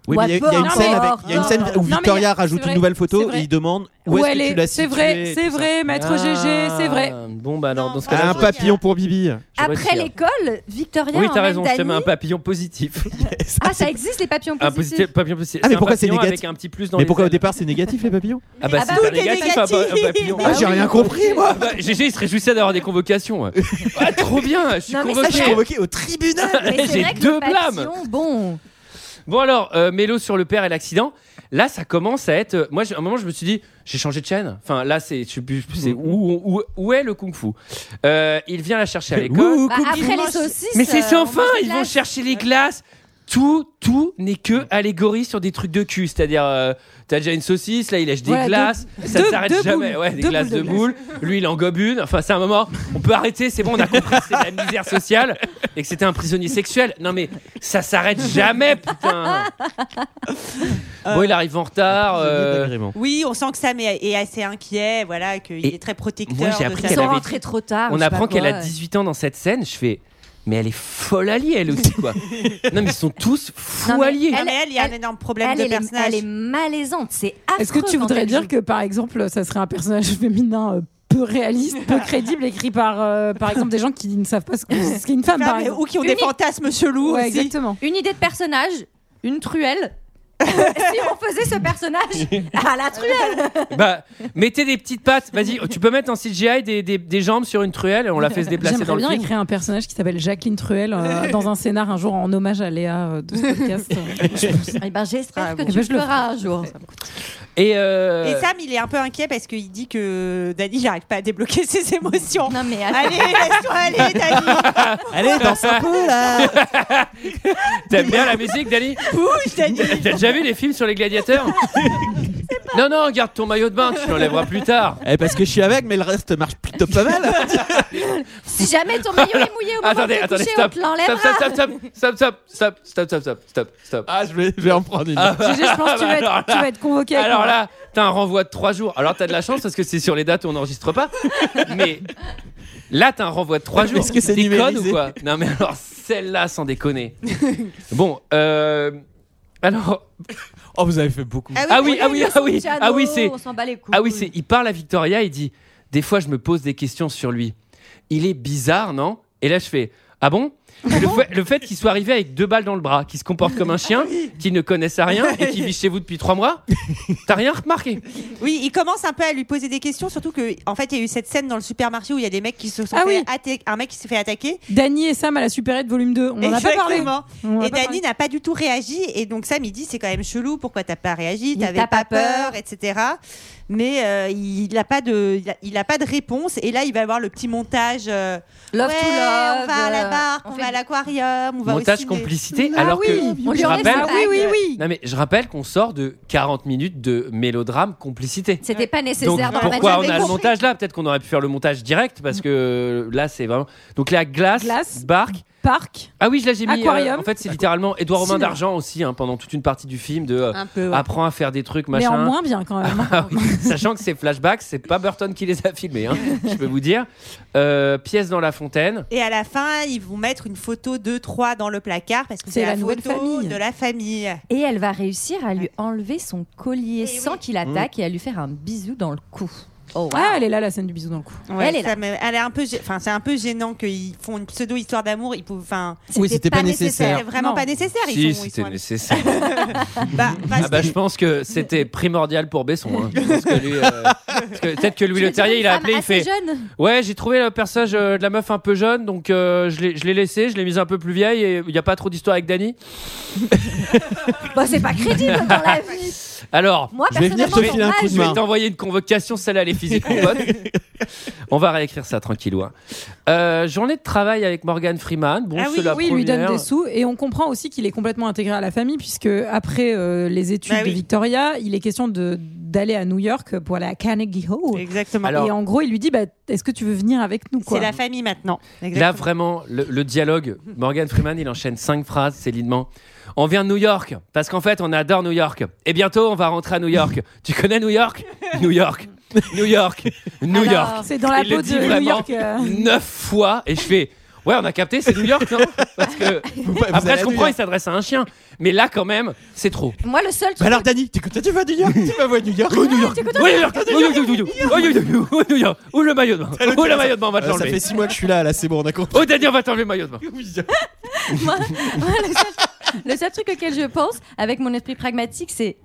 Speaker 6: Oui, mais il y a, il y a une
Speaker 5: Non,
Speaker 6: scène,
Speaker 5: mais-
Speaker 6: avec- il y a une scène
Speaker 5: Non,
Speaker 6: où
Speaker 5: mais il y a-
Speaker 6: Victoria
Speaker 5: c'est
Speaker 6: rajoute
Speaker 5: vrai,
Speaker 6: une nouvelle
Speaker 5: c'est
Speaker 6: photo
Speaker 5: vrai.
Speaker 6: et il demande Où
Speaker 5: Où
Speaker 6: est-ce
Speaker 5: elle
Speaker 6: que tu l'as
Speaker 5: est C'est
Speaker 6: situé,
Speaker 5: vrai,
Speaker 6: et
Speaker 5: c'est
Speaker 6: tout ça.
Speaker 5: vrai, maître GG, c'est vrai.
Speaker 1: Bon, bah alors,
Speaker 10: Non,
Speaker 1: dans ce
Speaker 6: Ah,
Speaker 1: cas-là,
Speaker 6: un papillon pour Bibi.
Speaker 1: je
Speaker 9: Après
Speaker 1: retire.
Speaker 9: l'école, Victoria
Speaker 1: Oui, t'as
Speaker 9: emmène
Speaker 1: raison, je te
Speaker 9: Dany.
Speaker 1: mets un papillon positif.
Speaker 9: Ah, ça existe les papillons
Speaker 1: Un
Speaker 9: positifs.
Speaker 1: positif, papillon positif.
Speaker 6: Ah, mais
Speaker 1: un
Speaker 6: pourquoi c'est
Speaker 1: papillon
Speaker 6: négatif
Speaker 1: Avec un petit plus dans
Speaker 6: Mais
Speaker 1: les
Speaker 6: pourquoi au
Speaker 1: ailes.
Speaker 6: départ c'est négatif les papillons
Speaker 1: Ah bah
Speaker 10: Ah
Speaker 1: c'est
Speaker 10: bah
Speaker 1: pas
Speaker 10: oui,
Speaker 1: négatif,
Speaker 10: c'est
Speaker 1: un pa-
Speaker 10: négatif.
Speaker 1: un papillon.
Speaker 10: Ah,
Speaker 6: Ah, j'ai rien compris moi.
Speaker 1: Bah, GG, il se réjouissait d'avoir des convocations. Ah, trop bien, je suis
Speaker 9: Non, mais
Speaker 1: convoqué.
Speaker 9: ça, c'est-
Speaker 6: Convoqué au tribunal.
Speaker 9: Ah, Mais c'est
Speaker 1: J'ai
Speaker 9: vrai que
Speaker 1: deux
Speaker 9: les papillons, bah, Bon,
Speaker 1: Bon alors, euh, mélo sur le père et l'accident. Là, ça commence à être. euh, Moi, j'ai- à un moment, je me suis dit, j'ai changé de chaîne. Enfin, là, c'est je sais plus-
Speaker 6: Mm.
Speaker 1: c'est où, où, où est le kung-fu Euh, Il vient la chercher à l'école.
Speaker 9: Bah, après les saucisses.
Speaker 1: Mais c'est
Speaker 9: euh,
Speaker 1: sans
Speaker 9: on
Speaker 1: fin.
Speaker 9: mange des
Speaker 1: Ils vont
Speaker 9: glaces.
Speaker 1: chercher les glaces. Tout, tout n'est que allégorie sur des trucs de cul. C'est-à-dire, euh, t'as déjà une saucisse, là, il lèche des
Speaker 5: Voilà, deux-
Speaker 1: glaces. ça ne
Speaker 5: deux-
Speaker 1: s'arrête
Speaker 5: deux
Speaker 1: jamais.
Speaker 5: boules.
Speaker 1: ouais, des
Speaker 5: Deux
Speaker 1: glaces
Speaker 5: boules
Speaker 1: de
Speaker 5: de
Speaker 1: boules. Lui, il en gobe une. Enfin, c'est un moment. On peut arrêter. C'est bon, on a compris que c'est de la misère sociale et que c'était un prisonnier sexuel. Non, mais ça s'arrête jamais, putain. Bon, il arrive en retard. euh,
Speaker 10: Oui, on sent que Sam est, est assez inquiet, voilà, qu'il
Speaker 1: Et
Speaker 10: est très protecteur.
Speaker 1: moi, j'ai
Speaker 10: de
Speaker 1: appris
Speaker 10: sa-
Speaker 9: Ils
Speaker 1: qu'elle
Speaker 9: sont
Speaker 1: avait-
Speaker 9: rentrés trop tard.
Speaker 1: on
Speaker 9: ou Ah, je sais pas
Speaker 1: apprend qu'elle a
Speaker 9: quoi.
Speaker 1: 18 ans dans cette scène. Je fais. Mais elle est folle alliée, elle aussi, quoi. non, mais ils sont tous fous
Speaker 9: Non, mais
Speaker 1: alliés.
Speaker 10: Non, mais elle, il y a
Speaker 9: Elle-
Speaker 10: un énorme problème
Speaker 9: Elle
Speaker 10: de
Speaker 9: elle est,
Speaker 10: personnage.
Speaker 9: elle est malaisante, c'est affreux.
Speaker 5: Est-ce que tu
Speaker 9: quand
Speaker 5: voudrais
Speaker 9: elle
Speaker 5: dire
Speaker 9: joue.
Speaker 5: que par exemple, ça serait un personnage féminin euh, peu réaliste, peu crédible, écrit par euh, par exemple des gens qui ne savent pas ce que- ce qu'est une femme,
Speaker 10: Enfin,
Speaker 5: par
Speaker 10: mais-
Speaker 5: exemple.
Speaker 10: ou qui ont des
Speaker 9: Unique.
Speaker 10: fantasmes chelous
Speaker 5: Ouais,
Speaker 10: aussi.
Speaker 5: exactement.
Speaker 9: Une idée de personnage, une truelle. si on faisait ce personnage à la truelle.
Speaker 1: Bah, mettez des petites pattes. Vas-y, tu peux mettre en CGI des, des, des jambes sur une truelle et on la fait se déplacer dans
Speaker 5: J'aimerais
Speaker 1: le
Speaker 5: bien
Speaker 1: film.
Speaker 5: écrire un personnage qui s'appelle Jacqueline Truel euh, dans un scénar un jour en hommage à Léa euh, de ce podcast.
Speaker 9: Eh ben j'espère
Speaker 10: Ah,
Speaker 9: que
Speaker 10: bon.
Speaker 9: tu
Speaker 5: Eh ben,
Speaker 9: le
Speaker 5: je le
Speaker 9: feras un jour.
Speaker 1: Et, euh,
Speaker 10: Et Sam, il est un peu inquiet parce qu'il dit que Dani, j'arrive pas à débloquer ses émotions.
Speaker 9: Non mais attends.
Speaker 10: Allez, laisse-toi aller, Dani.
Speaker 6: Allez, danse un peu là.
Speaker 1: t'aimes bien la musique, Dani
Speaker 10: Bouge, Dani.
Speaker 1: T'as déjà vu les films sur les gladiateurs Non, non, garde ton maillot de bain, tu l'enlèveras plus tard.
Speaker 6: Eh, parce que je suis avec, mais le reste marche plutôt pas mal.
Speaker 9: Si jamais ton maillot est mouillé au moment
Speaker 1: Attendez,
Speaker 9: de te
Speaker 1: attendez,
Speaker 9: coucher,
Speaker 1: stop.
Speaker 9: on te
Speaker 1: Stop,
Speaker 9: l'enlèvera.
Speaker 1: stop, stop, stop, stop, stop, stop, stop, stop, stop, stop.
Speaker 6: Ah, je vais, je vais en prendre une.
Speaker 5: Gégé, je pense que tu vas être, tu vas être convoqué. avec
Speaker 1: Alors
Speaker 5: moi.
Speaker 1: là, t'as un renvoi de 3 jours. Alors t'as de la chance parce que c'est sur les dates où on n'enregistre pas. Mais là, t'as un renvoi de 3 jours.
Speaker 6: Est-ce que c'est
Speaker 1: Déconne
Speaker 6: numérisé
Speaker 1: ou quoi Non mais alors celle-là, sans déconner. bon, euh, alors
Speaker 6: Oh, vous avez fait beaucoup.
Speaker 1: ah oui, ah oui, ah oui,
Speaker 9: Luciano,
Speaker 1: ah oui, c'est
Speaker 9: On s'en bat les couilles.
Speaker 1: ah oui, c'est il parle à Victoria, il dit des fois je me pose des questions sur lui. Il est bizarre, non Et là je fais ah bon Ah Et le, fait, le fait qu'il soit arrivé avec deux balles dans le bras, qu'il se comporte comme un chien, qu'il ne connaisse à rien et qu'il vit chez vous depuis trois mois, t'as rien remarqué
Speaker 10: Oui, il commence un peu à lui poser des questions, surtout que, en fait, il y a eu cette scène dans le supermarché où il y a des mecs qui se sont
Speaker 5: Ah
Speaker 10: fait
Speaker 5: oui.
Speaker 10: atta- un mec qui s'est fait attaquer.
Speaker 5: Dany et Sam à la supérette volume 2. On n'en a pas parlé.
Speaker 10: Exactement.
Speaker 5: On en a
Speaker 10: Et
Speaker 5: pas parlé.
Speaker 10: Dani n'a pas du tout réagi. Et donc Sam, il dit c'est quand même chelou, pourquoi t'as pas réagi,
Speaker 9: Il
Speaker 10: t'avais
Speaker 9: t'a
Speaker 10: pas
Speaker 9: pas peur.
Speaker 10: peur, etc. Mais euh, il n'a pas, de- il a- il a pas de réponse. Et là, il va avoir le petit montage. euh,
Speaker 9: Love
Speaker 10: ouais,
Speaker 9: to love.
Speaker 10: on va à la
Speaker 9: euh,
Speaker 10: barque, on,
Speaker 9: fait
Speaker 10: va à l'aquarium, on va au
Speaker 1: Montage
Speaker 10: ciné.
Speaker 1: complicité,
Speaker 5: Ah
Speaker 1: alors
Speaker 5: oui,
Speaker 1: que
Speaker 9: on lui
Speaker 1: je
Speaker 9: en laisse
Speaker 1: rappelle,
Speaker 9: la
Speaker 5: Ah oui, oui, oui.
Speaker 1: non mais je rappelle qu'on sort de 40 minutes de mélodrame complicité.
Speaker 9: C'était pas
Speaker 1: Donc
Speaker 9: nécessaire. dans la
Speaker 1: pourquoi on
Speaker 9: manière
Speaker 1: a le
Speaker 9: de-
Speaker 1: montage là Peut-être qu'on aurait pu faire le montage direct parce que là c'est vraiment. Donc la glace,
Speaker 5: Glace.
Speaker 1: barque.
Speaker 5: Parc.
Speaker 1: Ah oui, je l'ai j'ai mis.
Speaker 5: Aquarium.
Speaker 1: en fait, c'est littéralement Édouard Romain
Speaker 5: Cinéma.
Speaker 1: d'argent aussi hein, pendant toute une partie du film de euh,
Speaker 10: Un peu. Ah, ouais.
Speaker 1: apprends à faire des trucs
Speaker 5: Mais en
Speaker 1: machin.
Speaker 5: moins bien quand même. hein.
Speaker 1: Ah oui. Sachant que ces flashbacks, c'est pas Burton qui les a filmés, hein, je peux vous dire. Euh, pièce dans la fontaine.
Speaker 10: Et à la fin, ils vont mettre une photo de trois dans le placard parce que
Speaker 5: C'est
Speaker 10: c'est la,
Speaker 5: la nouvelle
Speaker 10: photo
Speaker 5: famille.
Speaker 10: de la famille.
Speaker 9: Et elle va réussir à lui enlever son collier
Speaker 10: Eh
Speaker 9: sans qu'il attaque et à lui faire un bisou dans le cou. Oh, wow.
Speaker 5: Ah, elle est là, la scène du bisou dans le cou.
Speaker 10: Ouais,
Speaker 9: Elle est
Speaker 10: ça me- elle est un peu, gê- enfin, c'est un peu gênant qu'ils font une pseudo histoire d'amour. Ils peuvent, enfin,
Speaker 6: Oui, c'était pas nécessaire.
Speaker 10: c'est vraiment
Speaker 5: Non.
Speaker 10: pas nécessaire. Ils
Speaker 1: si
Speaker 10: sont- ils
Speaker 1: c'était
Speaker 10: sont-
Speaker 1: nécessaire.
Speaker 10: Bah, parce
Speaker 1: Ah bah
Speaker 10: que-
Speaker 1: je pense que c'était primordial pour Besson. hein. Je pense que lui, euh, parce que peut-être que Louis
Speaker 9: Je
Speaker 1: Le
Speaker 9: veux dire,
Speaker 1: Terrier
Speaker 9: une
Speaker 1: il a
Speaker 9: femme
Speaker 1: appelé, il
Speaker 9: assez
Speaker 1: fait
Speaker 9: jeune.
Speaker 1: Ouais, j'ai trouvé le personnage euh, de la meuf un peu jeune, donc euh, je l'ai je l'ai laissé, je l'ai mise un peu plus vieille et il n'y a pas trop d'histoire avec Dany.
Speaker 9: Bah, c'est pas crédible dans la vie.
Speaker 1: Alors,
Speaker 9: Moi,
Speaker 6: Je vais venir
Speaker 9: personnellement,
Speaker 6: te filer un
Speaker 9: mon
Speaker 6: coup de
Speaker 9: âge,
Speaker 1: je vais
Speaker 6: main.
Speaker 1: t'envoyer une convocation, celle-là elle est physique, mon pote. On va réécrire ça tranquillou. hein. Euh, journée de travail avec Morgan Freeman. Bon,
Speaker 10: Ah oui,
Speaker 1: c'est la
Speaker 5: Oui, il lui donne
Speaker 1: première.
Speaker 5: des sous et on comprend aussi qu'il est complètement intégré à la famille puisque après euh, les études
Speaker 10: Bah oui.
Speaker 5: de Victoria, il est question de d'aller à New York pour aller à Carnegie Hall.
Speaker 10: Exactement.
Speaker 1: Alors-
Speaker 5: et en gros, il lui dit bah, est-ce que tu veux venir avec nous quoi
Speaker 10: c'est la famille maintenant.
Speaker 1: Là,
Speaker 10: Exactement.
Speaker 1: vraiment, le, le dialogue, Morgan Freeman, il enchaîne cinq phrases, solidement. On vient de New York, parce qu'en fait, on adore New York. Et bientôt, on va rentrer à New York. tu connais New York New York, New York, New
Speaker 9: Alors,
Speaker 1: York.
Speaker 5: C'est dans la
Speaker 1: Il le
Speaker 5: peau
Speaker 1: dit
Speaker 5: de New
Speaker 1: vraiment
Speaker 5: York. euh.
Speaker 1: Neuf fois, et je fais. Ouais, on a capté, c'est New York, non Parce que
Speaker 6: Vous pas- vous allez
Speaker 1: après,
Speaker 6: à
Speaker 1: je
Speaker 6: New
Speaker 1: comprends, il
Speaker 6: York.
Speaker 1: s'adresse à un chien, mais là, quand même, c'est trop.
Speaker 9: Moi, le seul
Speaker 6: Bah
Speaker 9: truc.
Speaker 6: alors, Dani, t'es content, tu vas à New York Tu vas voir New York
Speaker 1: Oh, New York, oh, New York, New York, oh, New York, oh, New York, oh, le maillot de bain, oh, le maillot de bain, on va te
Speaker 6: Euh, Ça
Speaker 1: l'enlever.
Speaker 6: fait 6 mois que je suis là, là, c'est bon, on a compris.
Speaker 1: Oh, Dani, on va t'enlever le maillot de bain.
Speaker 9: moi, moi, le, seul, le seul truc auquel je pense, avec mon esprit pragmatique, c'est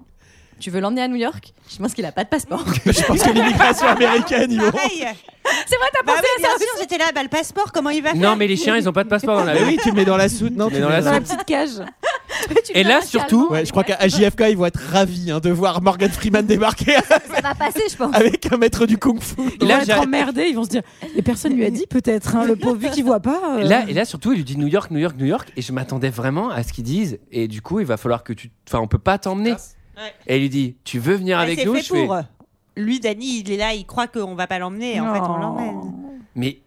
Speaker 9: tu veux l'emmener à New York Je pense qu'il a pas de passeport.
Speaker 6: Je pense que l'immigration américaine, ils vont.
Speaker 10: Pareil.
Speaker 9: c'est vrai, t'as
Speaker 10: Bah
Speaker 9: pensé
Speaker 10: oui,
Speaker 9: à
Speaker 10: bien
Speaker 9: ça
Speaker 10: sûr, j'étais là, bah le passeport, comment il va faire
Speaker 1: Non, mais les chiens, ils ont pas de passeport dans la
Speaker 6: Mais
Speaker 1: rue.
Speaker 6: Ah oui, tu le mets dans la soute, non
Speaker 1: Tu
Speaker 6: tu
Speaker 1: le mets dans la
Speaker 5: Dans la
Speaker 1: soute.
Speaker 5: petite cage.
Speaker 9: Tu
Speaker 1: Et
Speaker 9: le
Speaker 1: là,
Speaker 9: lances
Speaker 1: surtout-
Speaker 9: à-
Speaker 6: Ouais, je crois qu'à JFK, ils vont être ravis hein, de voir Morgan Freeman débarquer
Speaker 9: Ça va passer, je pense.
Speaker 6: avec un maître du kung-fu.
Speaker 1: Et
Speaker 5: Ils vont
Speaker 1: là,
Speaker 5: être
Speaker 1: j'ai-
Speaker 5: emmerdés, ils vont se dire et personne lui a dit peut-être hein, le pauvre vu qu'il voit pas. euh.
Speaker 1: Et là, et là, surtout, il lui dit New York, New York, New York, et je m'attendais vraiment à ce qu'ils disent. Et du coup, il va falloir que tu. Enfin, on peut pas t'emmener.
Speaker 10: Ouais.
Speaker 1: Et il lui dit Tu veux venir
Speaker 10: Ah,
Speaker 1: avec
Speaker 10: c'est
Speaker 1: nous
Speaker 10: Ah, fait
Speaker 1: Je fais,
Speaker 10: pour. Lui, Dany, il est là, il croit qu'on va pas l'emmener, et en fait, on
Speaker 5: Non.
Speaker 10: l'emmène.
Speaker 1: Mais.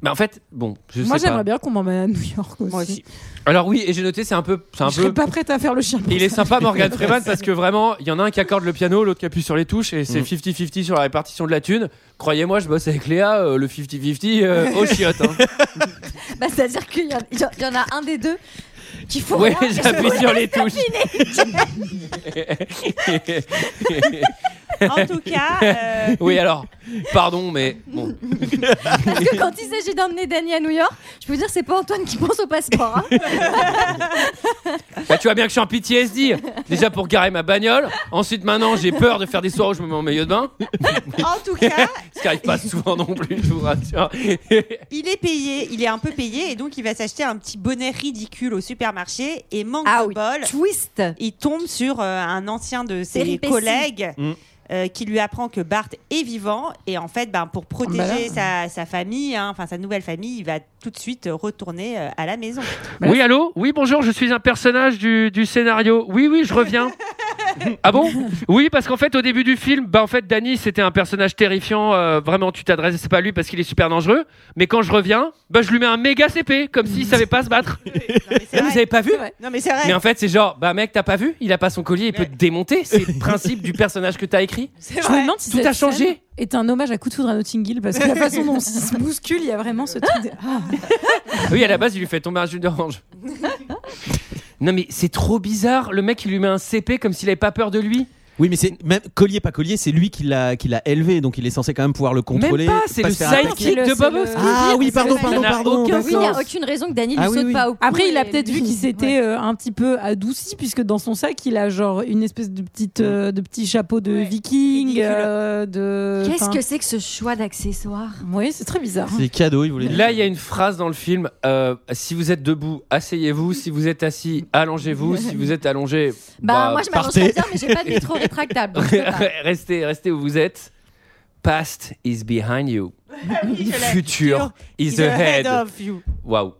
Speaker 1: Mais en fait, bon, je
Speaker 5: Moi,
Speaker 1: sais pas.
Speaker 5: j'aimerais bien qu'on m'emmène à New York aussi.
Speaker 10: Moi aussi.
Speaker 1: Alors oui, et j'ai noté, c'est un peu, c'est un
Speaker 5: Je serais
Speaker 1: peu.
Speaker 5: pas prête à faire le chien.
Speaker 1: Il est sympa Morgan Freeman parce que vraiment, il y en a un qui accorde le piano, l'autre qui appuie sur les touches et c'est
Speaker 6: Mm.
Speaker 1: 50-50 sur la répartition de la thune. Croyez-moi, je bosse avec Léa, euh, le 50-50 euh, au chiotte. hein.
Speaker 9: Bah, C'est-à-dire qu'il y, en- il y en- il y en a un des deux qui faut.
Speaker 1: Ouais,
Speaker 9: rien.
Speaker 1: j'appuie sur les touches.
Speaker 10: En tout cas, euh,
Speaker 1: oui, alors, pardon, mais bon.
Speaker 9: Parce que quand il s'agit d'emmener Dany à New York, je peux vous dire, c'est pas Antoine qui pense au passeport. hein.
Speaker 1: Bah, tu vois bien que je suis en PTSD. Déjà pour garer ma bagnole. Ensuite, maintenant, j'ai peur de faire des soirées où je me mets en maillot de bain.
Speaker 10: en tout cas,
Speaker 1: Ce qui arrive pas souvent non plus, je vous rassure.
Speaker 10: il est payé, il est un peu payé, et donc il va s'acheter un petit bonnet ridicule au supermarché et manque
Speaker 9: Ah
Speaker 10: de
Speaker 9: oui.
Speaker 10: bol.
Speaker 9: Twist.
Speaker 10: Il tombe sur euh, un ancien de ses
Speaker 9: Péripéties.
Speaker 10: collègues
Speaker 6: Mm.
Speaker 10: euh, qui lui apprend que Bart est vivant et en fait, ben, pour protéger
Speaker 5: Bah.
Speaker 10: sa, sa famille, hein, enfin sa nouvelle famille, il va tout de suite euh, retourner euh, à la maison.
Speaker 1: Oui, allô Oui, bonjour, je suis un personnage du, du scénario. Oui, oui, je reviens. Ah bon Oui, parce qu'en fait, au début du film, bah, en fait, Danny, c'était un personnage terrifiant. euh, vraiment, tu t'adresses, c'est pas à lui parce qu'il est super dangereux. Mais quand je reviens, bah, je lui mets un méga CP, comme s'il savait pas se battre.
Speaker 10: Non, mais c'est vrai.
Speaker 1: pas vu
Speaker 10: Non, mais c'est vrai.
Speaker 1: Mais en fait, c'est genre, bah mec, t'as pas vu Il a pas son collier, il peut te démonter. C'est le principe du personnage que t'as écrit.
Speaker 10: C'est
Speaker 5: Je me
Speaker 10: vrai.
Speaker 5: demande si
Speaker 1: Tout
Speaker 5: cette
Speaker 1: a changé.
Speaker 5: scène Est un hommage à Coup de foudre à Notting Hill parce que la façon dont on se bouscule, il y a vraiment ce truc. De... Ah.
Speaker 1: Oui, à la base, il lui fait tomber un jus d'orange. Non mais c'est trop bizarre, le mec il lui met un CP comme s'il avait pas peur de lui.
Speaker 6: Oui, mais c'est même collier, pas collier, c'est lui qui l'a qui l'a élevé, donc il est censé quand même pouvoir le contrôler.
Speaker 1: Même pas, c'est
Speaker 6: pas
Speaker 1: le
Speaker 6: se faire attaquer.
Speaker 1: sidekick
Speaker 5: C'est le-
Speaker 1: de
Speaker 5: c'est
Speaker 1: Bob
Speaker 5: le-
Speaker 1: Hoskins.
Speaker 6: Ah oui,
Speaker 5: C'est
Speaker 6: pardon,
Speaker 5: vrai.
Speaker 6: pardon,
Speaker 1: Ça n'a
Speaker 6: pardon. bah
Speaker 1: aucun
Speaker 9: Oui, il n'y
Speaker 1: sens.
Speaker 9: a aucune raison que Dany lui
Speaker 6: Ah oui,
Speaker 9: saute
Speaker 6: oui.
Speaker 9: pas au cou.
Speaker 5: Après, il a
Speaker 9: et
Speaker 5: peut-être
Speaker 9: lui-
Speaker 5: vu qu'il
Speaker 9: Ouais.
Speaker 5: s'était euh, un petit peu adouci puisque dans son sac, il a genre une espèce de petite euh, de petit chapeau de
Speaker 10: Ouais.
Speaker 5: viking.
Speaker 10: Ridicule.
Speaker 5: euh, de.
Speaker 9: Qu'est-ce
Speaker 5: enfin,
Speaker 9: que c'est que ce choix d'accessoires
Speaker 5: Oui, c'est très bizarre.
Speaker 6: C'est cadeau, il voulait dire.
Speaker 1: Là, il y a une phrase dans le film euh, si vous êtes debout, asseyez-vous. Si vous êtes assis, allongez-vous. Si vous êtes allongé,
Speaker 9: Bah, moi je m'arrange
Speaker 6: partez.
Speaker 9: pas bien, mais j'ai pas de métro rétractable. donc je peux pas.
Speaker 1: restez, restez où vous êtes. Past is behind you. Future is
Speaker 10: He's ahead
Speaker 1: ahead.
Speaker 10: of you.
Speaker 1: Waouh.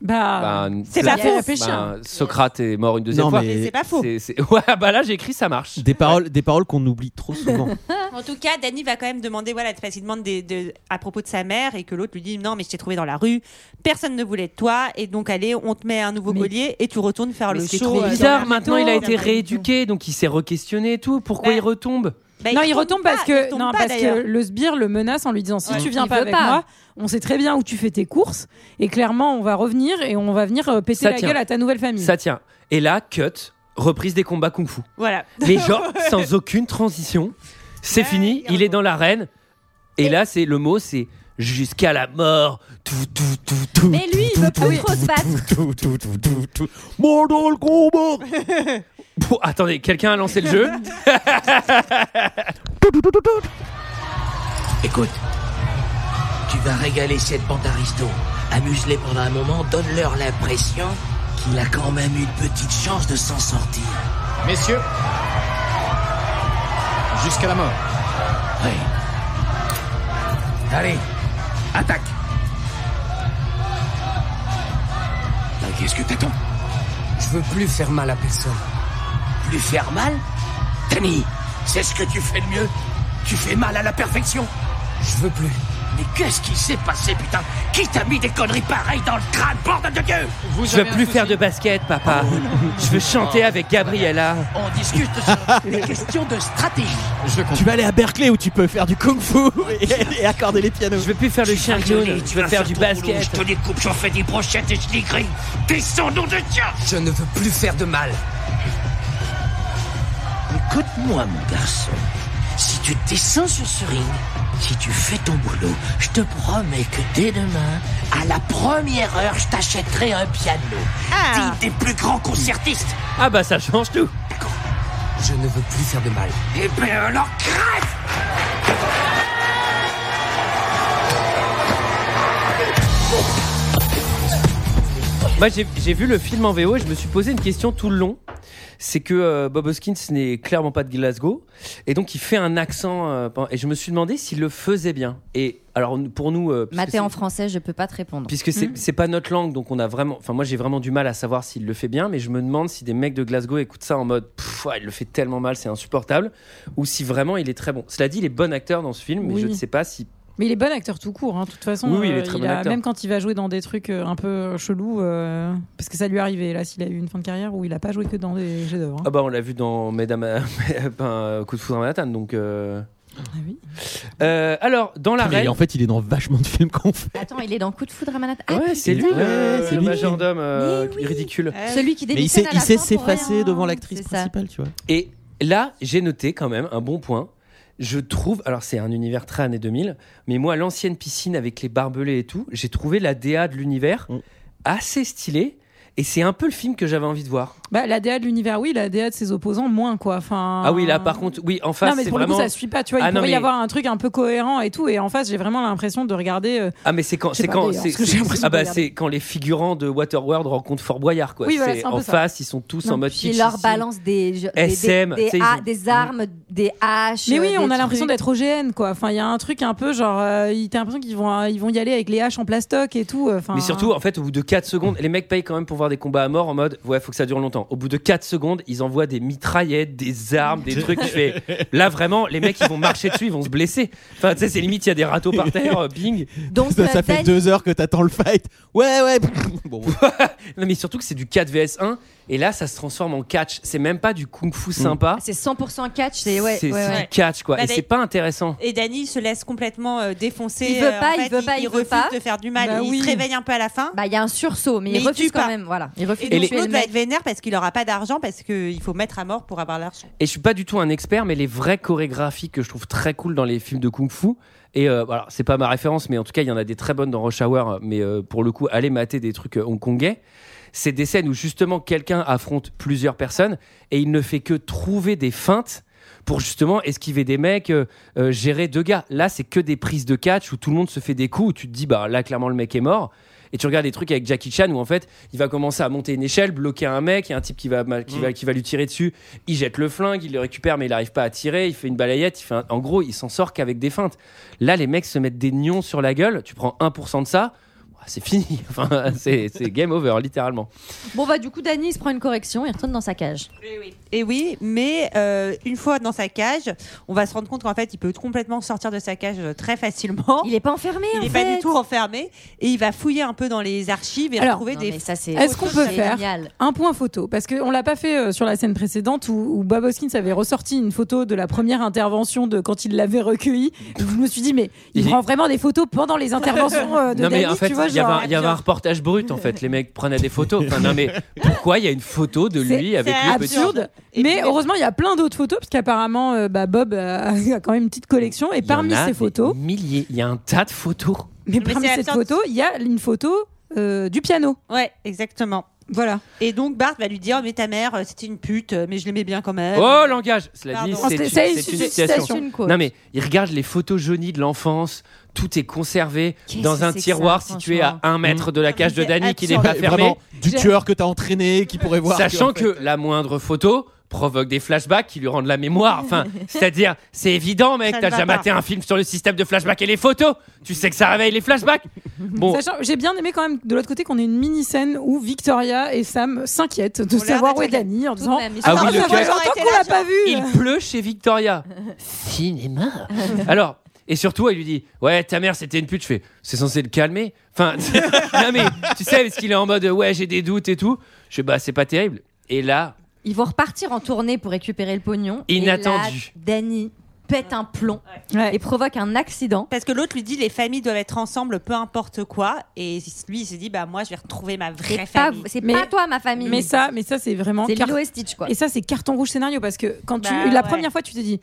Speaker 5: Bah,
Speaker 1: Bah,
Speaker 10: C'est
Speaker 1: la-
Speaker 10: pas
Speaker 5: il a
Speaker 10: faux.
Speaker 5: fait chien.
Speaker 1: bah, Socrate est mort une deuxième
Speaker 6: Non,
Speaker 1: fois.
Speaker 6: mais-
Speaker 10: Mais c'est pas faux.
Speaker 1: C'est- c'est- Ouais, bah là, j'ai écrit ça marche.
Speaker 6: Des paroles, des paroles qu'on oublie trop souvent.
Speaker 10: En tout cas, Danny va quand même demander, voilà, parce qu'il demande des- de- à propos de sa mère et que l'autre lui dit non, mais je t'ai trouvé dans la rue, personne ne voulait de toi, et donc allez, on te met un nouveau
Speaker 5: Mais-
Speaker 10: collier et tu retournes faire
Speaker 1: Mais
Speaker 10: le
Speaker 1: c'est
Speaker 10: show.
Speaker 1: trop
Speaker 10: euh, dans
Speaker 1: bizarre.
Speaker 10: la-
Speaker 1: Maintenant, il a
Speaker 10: dans
Speaker 1: été
Speaker 10: la-
Speaker 1: rééduqué, donc il s'est re-questionné et tout. Pourquoi
Speaker 10: Bah,
Speaker 1: il retombe
Speaker 10: Bah,
Speaker 5: non, il retombe parce
Speaker 10: pas, il
Speaker 5: que
Speaker 10: retombe
Speaker 5: non
Speaker 10: pas,
Speaker 5: parce que
Speaker 10: d'ailleurs.
Speaker 5: le sbire le menace en lui disant si
Speaker 10: Ouais.
Speaker 5: tu viens
Speaker 9: Il
Speaker 5: pas
Speaker 9: veut
Speaker 5: avec
Speaker 9: pas.
Speaker 5: moi, on sait très bien où tu fais tes courses et clairement on va revenir et on va venir euh, péter
Speaker 1: Ça
Speaker 5: la
Speaker 1: tient.
Speaker 5: gueule à ta nouvelle famille.
Speaker 1: Ça tient. Et là, cut, reprise des combats kung-fu.
Speaker 10: Voilà.
Speaker 1: Mais genre, sans aucune transition, c'est
Speaker 10: Ouais,
Speaker 1: fini,
Speaker 10: regarde.
Speaker 1: il est dans l'arène. Et là, c'est le mot, c'est jusqu'à la mort. Tout, tout, tout, tout.
Speaker 9: Mais lui, il veut plus trop se battre.
Speaker 6: tout, tout, tout, tout, tout. Mortal Kombat
Speaker 1: Pouh, attendez, quelqu'un a lancé le jeu
Speaker 2: Écoute, tu vas régaler cette bande d'aristo. Amuse-les pendant un moment, donne-leur l'impression qu'il a quand même une petite chance de s'en sortir.
Speaker 3: Messieurs, jusqu'à la mort.
Speaker 2: Ouais. Allez, attaque Qu'est-ce que t'attends
Speaker 7: Je veux plus faire mal à personne.
Speaker 2: Lui faire mal Danny, c'est ce que tu fais de mieux Tu fais mal à la perfection
Speaker 7: Je veux plus.
Speaker 2: Mais qu'est-ce qui s'est passé, putain Qui t'a mis des conneries pareilles dans le crâne, bordel de Dieu
Speaker 3: Vous
Speaker 1: Je veux
Speaker 3: avez un
Speaker 1: plus faire
Speaker 3: souci
Speaker 1: de basket, papa. Je veux chanter avec Gabriella.
Speaker 2: On discute sur des questions de stratégie.
Speaker 3: Je comprends.
Speaker 6: Tu vas aller à Berkeley où tu peux faire du kung fu et, et accorder les pianos.
Speaker 1: Je veux plus faire le chien
Speaker 2: Tu vas gueuler,
Speaker 1: Je veux
Speaker 2: vas
Speaker 1: faire du
Speaker 2: ton boulot,
Speaker 1: basket.
Speaker 2: Je te découpe, j'en fais des brochettes et je les grille. Descends, nom de Dieu
Speaker 7: Je ne veux plus faire de mal.
Speaker 2: Écoute-moi, mon garçon. Si tu descends sur ce ring, si tu fais ton boulot, je te promets que dès demain, à la première heure, je t'achèterai un piano.
Speaker 10: Ah.
Speaker 2: Dit des plus grands concertistes.
Speaker 1: Ah bah ça change tout.
Speaker 7: Je ne veux plus faire de mal.
Speaker 2: Eh ben alors, crève
Speaker 1: Moi j'ai j'ai vu le film en VO et je me suis posé une question tout le long. C'est que euh, Bob Hoskins n'est clairement pas de Glasgow et donc il fait un accent. euh, pendant- et je me suis demandé s'il le faisait bien. Et alors pour nous, euh, puisque
Speaker 9: Maté
Speaker 1: c'est-
Speaker 9: en Hmm. français, je peux pas te répondre.
Speaker 1: Puisque c'est c'est pas notre langue, donc on a vraiment. Enfin, moi j'ai vraiment du mal à savoir s'il le fait bien, mais je me demande si des mecs de Glasgow écoutent ça en mode Pff, ouais, il le fait tellement mal, c'est insupportable, ou si vraiment il est très bon. Cela dit, il est bon acteur dans ce film, mais
Speaker 5: Oui.
Speaker 1: je ne sais pas si.
Speaker 5: Mais il est bon acteur tout court, hein. de toute façon.
Speaker 1: Oui, oui, il est
Speaker 5: euh,
Speaker 1: très bon
Speaker 5: a-
Speaker 1: acteur.
Speaker 5: Même quand il va jouer dans des trucs euh, un peu chelous, euh, parce que ça lui est arrivé, là, s'il a eu une fin de carrière où il a pas joué que dans des chefs-d'œuvre. hein.
Speaker 1: Ah bah on l'a vu dans Mesdames. à- ben, Coup de foudre à Manhattan, donc. euh.
Speaker 5: Ah oui.
Speaker 1: Euh, alors, dans la
Speaker 6: Mais
Speaker 1: reine.
Speaker 6: en fait, il est dans vachement de films qu'on fait.
Speaker 9: Attends, il est dans Coup de foudre à Manhattan. Ah,
Speaker 1: Ouais, c'est lui,
Speaker 6: Ouais,
Speaker 1: le,
Speaker 6: c'est
Speaker 1: le
Speaker 6: lui.
Speaker 1: majordome euh,
Speaker 9: Mais oui.
Speaker 1: ridicule.
Speaker 10: Euh,
Speaker 9: Celui qui
Speaker 6: Mais il
Speaker 9: démissionne
Speaker 6: sait
Speaker 9: à
Speaker 6: il
Speaker 9: la
Speaker 6: sait
Speaker 9: fin pour rien.
Speaker 6: s'effacer devant l'actrice
Speaker 9: C'est ça.
Speaker 6: principale, tu vois.
Speaker 1: Et là, j'ai noté quand même un bon point. Je trouve, alors c'est un univers très années 2000, mais moi, l'ancienne piscine avec les barbelés et tout, j'ai trouvé la DA de l'univers
Speaker 6: Mm.
Speaker 1: assez stylée. Et c'est un peu le film que j'avais envie de voir.
Speaker 5: Bah, la DA de l'univers, oui, la DA de ses opposants, moins, quoi. Enfin,
Speaker 1: Ah oui, là par contre, oui, en face,
Speaker 5: non, mais
Speaker 1: c'est
Speaker 5: pour
Speaker 1: vraiment.
Speaker 5: le coup, ça suit pas. Tu vois,
Speaker 1: Ah
Speaker 5: il
Speaker 1: non,
Speaker 5: pourrait y
Speaker 1: mais-
Speaker 5: avoir un truc un peu cohérent et tout. Et en face, j'ai vraiment l'impression de regarder. euh,
Speaker 1: Ah, mais c'est quand.
Speaker 5: Je sais
Speaker 1: C'est
Speaker 5: pas
Speaker 1: quand
Speaker 5: d'ailleurs,
Speaker 1: c'est-
Speaker 5: parce que j'ai l'impression
Speaker 1: ah,
Speaker 5: de
Speaker 1: bah,
Speaker 5: regarder.
Speaker 1: c'est quand les figurants de Waterworld rencontrent Fort Boyard, quoi.
Speaker 5: Oui, voilà,
Speaker 1: C'est-
Speaker 5: c'est un peu
Speaker 1: en
Speaker 5: ça.
Speaker 1: face, ils sont tous en mode.
Speaker 9: Puis
Speaker 1: chichi.
Speaker 9: il leur balance des, je- des-
Speaker 1: SM,
Speaker 9: des,
Speaker 1: tu
Speaker 9: des
Speaker 1: sais,
Speaker 9: ha-
Speaker 1: ils ont-
Speaker 9: des armes, des haches.
Speaker 5: Mais oui,
Speaker 9: euh, des
Speaker 5: on a l'impression
Speaker 9: trucs.
Speaker 5: d'être OGN, quoi. Enfin, il y a un truc un peu genre. euh, il- T'as l'impression qu'ils vont, euh, ils vont y aller avec les haches en plastoc et tout. euh, Enfin,
Speaker 1: Mais surtout, en fait, au bout de 4 secondes, les mecs payent quand même pour voir des combats à mort en mode ouais, faut que ça dure longtemps. Au bout de 4 secondes, ils envoient des mitraillettes, des armes, des trucs. Je fais là vraiment, les mecs ils vont marcher dessus, ils vont se blesser. Enfin, tu sais, c'est limite, il y a des râteaux par terre, euh, bing.
Speaker 9: Donc,
Speaker 6: Ça, ça
Speaker 9: euh,
Speaker 6: fait
Speaker 9: Dan-
Speaker 6: deux heures que t'attends le fight. Ouais, ouais. Bon,
Speaker 1: Non, mais surtout que c'est du 4 vs 1 et là ça se transforme en catch. C'est même pas du kung fu sympa.
Speaker 9: Ah, C'est 100% catch. C'est ouais.
Speaker 1: c'est
Speaker 9: ouais,
Speaker 1: c'est
Speaker 9: ouais.
Speaker 1: du catch quoi.
Speaker 10: Bah,
Speaker 1: et c'est
Speaker 10: d'ailleurs-
Speaker 1: pas intéressant.
Speaker 10: Et Danny se laisse complètement euh, défoncer.
Speaker 9: Il veut
Speaker 10: Euh, en
Speaker 9: pas, il
Speaker 10: fait,
Speaker 9: veut pas, il veut
Speaker 10: refuse
Speaker 9: pas.
Speaker 10: de faire du mal.
Speaker 5: Bah
Speaker 10: il
Speaker 5: oui.
Speaker 10: se réveille un peu à la fin.
Speaker 9: Bah, il y a un sursaut, mais,
Speaker 10: Mais
Speaker 9: il
Speaker 10: il
Speaker 9: refuse
Speaker 10: tue
Speaker 9: quand
Speaker 10: pas.
Speaker 9: même. Voilà, il refuse
Speaker 10: Et
Speaker 9: de
Speaker 10: donc
Speaker 9: tuer le
Speaker 10: l'autre va
Speaker 9: mec.
Speaker 10: être vénère parce qu'il aura pas d'argent parce qu'il faut mettre à mort pour avoir l'argent.
Speaker 1: Et je suis pas du tout un expert, mais les vraies chorégraphies que je trouve très cool dans les films de Kung Fu, et euh, voilà, c'est pas ma référence, mais en tout cas, il y en a des très bonnes dans Rush Hour, mais euh, pour le coup, allez mater des trucs euh, hongkongais. C'est des scènes où justement quelqu'un affronte plusieurs personnes et il ne fait que trouver des feintes pour justement esquiver des mecs, euh, euh, gérer deux gars. Là, c'est que des prises de catch où tout le monde se fait des coups, où tu te dis, bah là, clairement, le mec est mort. Et tu regardes des trucs avec Jackie Chan où en fait, il va commencer à monter une échelle, bloquer un mec, il y a un type qui va, ma- qui va, qui va lui tirer dessus, il jette le flingue, il le récupère, mais il n'arrive pas à tirer, il fait une balayette, il fait un- en gros, il s'en sort qu'avec des feintes. Là, les mecs se mettent des nions sur la gueule, tu prends 1% de ça, ouah, c'est fini, enfin, c'est c'est game over, littéralement.
Speaker 9: Bon, bah, du coup, Danny il se prend une correction et retourne dans sa cage.
Speaker 10: Et oui, mais euh, une fois dans sa cage, on va se rendre compte qu'en fait, il peut complètement sortir de sa cage euh, très facilement.
Speaker 9: Il est pas enfermé.
Speaker 10: Il
Speaker 9: en
Speaker 10: n'est pas
Speaker 9: fait.
Speaker 10: du tout enfermé et il va fouiller un peu dans les archives et
Speaker 5: Alors,
Speaker 10: retrouver
Speaker 9: Non,
Speaker 10: des.
Speaker 9: mais ça, c'est.
Speaker 5: Est-ce qu'on peut
Speaker 9: c'est
Speaker 5: faire
Speaker 9: génial.
Speaker 5: Un point photo, parce qu'on l'a pas fait euh, sur la scène précédente où, où Bob Hoskins avait ressorti une photo de la première intervention de quand il l'avait recueilli. Je me suis dit, mais il,
Speaker 1: Il-
Speaker 5: prend vraiment des photos pendant les interventions euh, de
Speaker 1: non, mais
Speaker 5: Danny,
Speaker 1: en fait,
Speaker 5: tu vois,
Speaker 1: il y, avait
Speaker 5: genre,
Speaker 1: un- il y avait un reportage brut, en fait, les mecs prenaient des photos. Enfin, non, mais pourquoi il y a une photo de lui avec
Speaker 10: c'est
Speaker 1: lui petit
Speaker 5: absurde.
Speaker 10: Et
Speaker 5: mais
Speaker 10: puis-
Speaker 5: heureusement, il y a plein d'autres photos, parce qu'apparemment, euh, bah, Bob a a quand même une petite collection. Et
Speaker 1: Il y en
Speaker 5: parmi
Speaker 1: a
Speaker 5: ces
Speaker 1: des
Speaker 5: photos,
Speaker 1: milliers, il y a un tas de photos.
Speaker 5: mais
Speaker 10: Mais c'est
Speaker 5: parmi ces
Speaker 10: absurde.
Speaker 5: photos, il y a une photo euh, du piano.
Speaker 10: Ouais, exactement.
Speaker 5: Voilà.
Speaker 10: Et donc Bart va lui dire mais ta mère euh, c'était une pute euh, mais je l'aimais bien quand même.
Speaker 1: Oh, langage Cela dit,
Speaker 10: Pardon.
Speaker 1: c'est une-
Speaker 5: C'est
Speaker 1: c'est
Speaker 5: une
Speaker 1: une
Speaker 5: citation.
Speaker 1: situation.
Speaker 9: C'est une quote.
Speaker 1: Non mais il regarde les photos jaunies de l'enfance, tout est conservé
Speaker 9: Qu'est-ce
Speaker 1: dans
Speaker 9: que
Speaker 1: un
Speaker 9: c'est que
Speaker 1: tiroir
Speaker 9: ça,
Speaker 1: situé à un mètre de la cage de
Speaker 10: C'est
Speaker 1: Danny qui n'est
Speaker 10: absurde.
Speaker 1: pas
Speaker 6: ouais.
Speaker 1: fermée,
Speaker 6: Vraiment, du tueur que t'as entraîné, qui pourrait voir.
Speaker 1: sachant
Speaker 6: que, en fait,
Speaker 1: que la moindre photo provoque des flashbacks qui lui rendent la mémoire. Enfin, c'est-à-dire, c'est évident, mec,
Speaker 10: Ça ne
Speaker 1: t'as
Speaker 10: va
Speaker 1: déjà
Speaker 10: pas.
Speaker 1: maté un film sur le système de flashbacks et les photos. Tu sais que ça réveille les flashbacks. Bon,
Speaker 5: Sachant- j'ai bien aimé quand même de l'autre côté qu'on ait une mini scène où Victoria et Sam s'inquiètent de
Speaker 10: On leur
Speaker 5: savoir
Speaker 10: a
Speaker 5: où est
Speaker 10: traqué.
Speaker 5: Danny en
Speaker 9: Tout de
Speaker 5: disant
Speaker 9: même, ils
Speaker 1: Ah
Speaker 9: sont-
Speaker 1: oui, le
Speaker 5: ça fait
Speaker 1: cœur. Euh.
Speaker 5: longtemps qu'on l'a pas vu.
Speaker 1: il pleut chez Victoria. Cinéma. Alors, Et surtout, elle lui dit Ouais, ta mère, c'était une pute. Je fais C'est censé le calmer Enfin, non, mais tu sais, parce qu'il est en mode Ouais, j'ai des doutes et tout. Je fais Bah, c'est pas terrible. Et là,
Speaker 9: Ils vont repartir en tournée pour récupérer le pognon. Et
Speaker 1: Inattendu.
Speaker 9: là, Danny pète un plomb
Speaker 5: Ouais.
Speaker 9: et provoque un accident.
Speaker 10: Parce que l'autre lui dit les familles doivent être ensemble, peu importe quoi. Et lui, il se dit bah moi je vais retrouver ma vraie
Speaker 9: C'est pas,
Speaker 10: famille.
Speaker 9: c'est
Speaker 5: Mais-
Speaker 9: pas toi, ma famille.
Speaker 5: Mais ça, mais ça c'est vraiment.
Speaker 9: c'est
Speaker 5: car-
Speaker 9: Lilo et Stitch, quoi.
Speaker 5: Et ça, c'est carton rouge scénario parce que quand
Speaker 10: Bah,
Speaker 5: tu, la
Speaker 10: ouais.
Speaker 5: première fois, tu te dis,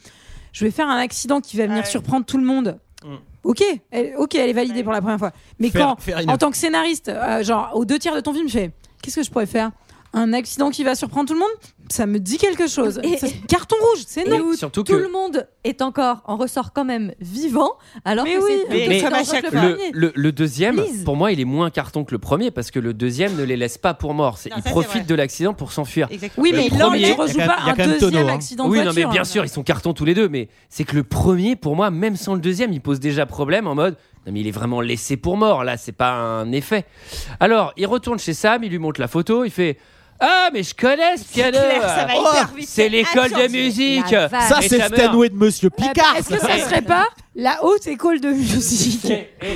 Speaker 5: je vais faire un accident qui va venir
Speaker 10: Ouais.
Speaker 5: surprendre tout le monde.
Speaker 1: Mm.
Speaker 5: Ok, elle, ok, elle est validée
Speaker 10: Ouais.
Speaker 5: pour la première fois. Mais quand, en tant que scénariste, euh, genre aux deux tiers de ton film, je fais, qu'est-ce que je pourrais faire Un accident qui va surprendre tout le monde Ça me dit quelque chose.
Speaker 9: Et-
Speaker 5: Ça, c'est carton rouge, c'est
Speaker 9: Et
Speaker 5: non.
Speaker 9: où
Speaker 1: surtout
Speaker 9: tout
Speaker 1: que-
Speaker 9: le monde est encore en ressort quand même vivant, alors
Speaker 5: Mais
Speaker 9: que
Speaker 5: oui.
Speaker 9: c'est
Speaker 10: Mais-
Speaker 9: plutôt
Speaker 1: mais-
Speaker 9: comme
Speaker 10: comme à
Speaker 9: Jean-Jacques
Speaker 10: chaque
Speaker 9: Le
Speaker 10: fois.
Speaker 1: le,
Speaker 9: Fernier.
Speaker 1: le- le deuxième,
Speaker 9: Please.
Speaker 1: pour moi, il est moins carton que le premier parce que le deuxième ne les laisse pas pour morts. C'est-
Speaker 10: Non,
Speaker 1: Ils
Speaker 10: ça, c'est
Speaker 1: profitent
Speaker 10: vrai.
Speaker 1: de l'accident pour s'enfuir.
Speaker 10: Exactement.
Speaker 5: Oui,
Speaker 1: Le
Speaker 5: mais là, on
Speaker 1: premier-
Speaker 5: ne rejoue
Speaker 6: Il y a
Speaker 5: pas
Speaker 6: quand même- il y a
Speaker 5: un
Speaker 6: quand même
Speaker 5: deuxième
Speaker 6: tonneau, hein.
Speaker 5: accident de
Speaker 1: Oui, non,
Speaker 5: voiture.
Speaker 1: mais bien sûr, ils sont cartons tous les deux, mais c'est que le premier, pour moi, même sans le deuxième, il pose déjà problème en mode non, mais il est vraiment laissé pour mort, là, c'est pas un effet. Alors, il retourne chez Sam, il lui montre la photo, il fait Ah, mais je connais ce piano
Speaker 10: Claire, ça va
Speaker 6: Oh,
Speaker 10: hyper vite.
Speaker 1: C'est l'école de
Speaker 10: Absurde.
Speaker 1: musique
Speaker 9: La vache.
Speaker 6: Ça,
Speaker 1: Et
Speaker 6: c'est
Speaker 1: ta mère
Speaker 6: Stanway de Monsieur
Speaker 5: Euh,
Speaker 6: Picard.
Speaker 5: Est-ce que ça serait pas la haute école de musique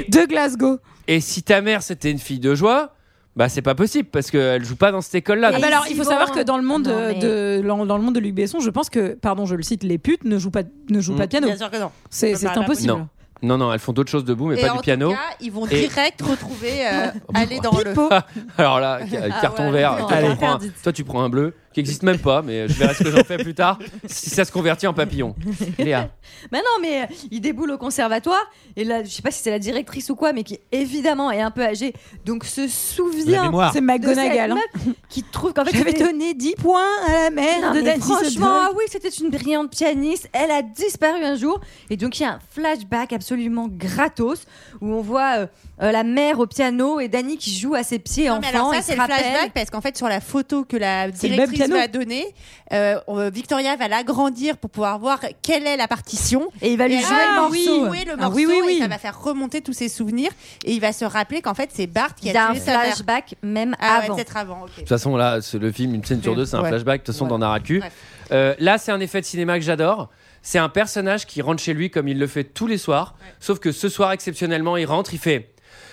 Speaker 5: de Glasgow
Speaker 1: Et si ta mère c'était une fille de joie, bah c'est pas possible parce qu'elle joue pas dans cette école-là.
Speaker 9: Et
Speaker 5: Ah bah
Speaker 9: ils
Speaker 5: alors,
Speaker 9: y
Speaker 5: il faut
Speaker 9: vont.
Speaker 5: savoir que dans le monde
Speaker 9: Non,
Speaker 5: euh,
Speaker 9: mais-
Speaker 5: de dans, dans le monde de Luc Besson, je pense que pardon, je le cite, les putes ne jouent pas ne jouent pas
Speaker 1: Mm.
Speaker 5: de piano.
Speaker 10: Bien sûr que non.
Speaker 5: C'est
Speaker 10: Bah,
Speaker 5: c'est
Speaker 10: bah, bah,
Speaker 5: impossible.
Speaker 1: Non. Non, non, elles font d'autres choses debout, mais
Speaker 11: Et
Speaker 1: pas
Speaker 11: en
Speaker 1: du piano.
Speaker 11: tout cas, ils vont
Speaker 1: Et-
Speaker 11: direct retrouver, euh, aller dans le.
Speaker 1: Alors là, ca- carton
Speaker 11: Ah ouais,
Speaker 1: vert.
Speaker 11: non,
Speaker 1: Toi, tu
Speaker 6: Allez.
Speaker 1: prends un-
Speaker 9: interdite.
Speaker 1: toi, tu prends un bleu qui existe même pas, mais je verrai ce que j'en fais plus tard si ça se convertit en papillon. Léa.
Speaker 9: Mais non, mais euh, il déboule au conservatoire et là, je sais pas si c'est la directrice ou quoi, mais qui évidemment est un peu âgée, donc se
Speaker 6: La
Speaker 9: souvient
Speaker 6: mémoire.
Speaker 5: C'est
Speaker 9: de cette
Speaker 5: McGonagall. hein.
Speaker 9: meuf qui trouve qu'en fait
Speaker 5: J'avais
Speaker 9: c'était-
Speaker 5: donné 10 points à la mère
Speaker 9: Non,
Speaker 5: de
Speaker 9: mais
Speaker 5: Danny
Speaker 9: franchement,
Speaker 5: Sedgwick.
Speaker 9: ah oui, c'était une brillante pianiste. Elle a disparu un jour. Et donc, il y a un flashback absolument gratos où on voit euh, euh, la mère au piano et Danny qui joue à ses pieds
Speaker 11: Non,
Speaker 9: enfant.
Speaker 11: mais alors
Speaker 9: il
Speaker 11: ça
Speaker 9: se
Speaker 11: c'est le
Speaker 9: rappelle.
Speaker 11: flashback parce qu'en fait sur la photo que la
Speaker 5: C'est le même
Speaker 11: directrice
Speaker 5: piano.
Speaker 11: va donner, euh, on- Victoria va l'agrandir pour pouvoir voir quelle est la partition.
Speaker 9: Et il va
Speaker 11: Et
Speaker 9: lui
Speaker 11: elle
Speaker 9: jouer
Speaker 11: va
Speaker 9: le morceau.
Speaker 11: lui jouer le
Speaker 5: Ah
Speaker 11: morceau
Speaker 5: oui, oui, oui.
Speaker 11: et ça va faire remonter tous ses souvenirs et il va se rappeler qu'en fait c'est Bart
Speaker 9: Il
Speaker 11: qui
Speaker 9: y a
Speaker 11: a
Speaker 9: un
Speaker 11: tué sa mère.
Speaker 9: flashback même
Speaker 11: Ah ouais,
Speaker 9: avant.
Speaker 11: peut-être avant. ok.
Speaker 1: De toute façon, là, c'est le film, une scène sur deux, c'est un
Speaker 11: Ouais.
Speaker 1: flashback. De toute façon,
Speaker 11: Voilà.
Speaker 1: dans Naraku.
Speaker 11: Bref.
Speaker 1: Euh, là, c'est un effet de cinéma que j'adore. C'est un personnage qui rentre chez lui comme il le fait tous les soirs. Sauf que ce soir, exceptionnellement, il rentre, il fait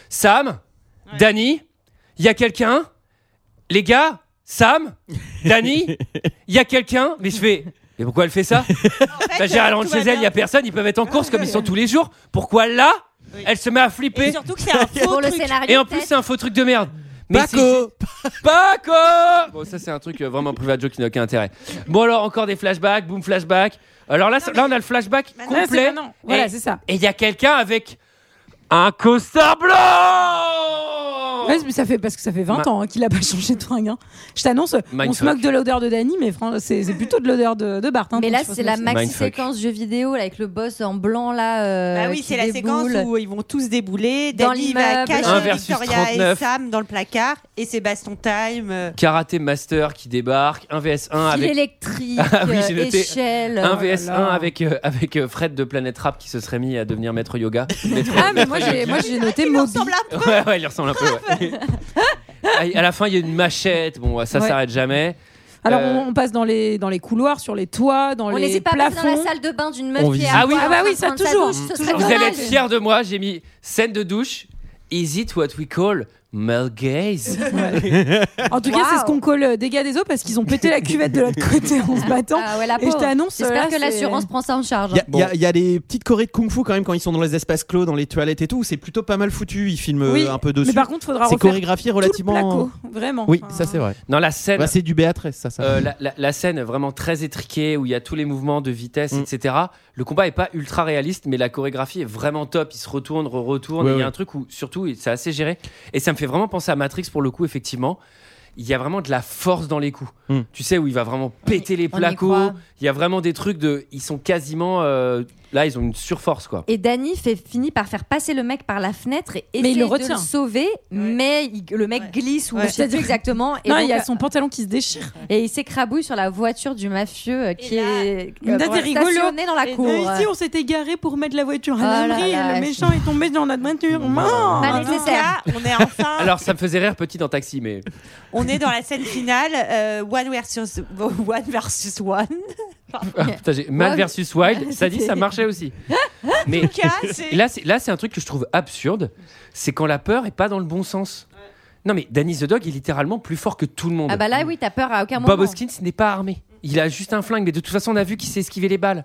Speaker 1: Sam, Danny, il y a quelqu'un Les gars, Sam, Danny, il y a quelqu'un Mais je fais. Mais pourquoi elle fait ça Bah, Gérald rentre chez elle, il n'y a personne, ils peuvent être en course comme ils sont tous les jours. Pourquoi là,
Speaker 10: Oui.
Speaker 1: elle se met à
Speaker 10: Et
Speaker 1: flipper
Speaker 10: surtout que c'est un faux
Speaker 9: Pour le
Speaker 10: truc.
Speaker 9: scénario.
Speaker 1: Et en plus,
Speaker 9: peut-être.
Speaker 1: c'est un faux truc de merde. Mais c'est-
Speaker 6: Paco.
Speaker 1: Paco Bon, ça, c'est un truc euh, vraiment privé à Joe qui n'a aucun intérêt. Bon, alors, encore des flashbacks, boom, flashback. Alors là, ça- là, on a le flashback
Speaker 5: Ouais, c'est
Speaker 1: complet.
Speaker 5: pas non. Voilà, c'est ça.
Speaker 1: Et il y a quelqu'un avec un costard blanc
Speaker 5: Ouais, mais ça fait parce que ça fait 20
Speaker 1: Ma-
Speaker 5: ans hein, qu'il a pas changé de fringue. hein. Je t'annonce, on se
Speaker 1: Mindfuck.
Speaker 5: moque de l'odeur de Danny, mais fran- c'est c'est plutôt de l'odeur de, de Bart. hein,
Speaker 9: Mais
Speaker 5: donc
Speaker 9: là,
Speaker 5: je pense
Speaker 9: c'est
Speaker 5: que
Speaker 9: la
Speaker 5: c'est-
Speaker 9: maxi
Speaker 1: Mindfuck.
Speaker 9: séquence jeu vidéo là, avec le boss en blanc là. euh,
Speaker 10: Bah oui,
Speaker 9: qui
Speaker 10: c'est la séquence
Speaker 9: déboule.
Speaker 10: où ils vont tous débouler.
Speaker 9: Dans
Speaker 10: Danny va
Speaker 9: l'immeuble.
Speaker 1: Un
Speaker 10: cacher
Speaker 1: versus
Speaker 10: Victoria
Speaker 1: 39.
Speaker 10: et Sam dans le placard et c'est baston time. euh.
Speaker 1: Karaté Master qui débarque, 1 vs 1
Speaker 9: Fil
Speaker 1: avec.
Speaker 9: électrique,
Speaker 1: Ah oui, j'ai
Speaker 9: euh,
Speaker 1: noté.
Speaker 9: échelle.
Speaker 1: 1
Speaker 9: Oh là
Speaker 1: vs 1
Speaker 9: là.
Speaker 1: avec, euh, avec euh, Fred de Planète Rap qui se serait mis à devenir maître yoga. Maître-
Speaker 5: Ah mais moi j'ai moi j'ai noté
Speaker 10: Il
Speaker 5: Moby.
Speaker 10: ressemble à un peu.
Speaker 1: ouais, ouais, il ressemble un peu. ouais. à, à la fin, il y a une machette. Bon, ça
Speaker 5: Ouais.
Speaker 1: s'arrête jamais.
Speaker 5: Alors
Speaker 1: Euh,
Speaker 5: on, on passe dans les dans les couloirs, sur les toits, dans
Speaker 9: On
Speaker 5: les,
Speaker 9: les a pas passés
Speaker 5: plafonds.
Speaker 9: dans la salle de bain d'une meuf
Speaker 6: On
Speaker 9: qui est
Speaker 6: visite.
Speaker 9: à
Speaker 1: Ah oui.
Speaker 9: poil
Speaker 1: Ah
Speaker 5: bah oui,
Speaker 9: en train de
Speaker 5: ça,
Speaker 9: prendre sa
Speaker 5: toujours.
Speaker 9: douche. Ce serait
Speaker 1: Vous allez être
Speaker 9: Ah, dommage.
Speaker 1: fiers de moi, j'ai mis scène de douche. Is it what we call male gaze
Speaker 5: En tout cas, c'est ce
Speaker 9: Waouh.
Speaker 5: qu'on colle euh, dégâts des eaux parce qu'ils ont pété la cuvette de l'autre côté en se battant.
Speaker 9: Ah ouais, la
Speaker 5: Et je
Speaker 9: pauvre.
Speaker 5: t'annonce. euh,
Speaker 9: J'espère
Speaker 5: là,
Speaker 9: que
Speaker 5: c'est-
Speaker 9: l'assurance prend ça en charge.
Speaker 6: Il y a-
Speaker 1: Bon.
Speaker 6: il y, a- il y a des petites chorées de kung-fu quand même quand ils sont dans les espaces clos, dans les toilettes et tout. C'est plutôt pas mal foutu. Ils filment euh,
Speaker 5: Oui,
Speaker 6: un peu dessus.
Speaker 5: Mais par contre, faudra
Speaker 6: c'est
Speaker 5: refaire
Speaker 6: chorégraphié relativement.
Speaker 5: tout le placo, vraiment.
Speaker 6: Oui,
Speaker 5: Enfin,
Speaker 6: ça c'est vrai.
Speaker 1: Non, la scène,
Speaker 6: Bah, c'est du Béatrice, ça. ça.
Speaker 1: euh, la, la- la scène vraiment très étriquée où il y a tous les mouvements de vitesse,
Speaker 6: Mm.
Speaker 1: etc. Le combat est pas ultra réaliste, mais la chorégraphie est vraiment top. Il se retourne, re- retourne.
Speaker 6: Ouais,
Speaker 1: et Il y a
Speaker 6: ouais.
Speaker 1: un truc où surtout c'est assez géré et ça me fait vraiment penser à Matrix pour le coup, effectivement. Il y a vraiment de la force dans les coups.
Speaker 6: Mm.
Speaker 1: Tu sais où il va vraiment péter les
Speaker 9: on y
Speaker 1: placos.
Speaker 9: croit.
Speaker 1: Il y a vraiment des trucs de, ils sont quasiment euh, là, ils ont une surforce quoi.
Speaker 9: Et Danny fait, finit par faire passer le mec par la fenêtre et
Speaker 5: Mais
Speaker 9: essaie
Speaker 5: il le
Speaker 9: de
Speaker 5: retient.
Speaker 9: le sauver, mais il- le mec
Speaker 10: Ouais.
Speaker 9: glisse ou
Speaker 10: Ouais.
Speaker 9: je sais plus exactement. Et,
Speaker 5: Non,
Speaker 9: donc,
Speaker 5: il y a
Speaker 9: euh,
Speaker 5: son pantalon qui se déchire.
Speaker 9: et il s'écrabouille sur la voiture du mafieux euh, qui
Speaker 10: Et là,
Speaker 9: est euh,
Speaker 5: là, c'est rigolo.
Speaker 9: stationné dans la cour.
Speaker 5: on s'est égaré pour mettre la voiture
Speaker 9: à Oh là l'abri, là, le
Speaker 5: le
Speaker 9: c'est-
Speaker 5: méchant est tombé dans la voiture.
Speaker 9: Pas
Speaker 10: Donc
Speaker 9: Ah, nécessaire.
Speaker 10: là, on est
Speaker 9: Ah.
Speaker 10: enfin,
Speaker 1: Alors ça me faisait rire petit dans Taxi, mais
Speaker 10: on est dans la scène finale, euh, one versus one versus one.
Speaker 1: Ah, putain, j'ai- Man
Speaker 9: Ouais,
Speaker 1: versus Wild,
Speaker 9: mais-
Speaker 1: ça dit, ça marchait aussi. Mais
Speaker 10: cas, c'est-
Speaker 1: là, c'est là, c'est un truc que je trouve absurde. C'est quand la peur est pas dans le bon sens. Non, mais Danny the Dog est littéralement plus fort que tout le monde.
Speaker 9: Ah bah là, oui, t'as peur à aucun moment.
Speaker 1: Bob Hoskins n'est pas armé. Il a juste un flingue, mais de toute façon, on a vu qu'il sait esquiver les balles.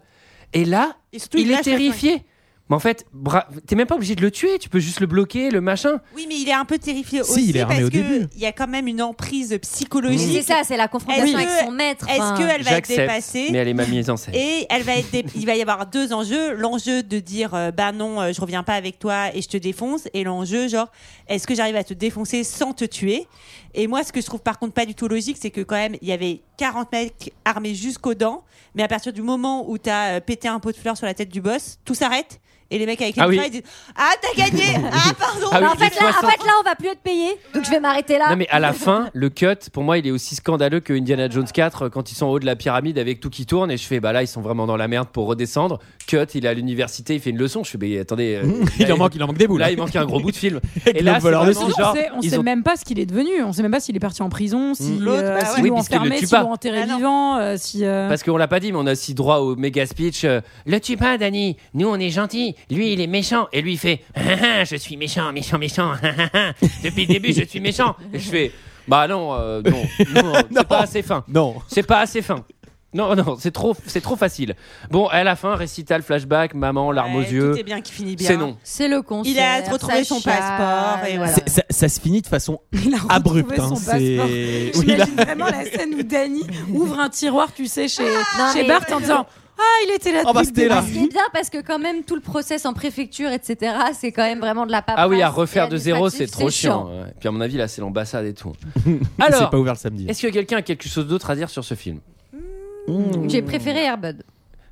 Speaker 1: Et là,
Speaker 10: Et surtout,
Speaker 1: il
Speaker 10: il
Speaker 1: est
Speaker 10: lâche le
Speaker 1: terrifié. Mais en fait, bra- t'es même pas obligé de le tuer, tu peux juste le bloquer, le machin.
Speaker 10: Oui, mais il est un peu terrifié
Speaker 1: Si,
Speaker 10: aussi
Speaker 1: il est armé
Speaker 10: parce
Speaker 1: au
Speaker 10: que
Speaker 1: début.
Speaker 10: il y a quand même une emprise
Speaker 9: Mais
Speaker 10: psychologique.
Speaker 9: C'est ça, c'est la confrontation
Speaker 10: Est-ce
Speaker 9: avec
Speaker 10: que-
Speaker 9: son maître. hein.
Speaker 10: Est-ce
Speaker 9: enfin.
Speaker 10: qu'elle va être
Speaker 1: J'accepte,
Speaker 10: dépassée
Speaker 1: mais elle est ma mise en scène.
Speaker 10: Et elle va être dé- il va y avoir deux enjeux. L'enjeu de dire euh, bah non, euh, je reviens pas avec toi et je te défonce. Et l'enjeu, genre, est-ce que j'arrive à te défoncer sans te tuer Et moi, ce que je trouve par contre pas du tout logique, c'est que quand même, il y avait 40 mecs armés jusqu'aux dents. Mais à partir du moment où t'as euh, pété un pot de fleurs sur la tête du boss, tout s'arrête. Et les mecs avec les
Speaker 1: Ah oui.
Speaker 10: fleurs, ils disent Ah, t'as gagné Ah, pardon
Speaker 1: Ah oui,
Speaker 9: en, fait,
Speaker 1: les
Speaker 9: là, en
Speaker 1: 60.
Speaker 9: fait, là, on va plus être payé, donc je vais m'arrêter là.
Speaker 1: Non, mais à la fin, le cut, pour moi, il est aussi scandaleux que Indiana Jones 4 quand ils sont en haut de la pyramide avec tout qui tourne. Et je fais, bah là, ils sont vraiment dans la merde pour redescendre. Cut, il est à l'université, il fait une leçon. Je fais, mais attendez. euh,
Speaker 6: il, en manque, il en manque des hein. bouts.
Speaker 1: Là, il manque un gros bout de film.
Speaker 6: Avec
Speaker 1: Et là,
Speaker 6: le
Speaker 1: c'est
Speaker 6: voleur de
Speaker 1: vraiment
Speaker 6: sang.
Speaker 1: genre,
Speaker 5: on sait, on
Speaker 1: ils
Speaker 5: sait
Speaker 1: ont-
Speaker 5: même pas ce qu'il est devenu. On sait même pas s'il est parti en prison, si
Speaker 10: L'autre,
Speaker 5: euh,
Speaker 10: bah
Speaker 5: s'ils
Speaker 10: ouais.
Speaker 1: Oui,
Speaker 5: l'ont
Speaker 1: puisqu'il le
Speaker 5: enfermé,
Speaker 1: tue
Speaker 5: s'ils
Speaker 1: pas.
Speaker 5: l'ont enterré
Speaker 10: Ah non.
Speaker 5: vivant, euh, si. euh,
Speaker 1: Parce qu'on l'a pas dit, mais on a aussi droit au méga speech. euh, le tue pas, Danny. Nous, on est gentil. Lui, il est méchant. Et lui, il fait Ah, ah, ah, Je suis méchant, méchant, méchant. Ah, ah, ah. Depuis le début, je suis méchant. Et je fais Bah non, euh, non, non,
Speaker 6: Non.
Speaker 1: c'est pas assez fin.
Speaker 6: Non.
Speaker 1: C'est pas assez fin. Non, non, c'est trop, c'est trop facile. Bon, à la fin, récital, flashback, maman, larmes aux
Speaker 10: Ouais,
Speaker 1: yeux.
Speaker 10: Tout est bien qui finit bien.
Speaker 1: C'est non.
Speaker 9: C'est le concert.
Speaker 10: Il a
Speaker 9: ça
Speaker 10: retrouvé son
Speaker 9: chiale,
Speaker 10: passeport et voilà.
Speaker 6: C'est- Ça, ça se finit de façon
Speaker 5: Il a retrouvé
Speaker 6: abrupte. hein.
Speaker 5: son
Speaker 6: C'est-
Speaker 5: passeport.
Speaker 6: Oui, là-
Speaker 5: J'imagine vraiment la scène où Danny ouvre un tiroir, tu sais, chez,
Speaker 9: Non,
Speaker 5: chez
Speaker 9: mais-
Speaker 5: Bart en disant Ah, il était là
Speaker 6: Oh, bah,
Speaker 5: depuis le
Speaker 6: c'était là.
Speaker 9: Ce qui est bien parce que quand même tout le process en préfecture, etc., c'est quand même vraiment de la paperasse.
Speaker 1: Ah oui, à
Speaker 9: et
Speaker 1: refaire de zéro, c'est
Speaker 9: administratif,
Speaker 1: trop chiant. Ouais. Puis à mon avis, là, c'est l'ambassade et tout.
Speaker 6: C'est
Speaker 1: Alors,
Speaker 6: pas ouvert le samedi.
Speaker 1: est-ce que quelqu'un a quelque chose d'autre à dire sur ce film
Speaker 9: J'ai préféré Airbud,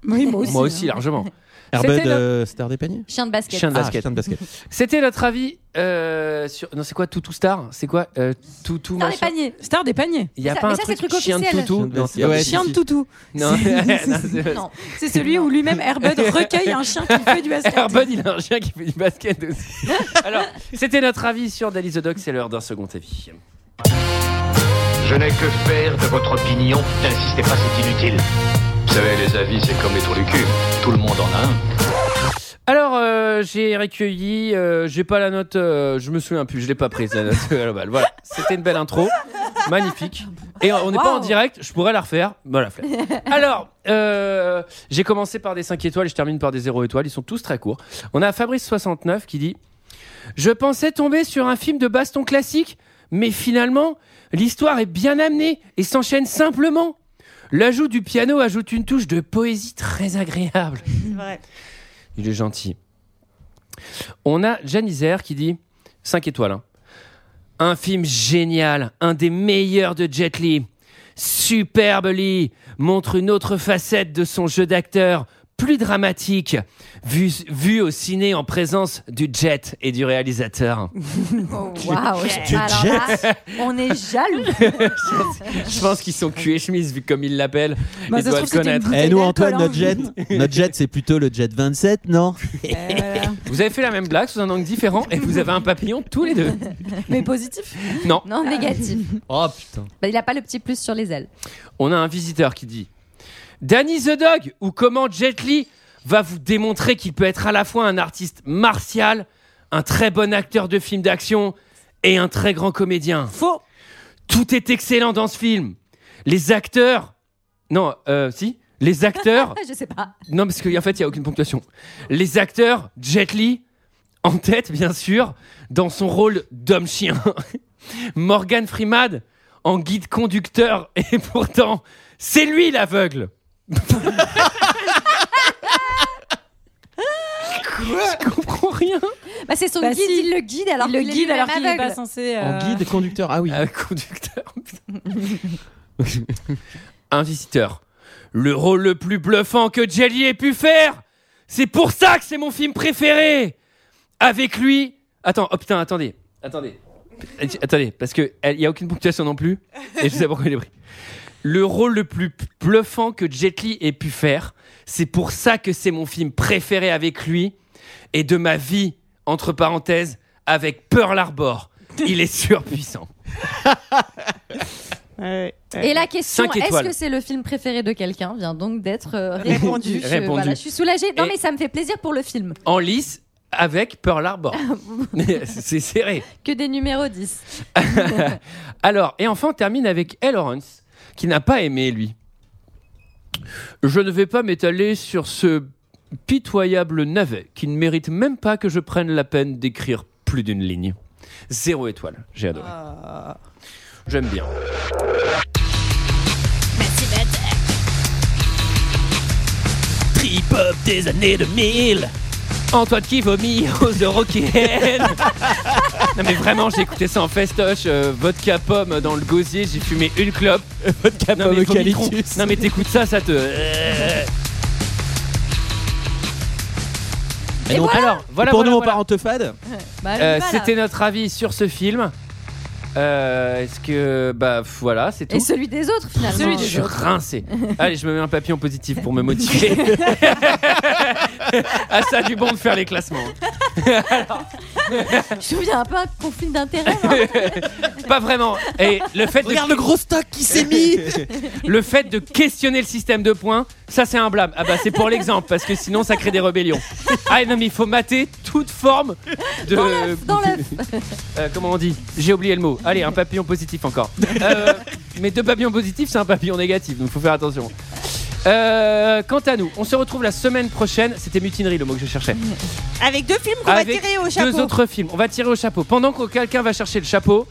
Speaker 5: Oui, moi aussi. hein.
Speaker 1: Moi aussi, largement.
Speaker 6: Airbud,
Speaker 1: C'était le-
Speaker 6: euh, star des paniers
Speaker 9: chien de basket.
Speaker 1: Chien de
Speaker 6: Ah,
Speaker 1: basket.
Speaker 6: putain de basket.
Speaker 1: C'était notre avis euh, sur. Non, c'est quoi Toutou Star C'est quoi euh, Toutou
Speaker 9: Dans les
Speaker 1: machin
Speaker 9: paniers.
Speaker 5: Star des paniers.
Speaker 1: Il n'y a
Speaker 9: Ça-
Speaker 1: pas
Speaker 9: mais
Speaker 1: un
Speaker 9: ça, c'est
Speaker 1: truc,
Speaker 9: le truc
Speaker 1: chien de
Speaker 9: officiel.
Speaker 1: toutou.
Speaker 6: Chien de
Speaker 1: Non,
Speaker 6: basket. Ouais,
Speaker 5: Chien de
Speaker 6: si.
Speaker 5: toutou.
Speaker 1: Non, non, c'est-
Speaker 9: Non.
Speaker 5: C'est celui où lui-même Airbud recueille un chien qui fait du basket.
Speaker 1: Airbud, il a un chien qui fait du basket aussi. Alors, c'était notre avis sur Daily the Dog. C'est l'heure d'un second avis.
Speaker 12: Je n'ai que faire de votre opinion. N'insistez pas, c'est inutile. Vous savez, les avis, c'est comme les trous du cul. Tout le monde en a un.
Speaker 1: Alors, euh, j'ai recueilli, euh, j'ai pas la note, euh, je me souviens plus, je l'ai pas prise la note à la balle. Voilà, c'était une belle intro, magnifique. Et on n'est pas en
Speaker 9: Wow.
Speaker 1: direct, je pourrais la refaire, mais la flemme. Alors, euh, j'ai commencé par des 5 étoiles et je termine par des 0 étoiles, ils sont tous très courts. On a Fabrice69 qui dit Je pensais tomber sur un film de baston classique, mais finalement, l'histoire est bien amenée et s'enchaîne simplement. L'ajout du piano ajoute une touche de poésie très agréable.
Speaker 10: C'est vrai.
Speaker 1: Il est gentil. On a Janizer qui dit 5 étoiles. hein. Un film génial, un des meilleurs de Jet Li. Superbe Lee montre une autre facette de son jeu d'acteur, plus dramatique, vu, vu au ciné en présence du Jet et du réalisateur.
Speaker 9: Oh, waouh.
Speaker 6: du
Speaker 9: Alors là, on est jaloux.
Speaker 1: Je pense qu'ils sont cul et chemise, vu comme ils l'appellent.
Speaker 5: Bah,
Speaker 1: ils
Speaker 5: ça se
Speaker 1: doivent
Speaker 5: trouve, c'était une
Speaker 1: connaître.
Speaker 5: bouteille
Speaker 6: Eh nous,
Speaker 5: d'alcool,
Speaker 6: Antoine,
Speaker 5: hein.
Speaker 6: notre jet, notre jet, c'est plutôt le jet 27, non
Speaker 5: Euh, voilà.
Speaker 1: Vous avez fait la même blague sous un angle différent et vous avez un papillon tous les deux.
Speaker 5: Mais positif.
Speaker 1: Non.
Speaker 9: Non, négatif.
Speaker 6: Oh putain.
Speaker 9: Bah, il a pas le petit plus sur les ailes.
Speaker 1: On a un visiteur qui dit Danny the Dog ou comment Jet Li va vous démontrer qu'il peut être à la fois un artiste martial, un très bon acteur de films d'action et un très grand comédien.
Speaker 10: Faux.
Speaker 1: Tout est excellent dans ce film. Les acteurs. Non, euh, si. Les acteurs.
Speaker 9: Ah, je sais pas.
Speaker 1: non, parce qu'en fait, il n'y a aucune ponctuation. Les acteurs, Jet Li, en tête, bien sûr, dans son rôle d'homme-chien. Morgan Freeman, en guide conducteur, et pourtant, c'est lui l'aveugle. Je comprends rien.
Speaker 9: Bah, c'est son
Speaker 5: Bah,
Speaker 9: guide,
Speaker 5: si.
Speaker 9: il le guide alors
Speaker 5: il le
Speaker 9: qu'il est
Speaker 5: guide alors qu'il
Speaker 9: lui-même
Speaker 5: n'est pas
Speaker 9: aveugle.
Speaker 5: censé.
Speaker 6: En
Speaker 5: euh,
Speaker 6: guide conducteur, ah oui.
Speaker 1: Un conducteur. putain. un visiteur. Le rôle le plus bluffant que Jelly ait pu faire. C'est pour ça que c'est mon film préféré. Avec lui. Attends, oh putain, attendez, attendez, Att- attendez, parce que elle- il y a aucune ponctuation non plus. Et je sais pourquoi il est pris. Le rôle le plus p- bluffant que Jet Li ait pu faire. C'est pour ça que c'est mon film préféré avec lui et de ma vie entre parenthèses avec Pearl Harbor. Il est surpuissant.
Speaker 9: Et la question,
Speaker 1: Cinq
Speaker 9: est-ce
Speaker 1: étoiles.
Speaker 9: que c'est le film préféré de quelqu'un, vient donc d'être euh,
Speaker 1: Répondu.
Speaker 9: répondu. Je,
Speaker 1: Répondu.
Speaker 9: voilà, je suis soulagée. Non,
Speaker 1: Et-
Speaker 9: mais ça me fait plaisir pour le film.
Speaker 1: En lice avec Pearl Harbor. c'est serré.
Speaker 9: Que des numéros 10.
Speaker 1: Alors, et enfin, on termine avec L. Lawrence, qui n'a pas aimé, lui. Je ne vais pas m'étaler sur ce pitoyable navet qui ne mérite même pas que je prenne la peine d'écrire plus d'une ligne. Zéro étoile, j'ai adoré. J'aime bien. Trip-hop des années 2000 Antoine qui vomit, Rose de Rock'n'Roll. Non mais vraiment, j'ai écouté ça en festoche, euh, vodka pomme dans le gosier, j'ai fumé une clope. Vodka
Speaker 6: pomme
Speaker 1: mais, faut
Speaker 6: eucalyptus.
Speaker 1: m'y tromper. Non mais t'écoutes ça, ça te... Euh,
Speaker 6: Et donc, voilà.
Speaker 1: Alors, voilà,
Speaker 6: pour
Speaker 1: voilà, voilà.
Speaker 6: nous, on part en teufade
Speaker 9: Bah,
Speaker 1: Euh,
Speaker 9: voilà.
Speaker 1: C'était notre avis sur ce film. Euh, Est-ce que... Bah pff, voilà, c'est tout.
Speaker 9: Et celui des autres, finalement.
Speaker 1: Pff, je suis rincé. Allez, je me mets un papillon positif pour me motiver. ah, ça a du bon de faire les classements.
Speaker 9: Je trouve qu'il y a un peu un conflit hein. d'intérêt.
Speaker 1: Pas vraiment. Et le fait de...
Speaker 6: gros stock qui s'est mis
Speaker 1: Le fait de questionner le système de points, ça c'est un blâme. Ah bah c'est pour l'exemple parce que sinon ça crée des rébellions. Ah non mais il faut mater toute forme de
Speaker 9: Dans la...
Speaker 1: Euh, comment on dit J'ai oublié le mot. Allez un papillon positif encore. Euh, mais deux papillons positifs c'est un papillon négatif donc faut faire attention. Euh, quant à nous, on se retrouve la semaine prochaine. C'était mutinerie le mot que je cherchais.
Speaker 10: Avec deux films qu'on va
Speaker 1: Avec
Speaker 10: tirer au chapeau.
Speaker 1: Deux autres films. On va tirer au chapeau. Pendant que quelqu'un va chercher le chapeau,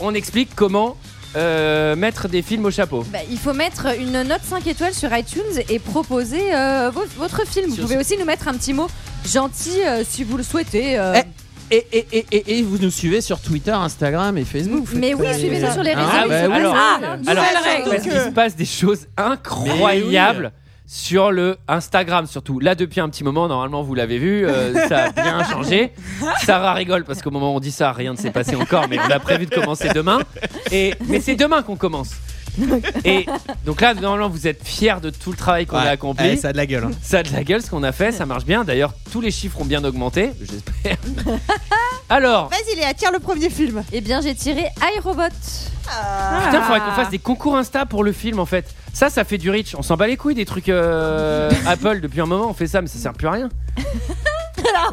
Speaker 1: on explique comment euh, mettre des films au chapeau.
Speaker 9: Bah, il faut mettre une note 5 étoiles sur iTunes et proposer euh, vo- votre film. Vous
Speaker 6: Sur-
Speaker 9: pouvez aussi nous mettre un petit mot gentil euh, si vous le souhaitez. euh,
Speaker 6: et, et, et, et, et vous nous suivez sur Twitter, Instagram et Facebook.
Speaker 9: Mais oui,
Speaker 6: faites-
Speaker 9: suivez-nous
Speaker 6: euh,
Speaker 9: sur les
Speaker 6: hein,
Speaker 1: Ah,
Speaker 9: réseaux.
Speaker 1: bah,
Speaker 9: ils sont
Speaker 1: oui.
Speaker 9: pas
Speaker 1: Ah,
Speaker 9: mal, hein.
Speaker 1: alors,
Speaker 9: Nouvelle règle.
Speaker 1: Parce qu'il se passe des choses incroyables sur le Instagram surtout. Là depuis un petit moment, normalement vous l'avez vu, euh, ça a bien changé. Sarah rigole parce qu'au moment où on dit ça, rien ne s'est passé encore, mais on a prévu de commencer demain. Et mais c'est demain qu'on commence. Et donc là, normalement, vous êtes fiers de tout le travail qu'on
Speaker 6: Ouais.
Speaker 1: a accompli.
Speaker 6: Eh, ça a de la gueule. hein.
Speaker 1: Ça a de la gueule ce qu'on a fait, ça marche bien. D'ailleurs, tous les chiffres ont bien augmenté, j'espère. Alors,
Speaker 10: Vas-y, Léa, tire le premier film.
Speaker 9: Eh bien, j'ai tiré iRobot.
Speaker 1: putain, faudrait qu'on fasse des concours Insta pour le film en fait. Ça, ça fait du rich. On s'en bat les couilles des trucs euh, Apple depuis un moment, on fait ça, mais ça sert plus à rien.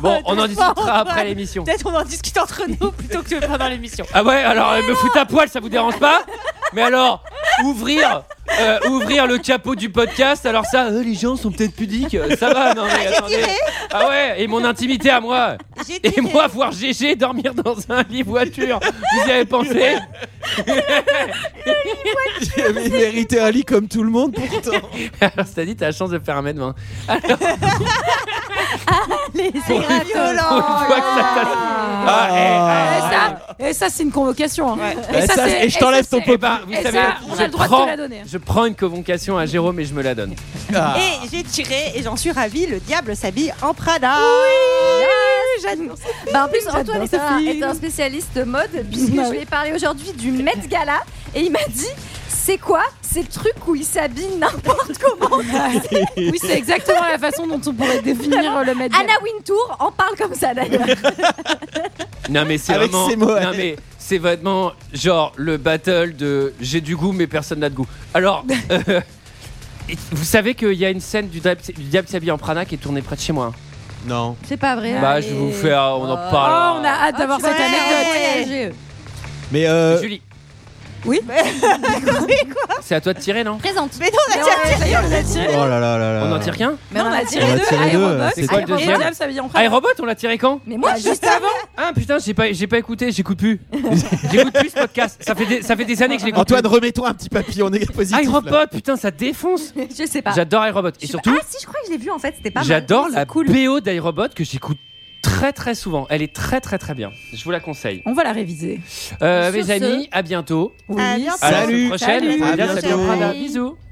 Speaker 1: Bon, on en discutera après l'émission.
Speaker 10: Peut-être on en discute entre nous plutôt que pendant l'émission.
Speaker 1: Ah ouais, alors euh, me foutre à poil, ça vous dérange pas Mais alors, ouvrir, euh, ouvrir le capot du podcast, alors ça, euh, les gens sont peut-être pudiques, euh, ça va, non mais attendez.
Speaker 10: tiré.
Speaker 1: Ah ouais, et mon intimité à moi.
Speaker 10: J'ai
Speaker 1: Et
Speaker 10: tiré.
Speaker 1: moi, voir GG dormir dans un lit voiture, vous y avez pensé
Speaker 6: J'avais mérité un lit comme tout le monde pourtant.
Speaker 1: Alors, ça dit, t'as la chance de faire un mètre 20.
Speaker 9: Les
Speaker 1: Pour
Speaker 9: erreurs.
Speaker 5: Oh
Speaker 1: Pour une fois que ça passe. Ah, eh, eh,
Speaker 5: Et ça, c'est une convocation. hein.
Speaker 6: Et Eh, ça,
Speaker 5: c'est-
Speaker 6: et je t'enlève
Speaker 5: ça,
Speaker 6: ton
Speaker 5: c'est-
Speaker 1: eh ben, vous
Speaker 5: Et
Speaker 1: savez,
Speaker 5: ça, on a
Speaker 1: je
Speaker 5: le droit de te
Speaker 1: prends-
Speaker 5: la donner. hein.
Speaker 1: Je prends une convocation à Jérôme et je me la donne.
Speaker 6: Ah.
Speaker 10: Et j'ai tiré, et j'en suis ravie, le diable s'habille en Prada.
Speaker 9: j'adore. Bah, en plus, Antoine est
Speaker 5: ce
Speaker 9: un,
Speaker 5: film.
Speaker 9: est un spécialiste de mode, puisque
Speaker 5: Bah
Speaker 9: je
Speaker 5: oui.
Speaker 9: lui ai parlé aujourd'hui du Met Gala, et il m'a dit c'est quoi C'est le truc où il s'habille n'importe comment.
Speaker 5: Oui, c'est exactement la façon dont on pourrait définir euh, le maître.
Speaker 9: Anna Wintour en parle comme ça d'ailleurs.
Speaker 1: Non mais c'est
Speaker 6: Avec
Speaker 1: vraiment.
Speaker 6: ses mots,
Speaker 1: non
Speaker 6: allez.
Speaker 1: mais c'est vraiment genre le battle de j'ai du goût mais personne n'a de goût. Alors. euh, et vous savez qu'il y a une scène du diable, du diable s'habille en prana qui est tournée près de chez moi. hein.
Speaker 6: Non.
Speaker 9: C'est pas vrai. Ah,
Speaker 1: Bah je vais vous faire, on en
Speaker 5: Ah, Oh,
Speaker 1: parle.
Speaker 5: on a hâte d'avoir
Speaker 10: tu
Speaker 5: cette
Speaker 10: vois,
Speaker 5: anecdote.
Speaker 9: Eh,
Speaker 10: ouais.
Speaker 6: Mais euh,
Speaker 1: Julie,
Speaker 10: Oui, quoi.
Speaker 1: c'est à toi de tirer non
Speaker 9: Présente.
Speaker 10: Mais non, on a
Speaker 5: Mais
Speaker 10: déjà
Speaker 5: ouais,
Speaker 10: tiré.
Speaker 5: ça y est, on a tiré.
Speaker 6: Oh là là là là.
Speaker 1: On en tire qu'un
Speaker 9: Mais
Speaker 5: Non, on a
Speaker 6: On
Speaker 5: tiré
Speaker 6: a
Speaker 5: deux.
Speaker 6: tiré deux,
Speaker 5: Aérobot.
Speaker 1: c'est quoi le
Speaker 5: Aérobot,
Speaker 1: deuxième
Speaker 5: Diable s'habille en Prada.
Speaker 1: Aérobot, on l'a tiré quand
Speaker 9: Mais moi, Bah, je
Speaker 5: Juste avant.
Speaker 1: Ah putain, j'ai pas, j'ai pas écouté, j'écoute plus. j'écoute plus ce podcast. Ça fait des, ça fait des années que je l'écoute.
Speaker 6: Antoine, remets-toi un petit papillon négatif positif. là.
Speaker 1: iRobot, Ah, putain, ça défonce.
Speaker 9: je sais pas.
Speaker 1: J'adore iRobot.
Speaker 9: Je
Speaker 1: Et
Speaker 9: sais pas.
Speaker 1: surtout,
Speaker 9: Ah si, je crois que je l'ai vu en fait, c'était pas mal.
Speaker 1: J'adore la
Speaker 9: cool.
Speaker 1: BO d'iRobot que j'écoute très très souvent. Elle est très très très bien. Je vous la conseille.
Speaker 5: On va la réviser.
Speaker 1: Euh,
Speaker 9: Sur
Speaker 1: mes
Speaker 9: ce-
Speaker 1: amis, à bientôt.
Speaker 5: Oui.
Speaker 10: À bientôt.
Speaker 1: À la
Speaker 6: Salut.
Speaker 1: semaine prochaine.
Speaker 5: Salut.
Speaker 1: À bientôt.
Speaker 6: Salut.
Speaker 1: Bisous.